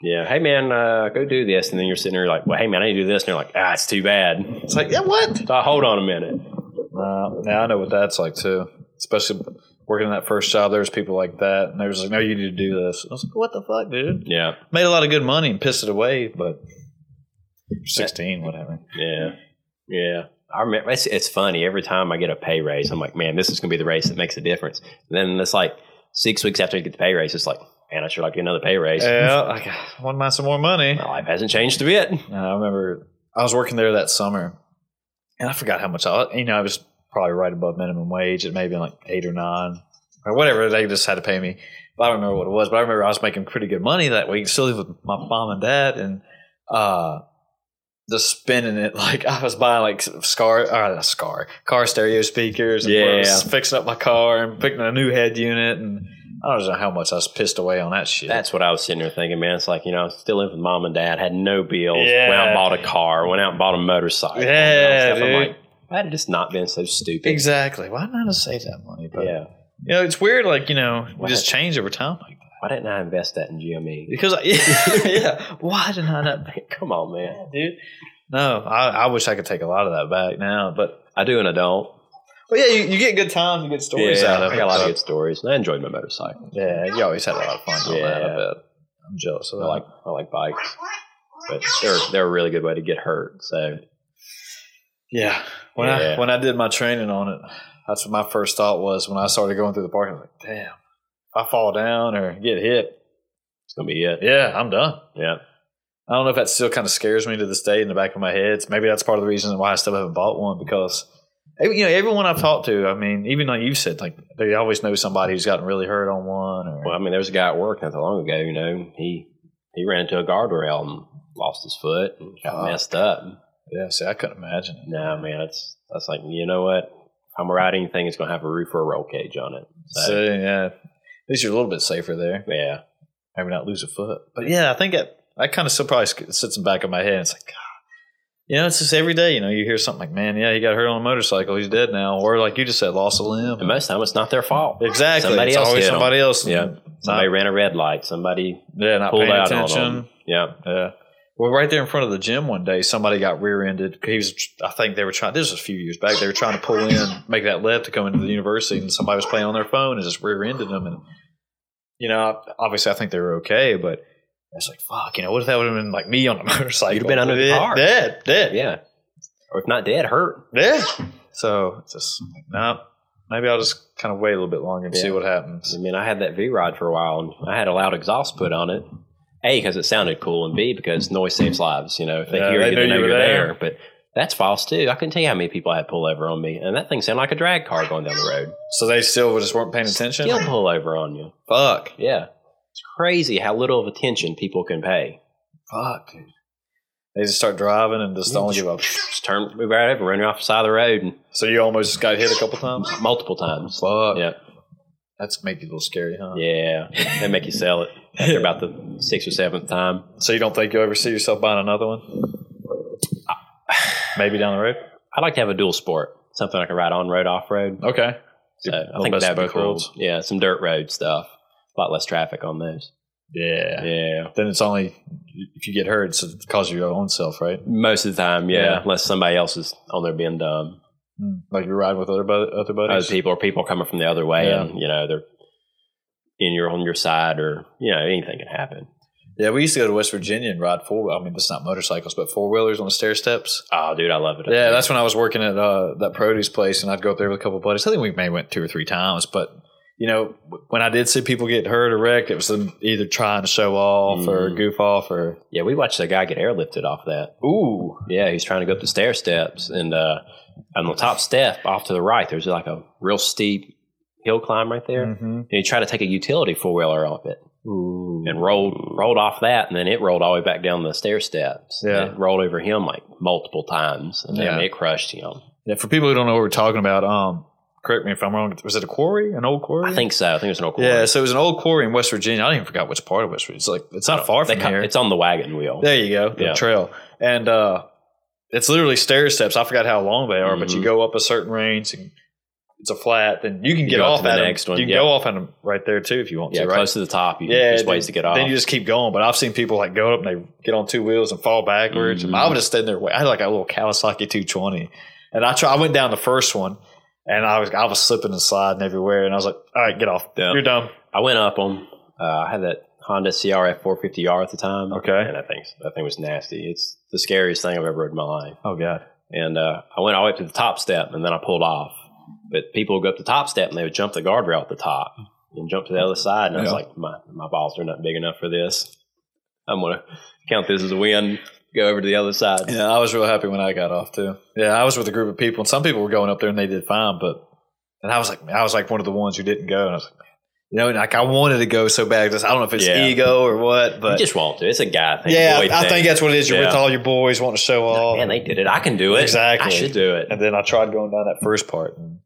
[SPEAKER 2] Yeah. Hey man, uh, go do this, and then you're sitting there like, well, hey man, I need to do this, and they're like, ah, it's too bad.
[SPEAKER 3] it's like yeah, what?
[SPEAKER 2] So hold on a minute.
[SPEAKER 3] Nah, now I know what that's like too. Especially working in that first job, there's people like that, and they was like, no, you need to do this. I was like, what the fuck, dude?
[SPEAKER 2] Yeah.
[SPEAKER 3] made a lot of good money and pissed it away, but sixteen, whatever.
[SPEAKER 2] Yeah. Yeah. I remember it's, it's funny every time I get a pay raise, I'm like, man, this is gonna be the race that makes a difference. And then it's like six weeks after you get the pay raise, it's like, man, I sure like to get another pay raise.
[SPEAKER 3] Yeah, I got- want my some more money.
[SPEAKER 2] My life hasn't changed a bit.
[SPEAKER 3] And I remember I was working there that summer, and I forgot how much I, you know, I was probably right above minimum wage. It may have been like eight or nine or whatever they just had to pay me. But I don't remember what it was. But I remember I was making pretty good money that week. Still live with my mom and dad, and uh, just spending it like I was buying like scar, or not scar car stereo speakers. And
[SPEAKER 2] Yeah.
[SPEAKER 3] was fixing up my car and picking a new head unit, and I don't know how much I was pissed away on that shit.
[SPEAKER 2] That's what I was sitting there thinking, man. It's like, you know, I was still living with mom and dad, had no bills,
[SPEAKER 3] Yeah.
[SPEAKER 2] went out and bought a car, went out and bought a motorcycle.
[SPEAKER 3] Yeah,
[SPEAKER 2] And all that stuff. I'm
[SPEAKER 3] dude.
[SPEAKER 2] like, I'd have just not been so stupid.
[SPEAKER 3] exactly. Why not just save that money? But
[SPEAKER 2] Yeah.
[SPEAKER 3] You know, it's weird. Like you know, you
[SPEAKER 2] What?
[SPEAKER 3] just change over time like that.
[SPEAKER 2] Why didn't I invest that in GME?
[SPEAKER 3] Because I, yeah, why did I not?
[SPEAKER 2] Come on, man.
[SPEAKER 3] Dude, no, I, I wish I could take a lot of that back now. But
[SPEAKER 2] I do and I don't.
[SPEAKER 3] well, yeah, you, you get good times, you get stories out of
[SPEAKER 2] I
[SPEAKER 3] it.
[SPEAKER 2] got a lot of
[SPEAKER 3] so-
[SPEAKER 2] good stories. And I enjoyed my motorcycle.
[SPEAKER 3] yeah, you always had a lot of fun doing that.
[SPEAKER 2] Yeah.
[SPEAKER 3] I bet. I'm jealous of
[SPEAKER 2] I
[SPEAKER 3] that.
[SPEAKER 2] like I like bikes. But they're they're a really good way to get hurt. So
[SPEAKER 3] yeah, when
[SPEAKER 2] Yeah.
[SPEAKER 3] I when I did my training on it, that's what my first thought was when I started going through the parking. I was like, damn, if I fall down or get hit,
[SPEAKER 2] it's gonna be it.
[SPEAKER 3] yeah, I'm done.
[SPEAKER 2] Yeah.
[SPEAKER 3] I don't know if that still kind of scares me to this day in the back of my head. Maybe that's part of the reason why I still haven't bought one because, you know, everyone I've talked to, I mean, even like you said, like they always know somebody who's gotten really hurt on one. Or,
[SPEAKER 2] Well, I mean, there was a guy at work not that long ago. You know, he he ran into a guardrail and lost his foot and got
[SPEAKER 3] God.
[SPEAKER 2] Oh, messed up.
[SPEAKER 3] yeah, see, I couldn't imagine it.
[SPEAKER 2] No, man, it's that's like you know what? If I'm gonna ride anything, it's gonna have a roof or a roll cage on it. So,
[SPEAKER 3] So, yeah, at least you're a little bit safer there.
[SPEAKER 2] yeah,
[SPEAKER 3] Maybe not lose a foot. But yeah, I think it, that kind of still probably sk- sits in the back of my head. It's like, God. You know, it's just every day, you know, you hear something like, man, yeah, he got hurt on a motorcycle. He's dead now. Or like you just said, lost a limb.
[SPEAKER 2] and most of the time it's not their fault.
[SPEAKER 3] Exactly.
[SPEAKER 2] Somebody
[SPEAKER 3] it's
[SPEAKER 2] else
[SPEAKER 3] always
[SPEAKER 2] did 'em.
[SPEAKER 3] somebody else.
[SPEAKER 2] Yeah.
[SPEAKER 3] Not-
[SPEAKER 2] Somebody ran a red light. Somebody
[SPEAKER 3] Yeah, not
[SPEAKER 2] pulled
[SPEAKER 3] paying
[SPEAKER 2] out
[SPEAKER 3] attention.
[SPEAKER 2] on them. Yeah,
[SPEAKER 3] Yeah. Uh, Well, right there in front of the gym one day, somebody got rear-ended. He was, I think they were trying. This was a few years back. They were trying to pull in, make that left to come into the university, and somebody was playing on their phone and just rear-ended them. And you know, obviously, I think they were okay, but it's like, fuck, you know, what if that would have been like me on the motorcycle?
[SPEAKER 2] You'd have been under the
[SPEAKER 3] Dead,
[SPEAKER 2] car.
[SPEAKER 3] dead, dead,
[SPEAKER 2] yeah. Or if not dead, hurt.
[SPEAKER 3] dead. So it's just like, no, Maybe I'll just kind of wait a little bit longer and see what happens.
[SPEAKER 2] I mean, I had that V rod for a while, and I had a loud exhaust put on it. A because it sounded cool, and B because noise saves lives. You know, if they
[SPEAKER 3] Yeah,
[SPEAKER 2] hear
[SPEAKER 3] they
[SPEAKER 2] you, they
[SPEAKER 3] knew
[SPEAKER 2] know
[SPEAKER 3] you
[SPEAKER 2] you're
[SPEAKER 3] were
[SPEAKER 2] there.
[SPEAKER 3] there.
[SPEAKER 2] But that's false too. I couldn't tell you how many people I had pull over on me, and that thing sounded like a drag car going down the road.
[SPEAKER 3] So they still just weren't paying attention.
[SPEAKER 2] Still pull over on you.
[SPEAKER 3] Fuck.
[SPEAKER 2] Yeah, it's crazy how little of attention people can pay.
[SPEAKER 3] Fuck, dude. They just start driving and just don't give up.
[SPEAKER 2] Just turn, move right over, run you off the side of the road, and
[SPEAKER 3] So you almost just got hit a couple times.
[SPEAKER 2] multiple times.
[SPEAKER 3] Fuck.
[SPEAKER 2] Yeah,
[SPEAKER 3] That's make you a little scary, huh?
[SPEAKER 2] yeah, they make you sell it after about the sixth or seventh time.
[SPEAKER 3] So you don't think you'll ever see yourself buying another one? Maybe down the road.
[SPEAKER 2] I'd like to have a dual sport, something I can ride on road, off road.
[SPEAKER 3] Okay.
[SPEAKER 2] So I
[SPEAKER 3] The
[SPEAKER 2] think
[SPEAKER 3] best
[SPEAKER 2] that'd be
[SPEAKER 3] both
[SPEAKER 2] cool.
[SPEAKER 3] worlds.
[SPEAKER 2] Yeah, some dirt road stuff. A lot less traffic on those.
[SPEAKER 3] Yeah.
[SPEAKER 2] Yeah.
[SPEAKER 3] Then it's only if you get hurt, it's because of your own self, right?
[SPEAKER 2] Most of the time, yeah,
[SPEAKER 3] Yeah.
[SPEAKER 2] unless somebody else is on there being dumb.
[SPEAKER 3] Like you're riding with other bu- other buddies.
[SPEAKER 2] Other people or people coming from the other way
[SPEAKER 3] Yeah.
[SPEAKER 2] and you know, they're in your on your side or you know, anything can happen.
[SPEAKER 3] Yeah, we used to go to West Virginia and ride four. I mean, it's not motorcycles, but four wheelers on the stair steps.
[SPEAKER 2] Oh dude, I love it. up
[SPEAKER 3] Yeah,
[SPEAKER 2] there.
[SPEAKER 3] that's when I was working at uh, that produce place, and I'd go up there with a couple of buddies. I think we may went two or three times, but you know, w- when I did see people get hurt or wrecked, it was them either trying to show off or
[SPEAKER 2] Mm.
[SPEAKER 3] goof off or
[SPEAKER 2] yeah, we watched a guy get airlifted off that.
[SPEAKER 3] ooh,
[SPEAKER 2] Yeah, he's trying to go up the stair steps and uh on the top step off to the right, there's like a real steep hill climb right there.
[SPEAKER 3] Mhm.
[SPEAKER 2] And he tried to take a utility four wheeler off it.
[SPEAKER 3] ooh.
[SPEAKER 2] and rolled rolled off that, and then it rolled all the way back down the stair steps.
[SPEAKER 3] Yeah.
[SPEAKER 2] And it rolled over him like multiple times, and
[SPEAKER 3] Yeah.
[SPEAKER 2] then it crushed him.
[SPEAKER 3] Yeah, for people who don't know what we're talking about, um, correct me if I'm wrong. Was it a quarry? An old quarry?
[SPEAKER 2] I think so. I think it was an old
[SPEAKER 3] Yeah, so it was an old quarry in West Virginia. I don't even forgot which part of West Virginia. It's like it's not far
[SPEAKER 2] They
[SPEAKER 3] from
[SPEAKER 2] ca-
[SPEAKER 3] here.
[SPEAKER 2] it's on the wagon wheel.
[SPEAKER 3] There you go, the
[SPEAKER 2] Yeah.
[SPEAKER 3] trail, and uh, it's literally stair steps. I forgot how long they are, but you
[SPEAKER 2] Mhm.
[SPEAKER 3] go up a certain range and it's a flat. Then you can get
[SPEAKER 2] go up
[SPEAKER 3] off
[SPEAKER 2] to the
[SPEAKER 3] at 'em.
[SPEAKER 2] next one,
[SPEAKER 3] You can
[SPEAKER 2] yeah.
[SPEAKER 3] go off at them right there too if you want
[SPEAKER 2] yeah,
[SPEAKER 3] to. Right?
[SPEAKER 2] close to the top. You,
[SPEAKER 3] yeah,
[SPEAKER 2] there's
[SPEAKER 3] then-
[SPEAKER 2] ways to get off.
[SPEAKER 3] Then you just keep going. But I've seen people like go up and they get on two wheels and fall backwards. And
[SPEAKER 2] Mhm.
[SPEAKER 3] I would have stayed there. I had like a little Kawasaki 220, and I try. I went down the first one. And I was I was slipping and sliding everywhere, and I was like, "All right, get off.
[SPEAKER 2] Yeah.
[SPEAKER 3] You're dumb."
[SPEAKER 2] I went up on. Uh, I had that Honda CRF 450R at the time.
[SPEAKER 3] Okay.
[SPEAKER 2] and I think that thing was nasty. It's the scariest thing I've ever rode in my life.
[SPEAKER 3] Oh god.
[SPEAKER 2] And uh, I went all the way up to the top step, and then I pulled off. But people would go up the top step, and they would jump the guardrail at the top and jump to the other side. And I was
[SPEAKER 3] Yeah.
[SPEAKER 2] like, my, my balls are not big enough for this. I'm going to count this as a win, go over to the other side.
[SPEAKER 3] Yeah, I was real happy when I got off too. Yeah, I was with a group of people, and some people were going up there and they did fine, but and I was like, I was like one of the ones who didn't go, and I was like, man, you know, and like I wanted to go so bad. Just, I don't know if it's
[SPEAKER 2] Yeah.
[SPEAKER 3] ego or what,
[SPEAKER 2] You
[SPEAKER 3] but
[SPEAKER 2] just want to. It's a guy thing.
[SPEAKER 3] yeah,
[SPEAKER 2] boy
[SPEAKER 3] I think that's what it is. You're with
[SPEAKER 2] Yeah.
[SPEAKER 3] all your boys, wanting to show off,
[SPEAKER 2] Man, they did it. I can do it.
[SPEAKER 3] Exactly.
[SPEAKER 2] I should do it.
[SPEAKER 3] and then I tried going down that first part. And,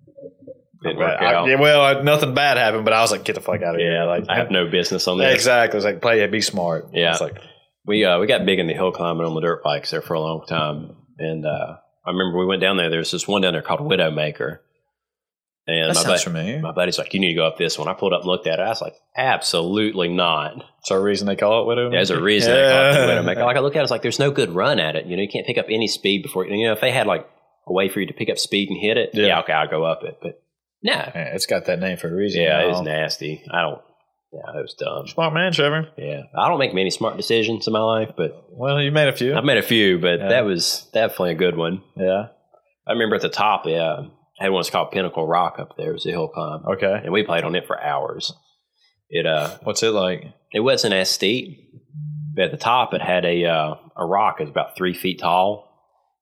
[SPEAKER 3] but
[SPEAKER 2] Didn't work
[SPEAKER 3] I-
[SPEAKER 2] out.
[SPEAKER 3] yeah, well, I, nothing bad happened, but I was like, get the fuck out of
[SPEAKER 2] Yeah,
[SPEAKER 3] here.
[SPEAKER 2] like
[SPEAKER 3] Like,
[SPEAKER 2] I have no business on
[SPEAKER 3] yeah,
[SPEAKER 2] this.
[SPEAKER 3] exactly. It's like play it, be smart.
[SPEAKER 2] Yeah.
[SPEAKER 3] it's like
[SPEAKER 2] we uh, we got big into hill climbing on the dirt bikes there for a long time, and uh, I remember we went down there. There's this one down there called Widowmaker, and
[SPEAKER 3] that
[SPEAKER 2] my,
[SPEAKER 3] sounds
[SPEAKER 2] bud-
[SPEAKER 3] familiar.
[SPEAKER 2] my buddy's like, "You need to go up this one." I pulled up and looked at it. I was like, "Absolutely not."
[SPEAKER 3] It's a reason they call it widow.
[SPEAKER 2] There's a reason they call it the Widowmaker. Like I look at it, it's like there's no good run at it. You know, you can't pick up any speed before. You know, if they had like a way for you to pick up speed and hit it, yeah,
[SPEAKER 3] Yeah.
[SPEAKER 2] okay, I'll go up it. But no,
[SPEAKER 3] Yeah, it's got that name for a reason.
[SPEAKER 2] yeah, it was
[SPEAKER 3] y'all.
[SPEAKER 2] nasty. I don't. Yeah, it was dumb.
[SPEAKER 3] Smart man, Trevor.
[SPEAKER 2] Yeah, I don't make many smart decisions in my life, but
[SPEAKER 3] Well, you made a few.
[SPEAKER 2] I've made a few, but
[SPEAKER 3] Yeah.
[SPEAKER 2] that was definitely a good one.
[SPEAKER 3] yeah.
[SPEAKER 2] I remember at the top, yeah, I had one that's called Pinnacle Rock up there. It was a hill climb,
[SPEAKER 3] Okay.
[SPEAKER 2] and we played on it for hours. It uh,
[SPEAKER 3] What's it like?
[SPEAKER 2] it wasn't as steep, but at the top, it had a uh, a rock that's about three feet tall.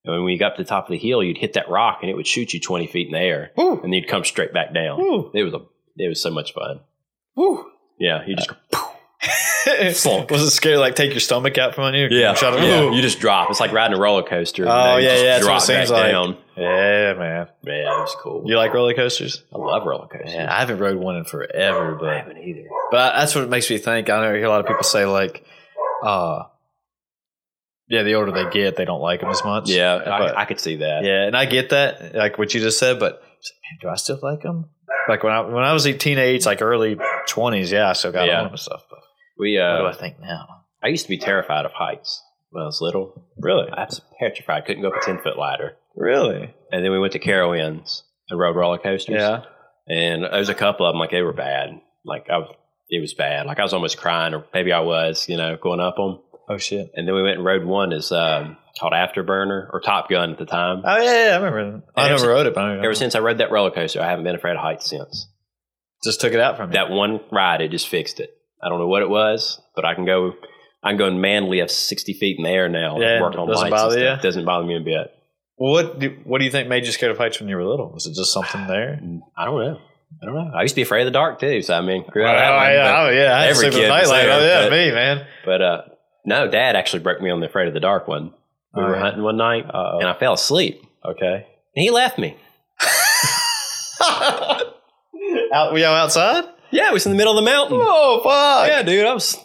[SPEAKER 2] And when you got to the top of the hill, you'd hit that rock, and it would shoot you twenty feet in the air, and then you'd come straight back down. It was a it was so much fun. Yeah, you just go,
[SPEAKER 3] Slunk. Was it scary? Like take your stomach out from under you?
[SPEAKER 2] yeah,
[SPEAKER 3] Try to-
[SPEAKER 2] yeah,
[SPEAKER 3] Ooh.
[SPEAKER 2] you just drop. It's like riding a roller coaster.
[SPEAKER 3] Oh,
[SPEAKER 2] you
[SPEAKER 3] yeah,
[SPEAKER 2] just
[SPEAKER 3] yeah, that's what it
[SPEAKER 2] drop
[SPEAKER 3] seems
[SPEAKER 2] back
[SPEAKER 3] like.
[SPEAKER 2] down.
[SPEAKER 3] Yeah, man.
[SPEAKER 2] Man, it was cool.
[SPEAKER 3] You like roller coasters?
[SPEAKER 2] I love roller coasters.
[SPEAKER 3] Yeah, I haven't rode one in forever,
[SPEAKER 2] I
[SPEAKER 3] but
[SPEAKER 2] haven't either.
[SPEAKER 3] but I, that's what makes me think. I know I hear a lot of people say like, uh, yeah, the older they get, they don't like them as much.
[SPEAKER 2] Yeah,
[SPEAKER 3] But-
[SPEAKER 2] I, I could see that.
[SPEAKER 3] Yeah, and I get that, like what you just said, but it's like, man, do I still like them? Like when I when I was a teenage, like early twenties, yeah, I still got
[SPEAKER 2] Yeah.
[SPEAKER 3] on 'em and stuff. But
[SPEAKER 2] We uh,
[SPEAKER 3] what do I think now?
[SPEAKER 2] I used to be terrified of heights when I was little.
[SPEAKER 3] Really,
[SPEAKER 2] I was petrified. Couldn't go up a ten foot ladder.
[SPEAKER 3] really,
[SPEAKER 2] And then we went to Carowinds and rode roller coasters.
[SPEAKER 3] yeah.
[SPEAKER 2] And there was a couple of them. Like they were bad. Like I, was- it was bad. Like I was almost crying, or maybe I was. You know, going up them.
[SPEAKER 3] Oh shit.
[SPEAKER 2] and then we went and rode one is um, called Afterburner or Top Gun at the time.
[SPEAKER 3] Oh yeah, yeah I remember. I
[SPEAKER 2] Ever
[SPEAKER 3] never
[SPEAKER 2] since-
[SPEAKER 3] rode it, but I
[SPEAKER 2] Ever
[SPEAKER 3] remember.
[SPEAKER 2] since I rode that roller coaster, I haven't been afraid of heights since.
[SPEAKER 3] just took it out from me.
[SPEAKER 2] That one ride, it just fixed it. I don't know what it was, but I can go. I can go manly up sixty feet in the air now.
[SPEAKER 3] Yeah,
[SPEAKER 2] work on
[SPEAKER 3] doesn't
[SPEAKER 2] lights
[SPEAKER 3] bother
[SPEAKER 2] and
[SPEAKER 3] ya?
[SPEAKER 2] stuff. Doesn't bother me a bit.
[SPEAKER 3] what do, What do you think made you scared of heights when you were little? Was it just something there?
[SPEAKER 2] I don't know. I don't know. I used to be afraid of the dark too. So I mean, grew
[SPEAKER 3] Oh,
[SPEAKER 2] out of that one,
[SPEAKER 3] yeah,
[SPEAKER 2] but-
[SPEAKER 3] oh, yeah. I had to
[SPEAKER 2] every
[SPEAKER 3] sleep with a
[SPEAKER 2] kid was
[SPEAKER 3] nightlight.
[SPEAKER 2] there,
[SPEAKER 3] Oh, yeah,
[SPEAKER 2] but-
[SPEAKER 3] me, man.
[SPEAKER 2] But uh, no, Dad actually broke me on the afraid of the dark one. We
[SPEAKER 3] Oh,
[SPEAKER 2] were
[SPEAKER 3] yeah.
[SPEAKER 2] hunting one night,
[SPEAKER 3] Uh-oh.
[SPEAKER 2] and I fell asleep,
[SPEAKER 3] Okay.
[SPEAKER 2] and he left me.
[SPEAKER 3] Out, were y'all outside?
[SPEAKER 2] Yeah, it was in the middle of the mountain.
[SPEAKER 3] Oh, fuck.
[SPEAKER 2] Yeah, dude, I was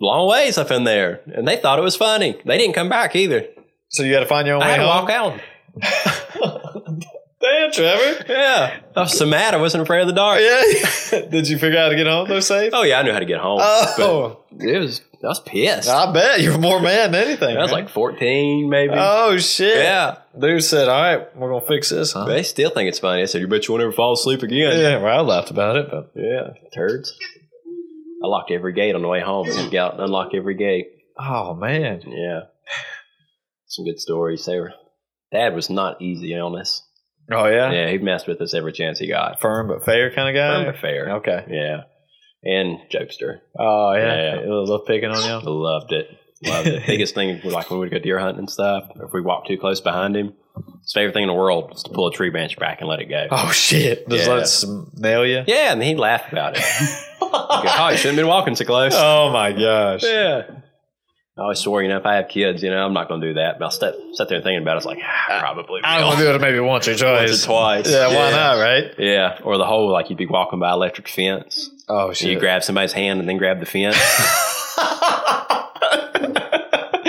[SPEAKER 2] long ways up in there, and they thought it was funny. They didn't come back either.
[SPEAKER 3] So you got to find your own
[SPEAKER 2] I
[SPEAKER 3] way
[SPEAKER 2] had to
[SPEAKER 3] home.
[SPEAKER 2] walk out.
[SPEAKER 3] Damn, Trevor.
[SPEAKER 2] Yeah, I was so mad. I wasn't afraid of the dark.
[SPEAKER 3] Yeah. Did you figure out how to get home though safe?
[SPEAKER 2] Oh yeah, I knew how to get home.
[SPEAKER 3] Oh,
[SPEAKER 2] but it was I was pissed.
[SPEAKER 3] I bet you're more mad than anything.
[SPEAKER 2] I was
[SPEAKER 3] man.
[SPEAKER 2] like fourteen, maybe.
[SPEAKER 3] oh shit.
[SPEAKER 2] yeah,
[SPEAKER 3] Dude said, all right, we're gonna fix this, huh?
[SPEAKER 2] they still think it's funny. I said, "You bet you won't ever fall asleep again."
[SPEAKER 3] Yeah, well, I laughed about it, but
[SPEAKER 2] Yeah, turds. I locked every gate on the way home. Just Get out and unlock every gate.
[SPEAKER 3] oh man,
[SPEAKER 2] Yeah. Some good stories there. Dad was not easy on us.
[SPEAKER 3] oh yeah,
[SPEAKER 2] Yeah, he messed with us every chance he got.
[SPEAKER 3] firm but fair kind of
[SPEAKER 2] Firm
[SPEAKER 3] guy.
[SPEAKER 2] but fair.
[SPEAKER 3] Okay.
[SPEAKER 2] Yeah. And jokester.
[SPEAKER 3] Oh yeah,
[SPEAKER 2] Yeah, yeah.
[SPEAKER 3] a little picking on you.
[SPEAKER 2] Loved it. Loved it. Biggest thing, like when we would go deer hunting and stuff, if we walked too close behind him, his favorite thing in the world was to pull a tree branch back and let it go.
[SPEAKER 3] Oh shit, just
[SPEAKER 2] Yeah.
[SPEAKER 3] let some nail you.
[SPEAKER 2] Yeah, and he laughed about it. He goes, oh, you shouldn't have been walking so close.
[SPEAKER 3] Oh my gosh.
[SPEAKER 2] Yeah. I always swore, you know, if I have kids, you know, I'm not going to do that. But I sat, sat there thinking about it. I was like, ah, probably
[SPEAKER 3] I
[SPEAKER 2] will.
[SPEAKER 3] don't do it maybe once or twice.
[SPEAKER 2] Once or twice.
[SPEAKER 3] Yeah, why
[SPEAKER 2] Yeah.
[SPEAKER 3] not, right?
[SPEAKER 2] Yeah. Or the whole, like, you'd be walking by electric fence.
[SPEAKER 3] Oh
[SPEAKER 2] And you grab somebody's hand and then grab the fence.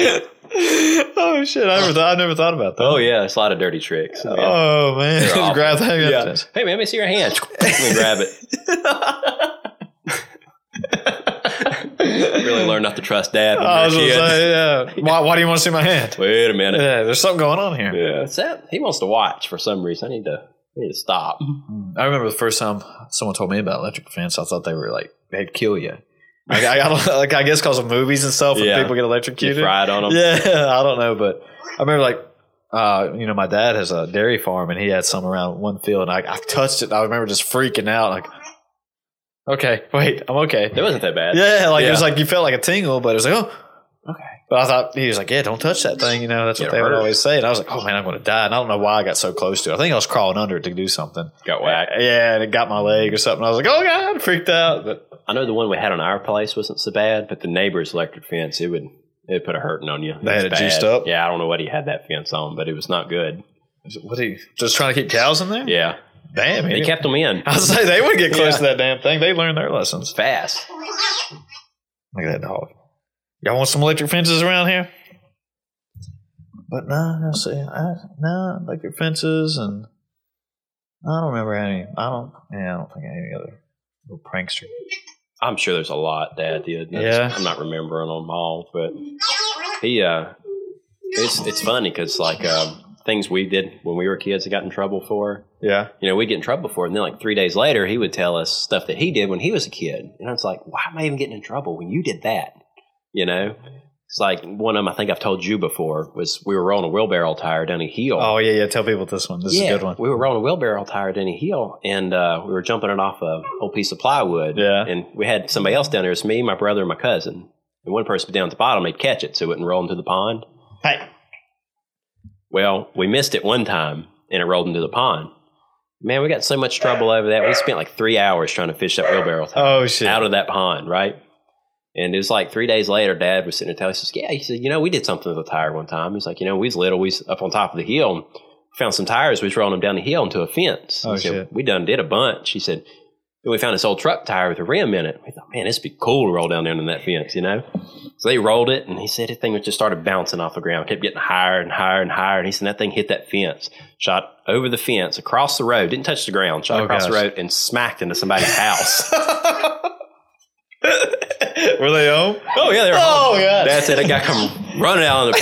[SPEAKER 3] oh shit, I never, thought, I never thought about that.
[SPEAKER 2] oh, yeah. It's a lot of dirty tricks. Yeah.
[SPEAKER 3] Oh man,
[SPEAKER 2] They're awful.
[SPEAKER 3] grab that.
[SPEAKER 2] Yeah. Hey, man, let me see your hand. and then grab it. really learn not to trust dad when
[SPEAKER 3] I was
[SPEAKER 2] you're
[SPEAKER 3] gonna
[SPEAKER 2] a kid.
[SPEAKER 3] say, yeah. Why, why do you want to see my hand?
[SPEAKER 2] Wait a minute.
[SPEAKER 3] Yeah, there's something going on here.
[SPEAKER 2] Yeah. What's that? He wants to watch for some reason. I need to, I need to stop.
[SPEAKER 3] I remember the first time someone told me about electric fence. I thought they were like they'd kill you. I, I, I don't like. I guess because of movies and stuff, when
[SPEAKER 2] Yeah.
[SPEAKER 3] people get
[SPEAKER 2] Get
[SPEAKER 3] electrocuted.
[SPEAKER 2] fried on him.
[SPEAKER 3] Yeah, I don't know, but I remember like. Uh, you know, my dad has a dairy farm, and he had some around one field. And I, I touched it. And I remember just freaking out, like, "Okay, wait, I'm okay."
[SPEAKER 2] It wasn't that bad.
[SPEAKER 3] Yeah, like it was
[SPEAKER 2] Yeah.
[SPEAKER 3] like you felt like a tingle, but it was like, oh, okay. But I thought he was like, yeah, don't touch that thing. You know, that's what
[SPEAKER 2] It
[SPEAKER 3] they would
[SPEAKER 2] hurts.
[SPEAKER 3] always say. And I was like, oh man, I'm going to die. And I don't know why I got so close to it. I think I was crawling under it to do something.
[SPEAKER 2] Got whacked.
[SPEAKER 3] Yeah, and it got my leg or something. I was like, oh god, freaked out. But
[SPEAKER 2] I know the one we had on our place wasn't so bad, but the neighbor's electric fence, it would it would put a hurting on you.
[SPEAKER 3] They had
[SPEAKER 2] was
[SPEAKER 3] it
[SPEAKER 2] bad.
[SPEAKER 3] juiced up?
[SPEAKER 2] Yeah, I don't know what he had that fence on, but it was not good.
[SPEAKER 3] what are you just trying to keep cows in there?
[SPEAKER 2] Yeah,
[SPEAKER 3] damn.
[SPEAKER 2] they
[SPEAKER 3] He
[SPEAKER 2] kept them in
[SPEAKER 3] I was like, they would get close to that damn thing. They learned their lessons.
[SPEAKER 2] fast.
[SPEAKER 3] Look at that dog. Y'all want some electric fences around here? But no, no, see, I, no, electric fences, and I don't remember any. I don't. Yeah, I don't think any other little prankster.
[SPEAKER 2] I'm sure there's a lot Dad did. That's-
[SPEAKER 3] Yeah.
[SPEAKER 2] I'm not remembering them all, but he uh, it's it's funny because like um, things we did when we were kids, and got in trouble for.
[SPEAKER 3] Yeah,
[SPEAKER 2] You know, we would get in trouble for it, and then like three days later, he would tell us stuff that he did when he was a kid, and I was like, why am I even getting in trouble when you did that? You know. It's like one of them I think I've told you before was we were rolling a wheelbarrow tire down a hill.
[SPEAKER 3] Oh yeah, yeah. Tell people this one. This is a good one.
[SPEAKER 2] We were rolling a wheelbarrow tire down a hill, and uh, we were jumping it off a old piece of plywood.
[SPEAKER 3] Yeah.
[SPEAKER 2] And we had somebody else down there. It was me, my brother, and my cousin. And one person down at the bottom, they'd catch it so it wouldn't roll into the pond.
[SPEAKER 3] Hey.
[SPEAKER 2] Well, we missed it one time, and it rolled into the pond. Man, we got in so much trouble over that. We spent like three hours trying to fish that wheelbarrow tire
[SPEAKER 3] Oh shit.
[SPEAKER 2] out of that pond, right? And it was like three days later, Dad was sitting there telling us, he says, Yeah, he said, You know, we did something with a tire one time. He's like, You know, we was little, we was up on top of the hill, and found some tires, we was rolling them down the hill into a fence.
[SPEAKER 3] Oh,
[SPEAKER 2] he said,
[SPEAKER 3] shit.
[SPEAKER 2] We done did a bunch. He said, Then we found this old truck tire with a rim in it. We thought, Man, this would be cool to roll down there in that fence, you know? So they rolled it, and he said, The thing was just started bouncing off the ground, kept getting higher and higher and higher. And he said, That thing hit that fence, shot over the fence, across the road, didn't touch the ground, shot
[SPEAKER 3] Oh,
[SPEAKER 2] across the
[SPEAKER 3] gosh.
[SPEAKER 2] road, and smacked into somebody's house.
[SPEAKER 3] Were they home?
[SPEAKER 2] Oh yeah, they were
[SPEAKER 3] Oh,
[SPEAKER 2] home.
[SPEAKER 3] God.
[SPEAKER 2] Dad said a guy come running out on the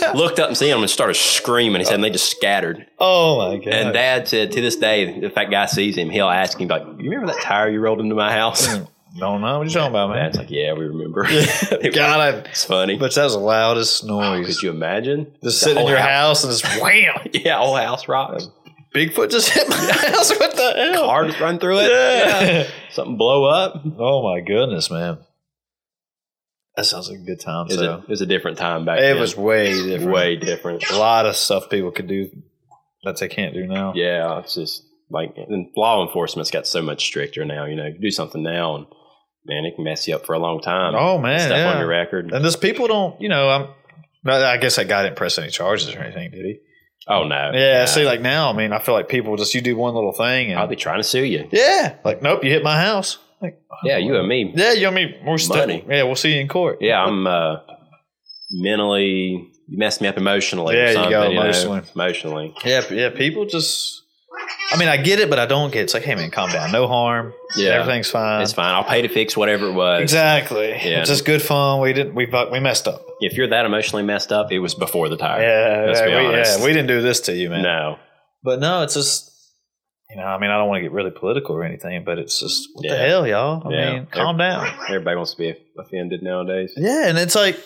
[SPEAKER 2] porch, looked up and seen him and started screaming. He said and they just scattered.
[SPEAKER 3] Oh my god.
[SPEAKER 2] And
[SPEAKER 3] Mm.
[SPEAKER 2] Dad said to this day, if that guy sees him, he'll ask him like, "You remember that tire you rolled into my house?"
[SPEAKER 3] Don't know what you're talking about, man.
[SPEAKER 2] Dad's like, yeah, we remember.
[SPEAKER 3] God, I,
[SPEAKER 2] it's funny.
[SPEAKER 3] but that's the loudest noise.
[SPEAKER 2] could you imagine?
[SPEAKER 3] just sitting in
[SPEAKER 2] whole
[SPEAKER 3] your
[SPEAKER 2] house.
[SPEAKER 3] house and just wham,
[SPEAKER 2] Yeah, whole house rocks.
[SPEAKER 3] Bigfoot just hit my house. What the hell?
[SPEAKER 2] Cars run through it. Yeah. Something blow up.
[SPEAKER 3] Oh my goodness, man. That sounds like a good time.
[SPEAKER 2] It was, a,
[SPEAKER 3] so
[SPEAKER 2] it was a different time back
[SPEAKER 3] it
[SPEAKER 2] then.
[SPEAKER 3] was way different.
[SPEAKER 2] way different.
[SPEAKER 3] A lot of stuff people could do that they can't do now.
[SPEAKER 2] Yeah, it's just like and law enforcement's got so much stricter now. You know, you do something now, and man, it can mess you up for a long time.
[SPEAKER 3] Oh man,
[SPEAKER 2] stuff
[SPEAKER 3] yeah.
[SPEAKER 2] on your record.
[SPEAKER 3] And this people don't, you know, I'm. no, I guess that guy didn't press any charges or anything, did he?
[SPEAKER 2] Oh no.
[SPEAKER 3] Yeah.
[SPEAKER 2] Nah.
[SPEAKER 3] See, like now, I mean, I feel like people just you do one little thing and
[SPEAKER 2] I'll be trying to sue you.
[SPEAKER 3] yeah, like nope, you hit my house. Like
[SPEAKER 2] Yeah, you and me.
[SPEAKER 3] yeah, you owe me more stuff.
[SPEAKER 2] Money.
[SPEAKER 3] Yeah, we'll see you in court.
[SPEAKER 2] Yeah, I'm uh, mentally. You messed me up emotionally.
[SPEAKER 3] Yeah,
[SPEAKER 2] or
[SPEAKER 3] you
[SPEAKER 2] something,
[SPEAKER 3] go
[SPEAKER 2] know,
[SPEAKER 3] emotionally.
[SPEAKER 2] emotionally.
[SPEAKER 3] Yeah, p- yeah. People just. I mean, I get it, but I don't get. It. It's like, hey man, calm down. No harm.
[SPEAKER 2] Yeah.
[SPEAKER 3] everything's fine.
[SPEAKER 2] It's fine. I'll pay to fix whatever it was.
[SPEAKER 3] Exactly.
[SPEAKER 2] Yeah.
[SPEAKER 3] It's just good fun. We didn't. We fuck- we messed up.
[SPEAKER 2] If you're that emotionally messed up, it was before the tire.
[SPEAKER 3] Yeah.
[SPEAKER 2] Let's
[SPEAKER 3] yeah,
[SPEAKER 2] be
[SPEAKER 3] we,
[SPEAKER 2] honest.
[SPEAKER 3] yeah. We didn't do this to you, man.
[SPEAKER 2] No.
[SPEAKER 3] But no, it's just. You know, I mean, I don't want to get really political or anything, but it's just what the
[SPEAKER 2] Yeah.
[SPEAKER 3] hell, y'all. I
[SPEAKER 2] Yeah.
[SPEAKER 3] mean, calm down.
[SPEAKER 2] Everybody wants to be offended nowadays.
[SPEAKER 3] Yeah, and it's like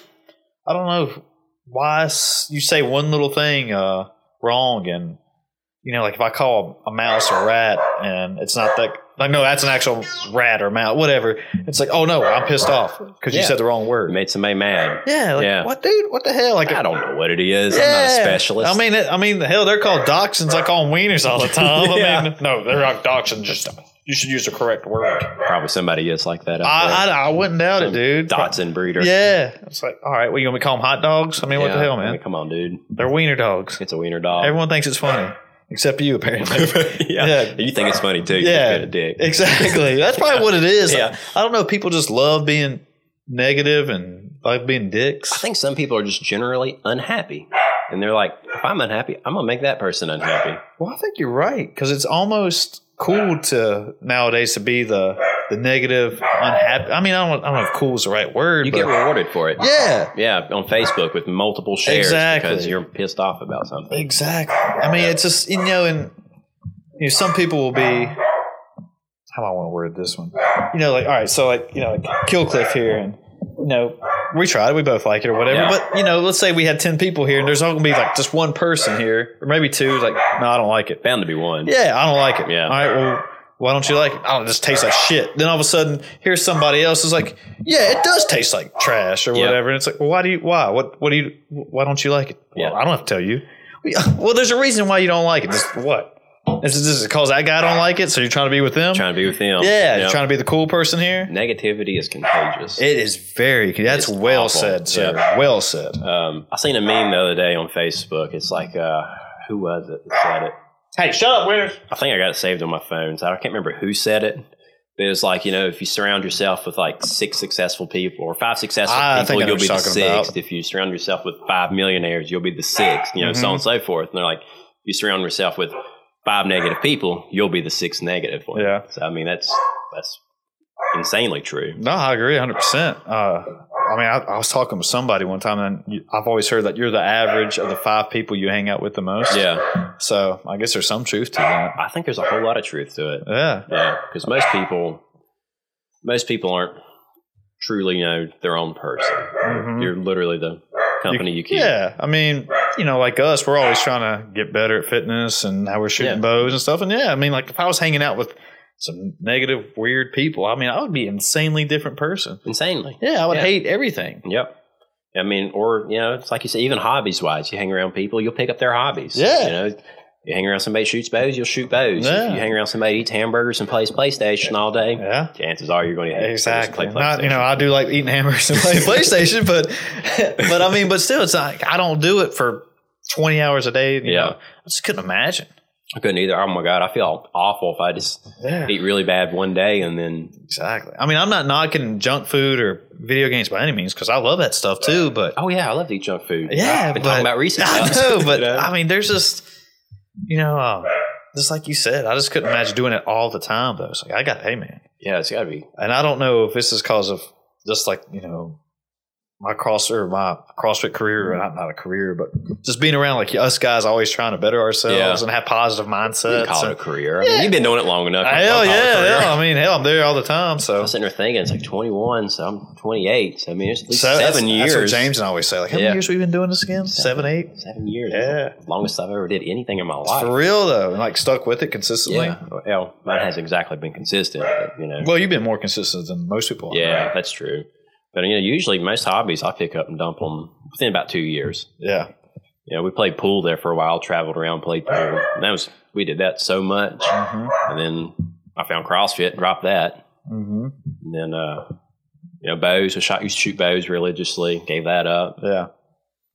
[SPEAKER 3] I don't know why s- you say one little thing uh, wrong, and you know, like if I call a mouse a rat, and it's not that. Like, no, that's an actual rat or mouse, whatever. It's like, oh no, I'm pissed off because
[SPEAKER 2] Yeah.
[SPEAKER 3] you said the wrong
[SPEAKER 2] It
[SPEAKER 3] word.
[SPEAKER 2] made somebody mad.
[SPEAKER 3] Yeah, like
[SPEAKER 2] Yeah.
[SPEAKER 3] what, dude? What the hell? Like,
[SPEAKER 2] I don't know what it is. I'm not a
[SPEAKER 3] Yeah.
[SPEAKER 2] specialist.
[SPEAKER 3] I mean, it, I mean, hell, they're called dachshunds. I call them wieners all the time.
[SPEAKER 2] Yeah.
[SPEAKER 3] I mean, no, they're not dachshunds. Just you should use the correct word.
[SPEAKER 2] Probably somebody is like that. Out
[SPEAKER 3] I,
[SPEAKER 2] there.
[SPEAKER 3] I, I wouldn't doubt it,
[SPEAKER 2] Some
[SPEAKER 3] dude.
[SPEAKER 2] Dotson breeder.
[SPEAKER 3] Yeah, it's like, all right, well, you want me to call them hot dogs? I mean, what the
[SPEAKER 2] Yeah,
[SPEAKER 3] hell,
[SPEAKER 2] I mean,
[SPEAKER 3] man?
[SPEAKER 2] come on, dude.
[SPEAKER 3] They're wiener dogs.
[SPEAKER 2] It's a wiener dog.
[SPEAKER 3] Everyone thinks it's funny, except you, apparently.
[SPEAKER 2] yeah.
[SPEAKER 3] Yeah.
[SPEAKER 2] You think it's funny too?
[SPEAKER 3] Yeah.
[SPEAKER 2] You a dick.
[SPEAKER 3] exactly. That's probably what it is.
[SPEAKER 2] Yeah.
[SPEAKER 3] I don't know. People just love being negative and like being
[SPEAKER 2] I
[SPEAKER 3] dicks.
[SPEAKER 2] think some people are just generally unhappy, and they're like, if I'm unhappy, I'm gonna make that person unhappy.
[SPEAKER 3] Well, I think you're right because it's almost cool to nowadays to be the the negative, unhappy. I mean, I don't, I don't know if "cool" is the right word,
[SPEAKER 2] You
[SPEAKER 3] but
[SPEAKER 2] get rewarded for it.
[SPEAKER 3] yeah,
[SPEAKER 2] Yeah, on Facebook with multiple shares
[SPEAKER 3] Exactly.
[SPEAKER 2] because you're pissed off about something.
[SPEAKER 3] Exactly. I mean, it's just you know, and you know, some people will be. How do I want to word this one? You know, like all right, so like you know, like Killcliff here, and you know, we tried, we both like it or whatever.
[SPEAKER 2] Yeah.
[SPEAKER 3] But you know, let's say we had ten people here, and there's all gonna be like just one person here, or maybe two. who's Like, no, I don't like it.
[SPEAKER 2] Bound to be one.
[SPEAKER 3] Yeah, I don't like it.
[SPEAKER 2] Yeah.
[SPEAKER 3] All right. Well, why don't you like it? I don't. It just tastes like shit. Then all of a sudden, here's somebody else is like, yeah, it does taste like trash or
[SPEAKER 2] Yeah.
[SPEAKER 3] whatever. And it's like, well, why do you? Why? What? What do you? Why don't you like it?
[SPEAKER 2] Yeah.
[SPEAKER 3] Well, I don't have to tell you. Well, there's a reason why you don't like it. Just what? Is it just because that guy don't like it? So you're trying to be with them?
[SPEAKER 2] Trying to be with them.
[SPEAKER 3] yeah,
[SPEAKER 2] Yep.
[SPEAKER 3] you're trying to be the cool person here.
[SPEAKER 2] Negativity is contagious.
[SPEAKER 3] It is very. That's
[SPEAKER 2] It's
[SPEAKER 3] well
[SPEAKER 2] awful.
[SPEAKER 3] said, sir.
[SPEAKER 2] Yeah.
[SPEAKER 3] Well said.
[SPEAKER 2] Um, I seen a meme the other day on Facebook. It's like, uh, who was it that said it?
[SPEAKER 4] Hey, shut up, winners.
[SPEAKER 2] I think I got it saved on my phone. So I can't remember who said it. But it was like, you know, if you surround yourself with like six successful people or five successful
[SPEAKER 3] Ah, I
[SPEAKER 2] people,
[SPEAKER 3] think I know
[SPEAKER 2] you'll
[SPEAKER 3] what
[SPEAKER 2] be the
[SPEAKER 3] you're
[SPEAKER 2] sixth.
[SPEAKER 3] talking about.
[SPEAKER 2] If you surround yourself with five millionaires, you'll be the sixth, you know,
[SPEAKER 3] Mm-hmm.
[SPEAKER 2] so on and so forth. And they're like, if you surround yourself with five negative people, you'll be the sixth negative one.
[SPEAKER 3] Yeah.
[SPEAKER 2] So, I mean, that's, that's insanely true.
[SPEAKER 3] No, I agree 100%. Uh, I mean, I, I was talking with somebody one time, and you, I've always heard that you're the average of the five people you hang out with the most.
[SPEAKER 2] Yeah.
[SPEAKER 3] So I guess there's some truth to that.
[SPEAKER 2] I think there's a whole lot of truth to it.
[SPEAKER 3] Yeah.
[SPEAKER 2] Yeah, because most people, most people aren't truly you know their own person.
[SPEAKER 3] Mhm.
[SPEAKER 2] You're literally the company you, keep.
[SPEAKER 3] Yeah. I mean, you know, like us, we're always trying to get better at fitness and how we're shooting
[SPEAKER 2] Yeah.
[SPEAKER 3] bows and stuff. And yeah, I mean, like if I was hanging out with some negative, weird people, I mean, I would be an insanely different person.
[SPEAKER 2] insanely.
[SPEAKER 3] Yeah. I would
[SPEAKER 2] Yeah.
[SPEAKER 3] hate everything.
[SPEAKER 2] Yep. I mean, or you know, it's like you say, even hobbies wise, you hang around people, you'll pick up their hobbies.
[SPEAKER 3] Yeah.
[SPEAKER 2] You know, you hang around somebody who shoots bows, you'll shoot bows.
[SPEAKER 3] Yeah.
[SPEAKER 2] If you hang around somebody who eats hamburgers and plays PlayStation all day,
[SPEAKER 3] Yeah.
[SPEAKER 2] chances are you're going to
[SPEAKER 3] Exactly.
[SPEAKER 2] Play
[SPEAKER 3] Not, you know,
[SPEAKER 2] PlayStation.
[SPEAKER 3] I do like eating hamburgers and playing PlayStation, but but I mean, but still, it's like I don't do it for twenty hours a day. You
[SPEAKER 2] Yeah.
[SPEAKER 3] know. I just couldn't imagine.
[SPEAKER 2] I couldn't either. Oh my god, I feel awful if I just
[SPEAKER 3] Yeah,
[SPEAKER 2] eat really bad one day and then
[SPEAKER 3] exactly. I mean, I'm not knocking junk food or video games by any means because I love that stuff too. But
[SPEAKER 2] oh yeah, I love to eat junk food.
[SPEAKER 3] yeah,
[SPEAKER 2] I've been
[SPEAKER 3] but,
[SPEAKER 2] talking about recent.
[SPEAKER 3] I
[SPEAKER 2] cups,
[SPEAKER 3] know,
[SPEAKER 2] you
[SPEAKER 3] but
[SPEAKER 2] know?
[SPEAKER 3] I mean, there's just you know, um, just like you said, I just couldn't imagine doing it all the time. Though it's like I got, hey man,
[SPEAKER 2] yeah, it's got to be
[SPEAKER 3] and I don't know if this is cause of just like you know my cross or my CrossFit career, or not not a career, but just being around like us guys, always trying to better ourselves
[SPEAKER 2] Yeah.
[SPEAKER 3] and have positive
[SPEAKER 2] You
[SPEAKER 3] mindsets.
[SPEAKER 2] can call it a
[SPEAKER 3] and-
[SPEAKER 2] career. I mean, you've been doing it long enough. You
[SPEAKER 3] hell
[SPEAKER 2] can call it a
[SPEAKER 3] yeah,
[SPEAKER 2] career.
[SPEAKER 3] yeah. I mean, hell, I'm there all the time.
[SPEAKER 2] I
[SPEAKER 3] So,
[SPEAKER 2] was sitting there thinking, it's like 21, so I'm 28. So, I mean, it's at least
[SPEAKER 3] So that's-
[SPEAKER 2] seven years.
[SPEAKER 3] That's what James and I always say. Like, how
[SPEAKER 2] Yeah.
[SPEAKER 3] many years we've been doing this again? Seven, eight.
[SPEAKER 2] Seven years.
[SPEAKER 3] Yeah.
[SPEAKER 2] Longest I've ever did anything in my life.
[SPEAKER 3] For real though, and like stuck with it consistently.
[SPEAKER 2] Yeah. Well, mine hasn't exactly been consistent, but, you know.
[SPEAKER 3] Well, you've been more consistent than most people. are,
[SPEAKER 2] yeah,
[SPEAKER 3] right?
[SPEAKER 2] that's true. But, you know, usually most hobbies I pick up and dump them within about two years.
[SPEAKER 3] yeah.
[SPEAKER 2] You know, we played pool there for a while, traveled around, played pool. And that was, we did that so much.
[SPEAKER 3] Mhm.
[SPEAKER 2] And then I found CrossFit, dropped that.
[SPEAKER 3] Mhm.
[SPEAKER 2] And then, uh, you know, bows. I shot, used to shoot bows religiously, gave that up.
[SPEAKER 3] Yeah.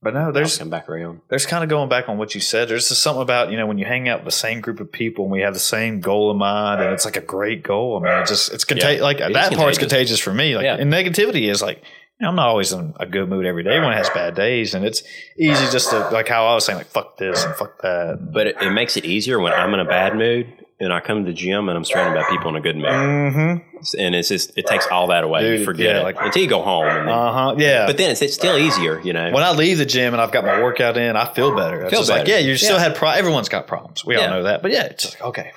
[SPEAKER 3] But no,
[SPEAKER 2] I'll
[SPEAKER 3] there's
[SPEAKER 2] come back around.
[SPEAKER 3] there's kind of going back on what you said. There's just something about you know when you hang out with the same group of people and we have the same goal in mind, and it's like a great goal. I mean, it just it's contagious.
[SPEAKER 2] Yeah.
[SPEAKER 3] like
[SPEAKER 2] It is
[SPEAKER 3] that part's
[SPEAKER 2] contagious.
[SPEAKER 3] contagious for me. Like,
[SPEAKER 2] Yeah.
[SPEAKER 3] and negativity is like. you know, I'm not always in a good mood every day. Everyone has bad days, and it's easy just to like how I was saying, like fuck this and fuck that.
[SPEAKER 2] But it, it makes it easier when I'm in a bad mood and I come to the gym and I'm surrounded by people in a good mood.
[SPEAKER 3] Mm-hmm.
[SPEAKER 2] And it's just, it takes all that away. you
[SPEAKER 3] Dude,
[SPEAKER 2] forget
[SPEAKER 3] yeah,
[SPEAKER 2] it
[SPEAKER 3] like-
[SPEAKER 2] until you go home. And then,
[SPEAKER 3] Uh huh. Yeah.
[SPEAKER 2] but then it's, it's still easier, you know.
[SPEAKER 3] when I leave the gym and I've got my workout in, I feel better. It's
[SPEAKER 2] Feel
[SPEAKER 3] just like,
[SPEAKER 2] better.
[SPEAKER 3] yeah, you still
[SPEAKER 2] Yeah.
[SPEAKER 3] had pro- everyone's got problems. We
[SPEAKER 2] Yeah.
[SPEAKER 3] all know that. But yeah, it's just like, okay.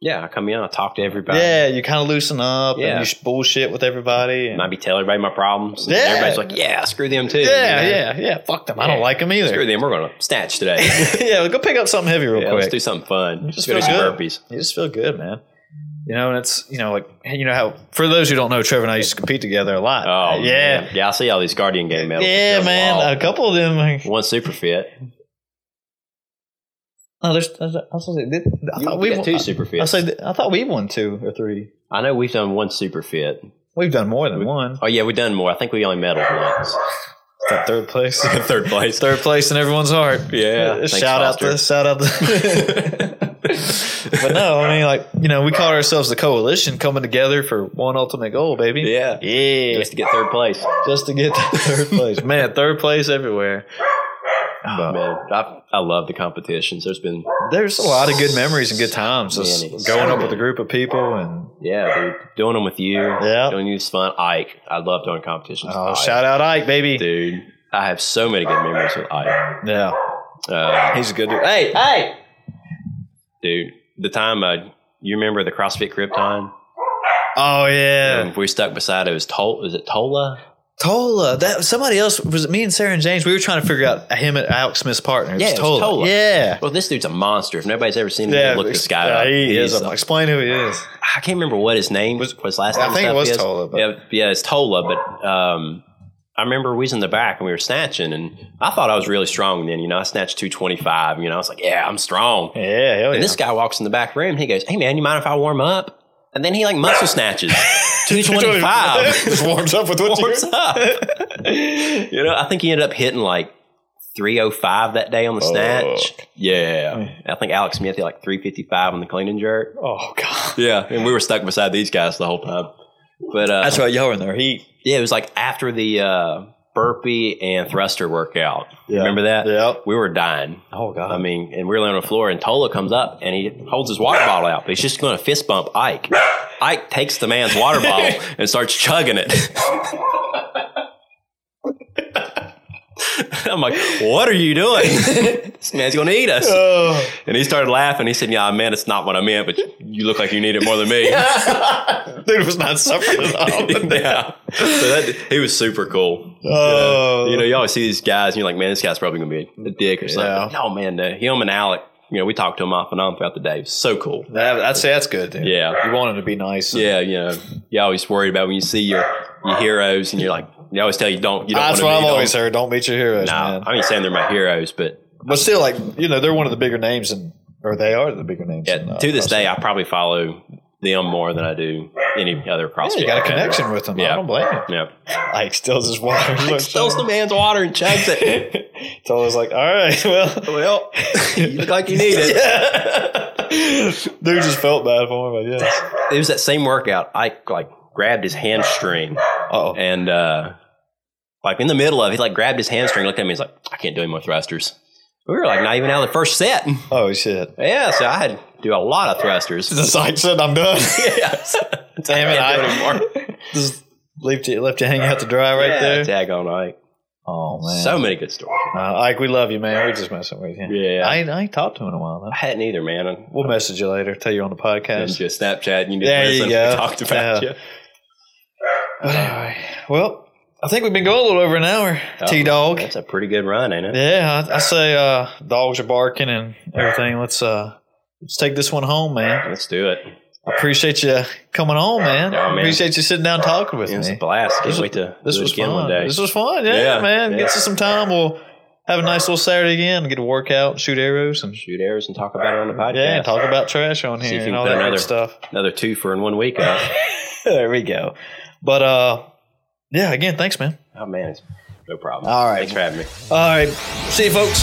[SPEAKER 2] yeah, I come in, I talk to everybody.
[SPEAKER 3] Yeah, you kind of loosen up
[SPEAKER 2] Yeah.
[SPEAKER 3] and you sh- bullshit with everybody. And,
[SPEAKER 2] And I be telling everybody my problems. And
[SPEAKER 3] Yeah.
[SPEAKER 2] Everybody's like, yeah, screw them too.
[SPEAKER 3] yeah,
[SPEAKER 2] you know?
[SPEAKER 3] yeah, yeah. Fuck them. I don't
[SPEAKER 2] Yeah.
[SPEAKER 3] like them either.
[SPEAKER 2] Screw them. We're going to snatch today. yeah,
[SPEAKER 3] yeah, go pick up something heavy real
[SPEAKER 2] let's
[SPEAKER 3] quick.
[SPEAKER 2] do something fun. Just
[SPEAKER 3] just
[SPEAKER 2] go do some
[SPEAKER 3] feel good.
[SPEAKER 2] burpees.
[SPEAKER 3] you just feel good, man. You know, and it's, you know, like, you know how, for those who don't know, Trevor and I used to compete together a lot.
[SPEAKER 2] Oh,
[SPEAKER 3] yeah.
[SPEAKER 2] man. Yeah, I see all these Guardian game medals.
[SPEAKER 3] Yeah,
[SPEAKER 2] They're
[SPEAKER 3] man.
[SPEAKER 2] wild.
[SPEAKER 3] A couple of them. Like,
[SPEAKER 2] One super fit.
[SPEAKER 3] oh, there's, there's, I was gonna say, did- I
[SPEAKER 2] You
[SPEAKER 3] thought we
[SPEAKER 2] got
[SPEAKER 3] won.
[SPEAKER 2] two super
[SPEAKER 3] I, I,
[SPEAKER 2] fits.
[SPEAKER 3] said- I thought we won two or three.
[SPEAKER 2] I know we've done one super fit.
[SPEAKER 3] We've done more than one.
[SPEAKER 2] Oh yeah, we've done more. I think we only medaled once.
[SPEAKER 3] That third place.
[SPEAKER 2] Third place.
[SPEAKER 3] third place in everyone's heart.
[SPEAKER 2] Yeah.
[SPEAKER 3] Uh,
[SPEAKER 2] Thanks,
[SPEAKER 3] shout out
[SPEAKER 2] Foster.
[SPEAKER 3] to shout out to But no, I mean like, you know, we called ourselves the coalition coming together for one ultimate goal, baby.
[SPEAKER 2] Yeah.
[SPEAKER 3] Yeah.
[SPEAKER 2] Just to get third place.
[SPEAKER 3] Just to get that third place. Man, third place everywhere.
[SPEAKER 2] But, man, I, I love the competitions. There's been
[SPEAKER 3] There's a lot of good memories and good times. Just
[SPEAKER 2] Many.
[SPEAKER 3] going up with a group of people and
[SPEAKER 2] yeah, dude, doing them with you.
[SPEAKER 3] Yeah.
[SPEAKER 2] Doing you's fun. Ike. I love doing competitions.
[SPEAKER 3] oh,
[SPEAKER 2] with Ike.
[SPEAKER 3] shout out Ike, baby.
[SPEAKER 2] dude. I have so many good memories with Ike.
[SPEAKER 3] Yeah.
[SPEAKER 2] Uh,
[SPEAKER 3] He's a good dude. Hey, hey.
[SPEAKER 2] dude, the time uh, you remember the CrossFit Krypton?
[SPEAKER 3] Oh yeah.
[SPEAKER 2] Um, we stuck beside it was Tol is it Tola?
[SPEAKER 3] Tola. That somebody else was it me and Sarah and James. We were trying to figure out him and Alex Smith's partner. It's
[SPEAKER 2] Yeah, it was
[SPEAKER 3] Tola.
[SPEAKER 2] Tola.
[SPEAKER 3] Yeah.
[SPEAKER 2] Well, this dude's a monster. If nobody's ever seen him, look
[SPEAKER 3] ex-
[SPEAKER 2] this guy
[SPEAKER 3] yeah,
[SPEAKER 2] up.
[SPEAKER 3] He
[SPEAKER 2] He's
[SPEAKER 3] is.
[SPEAKER 2] a-
[SPEAKER 3] I'm like, explain who he is.
[SPEAKER 2] I can't remember what his name was.
[SPEAKER 3] Was-
[SPEAKER 2] what his last
[SPEAKER 3] I
[SPEAKER 2] name?
[SPEAKER 3] think it
[SPEAKER 2] stuff
[SPEAKER 3] was
[SPEAKER 2] is.
[SPEAKER 3] Tola, but-
[SPEAKER 2] Yeah, yeah, it's Tola. But um, I remember we was in the back and we were snatching, and I thought I was really strong. Then you know, I snatched two twenty five. You know, I was like, yeah, I'm strong.
[SPEAKER 3] Yeah, hell yeah.
[SPEAKER 2] And this guy walks in the back room. He goes, hey man, you mind if I warm up? And then he like muscle snatches two twenty five.
[SPEAKER 3] Just warms up with what
[SPEAKER 2] What's
[SPEAKER 3] you
[SPEAKER 2] up? you know, I think he ended up hitting like. 305 that day on the snatch.
[SPEAKER 3] Oh.
[SPEAKER 2] Yeah. I think Alex Smith hit like 355 on the clean and jerk.
[SPEAKER 3] Oh god.
[SPEAKER 2] Yeah, and we were stuck beside these guys the whole time. But uh,
[SPEAKER 3] That's right, y'all were in their heat.
[SPEAKER 2] yeah, it was like after the uh, burpee and thruster workout.
[SPEAKER 3] Yeah.
[SPEAKER 2] Remember that?
[SPEAKER 3] Yep.
[SPEAKER 2] We were dying.
[SPEAKER 3] Oh god.
[SPEAKER 2] I mean, and we were laying on the floor, and Tola comes up and he holds his water bottle out, but he's just going to fist bump Ike. Ike takes the man's water bottle and starts chugging it. I'm like, what are you doing? this man's going to eat us.
[SPEAKER 3] oh.
[SPEAKER 2] And he started laughing. He said, Yeah, man, it's not what I meant, but you look like you need it more than me.
[SPEAKER 3] Dude was not suffering at all.
[SPEAKER 2] yeah. So that he was super cool.
[SPEAKER 3] oh.
[SPEAKER 2] You know, you always see these guys, and you're like, man, this guy's probably gonna be a dick or something.
[SPEAKER 3] Yeah.
[SPEAKER 2] No, man, no. him and Alec. You know, we talked to him off and on throughout the day. So cool.
[SPEAKER 3] that, that's that's good, dude.
[SPEAKER 2] Yeah.
[SPEAKER 3] You want him to be nice.
[SPEAKER 2] Yeah, you know, you always worried about when you see your your heroes, and you're like, they always tell you don't. You don't
[SPEAKER 3] That's
[SPEAKER 2] wanna
[SPEAKER 3] what I've
[SPEAKER 2] be,
[SPEAKER 3] always
[SPEAKER 2] don't-
[SPEAKER 3] heard. Don't meet your heroes,
[SPEAKER 2] Nah,
[SPEAKER 3] man.
[SPEAKER 2] I mean, saying they're my heroes, but
[SPEAKER 3] But still, like you know, they're one of the bigger names, and or they are the bigger names.
[SPEAKER 2] yeah,
[SPEAKER 3] in, uh,
[SPEAKER 2] to this
[SPEAKER 3] CrossFit.
[SPEAKER 2] day, I probably follow them more than I do any other
[SPEAKER 3] Yeah,
[SPEAKER 2] CrossFit.
[SPEAKER 3] you got a
[SPEAKER 2] competitor.
[SPEAKER 3] connection with them.
[SPEAKER 2] Yeah.
[SPEAKER 3] I don't blame you.
[SPEAKER 2] Yeah,
[SPEAKER 3] Ike steals his water. Ike
[SPEAKER 2] steals the man's water and chugs it.
[SPEAKER 3] Tola's like, all right, well,
[SPEAKER 2] well, you look like you need it.
[SPEAKER 3] yeah. Dude just felt bad for him, I guess.
[SPEAKER 2] it was that same workout. I like grabbed his hamstring
[SPEAKER 3] Uh-oh.
[SPEAKER 2] and uh like in the middle of it, he like grabbed his hamstring, looked at me, he's like, I can't do any more thrusters. We were like not even out of the first set.
[SPEAKER 3] Oh shit!
[SPEAKER 2] Yeah, so I had to do a lot of thrusters.
[SPEAKER 3] The site said I'm done.
[SPEAKER 2] yes.
[SPEAKER 3] Damn it!
[SPEAKER 2] I can't do
[SPEAKER 3] I,
[SPEAKER 2] it anymore.
[SPEAKER 3] This- left you left you hang out to dry right
[SPEAKER 2] Yeah,
[SPEAKER 3] there.
[SPEAKER 2] Tag on Ike.
[SPEAKER 3] Oh man,
[SPEAKER 2] So many good stories.
[SPEAKER 3] uh, Ike, we love you, man. We're just messing with you.
[SPEAKER 2] Yeah.
[SPEAKER 3] I ain't, I ain't talked to him in a while. Though.
[SPEAKER 2] I hadn't either, man. I
[SPEAKER 3] We'll message you later. Tell you on the
[SPEAKER 2] and
[SPEAKER 3] podcast.
[SPEAKER 2] just Snapchat and you just
[SPEAKER 3] There you
[SPEAKER 2] listen.
[SPEAKER 3] go.
[SPEAKER 2] We talked about
[SPEAKER 3] Yeah.
[SPEAKER 2] you.
[SPEAKER 3] But anyway, well, I think we've been going a little over an hour.
[SPEAKER 2] Oh,
[SPEAKER 3] T dog.
[SPEAKER 2] That's a pretty good run, ain't it?
[SPEAKER 3] Yeah, I, I say uh, dogs are barking and everything. Let's uh, let's take this one home, man.
[SPEAKER 2] Let's do it.
[SPEAKER 3] I appreciate you coming on, man.
[SPEAKER 2] Yeah, man.
[SPEAKER 3] Appreciate you sitting down talking with
[SPEAKER 2] It was a
[SPEAKER 3] me.
[SPEAKER 2] blast. Can't
[SPEAKER 3] This
[SPEAKER 2] wait to
[SPEAKER 3] This
[SPEAKER 2] do it
[SPEAKER 3] was
[SPEAKER 2] again
[SPEAKER 3] fun.
[SPEAKER 2] one day.
[SPEAKER 3] This was fun. Yeah,
[SPEAKER 2] Yeah,
[SPEAKER 3] man.
[SPEAKER 2] yeah.
[SPEAKER 3] Get you some time. We'll have a nice little Saturday again. Get to work out, shoot arrows, and
[SPEAKER 2] Shoot arrows and talk about it on the podcast.
[SPEAKER 3] yeah, talk about trash on
[SPEAKER 2] See if
[SPEAKER 3] here
[SPEAKER 2] you
[SPEAKER 3] and
[SPEAKER 2] can
[SPEAKER 3] all
[SPEAKER 2] put
[SPEAKER 3] that
[SPEAKER 2] another-
[SPEAKER 3] good stuff.
[SPEAKER 2] Another two for in one week up.
[SPEAKER 3] there we go. But uh, yeah. Again, thanks, man.
[SPEAKER 2] oh, man. it's- No problem.
[SPEAKER 3] All right.
[SPEAKER 2] Thanks for having me.
[SPEAKER 3] All right. See you, folks.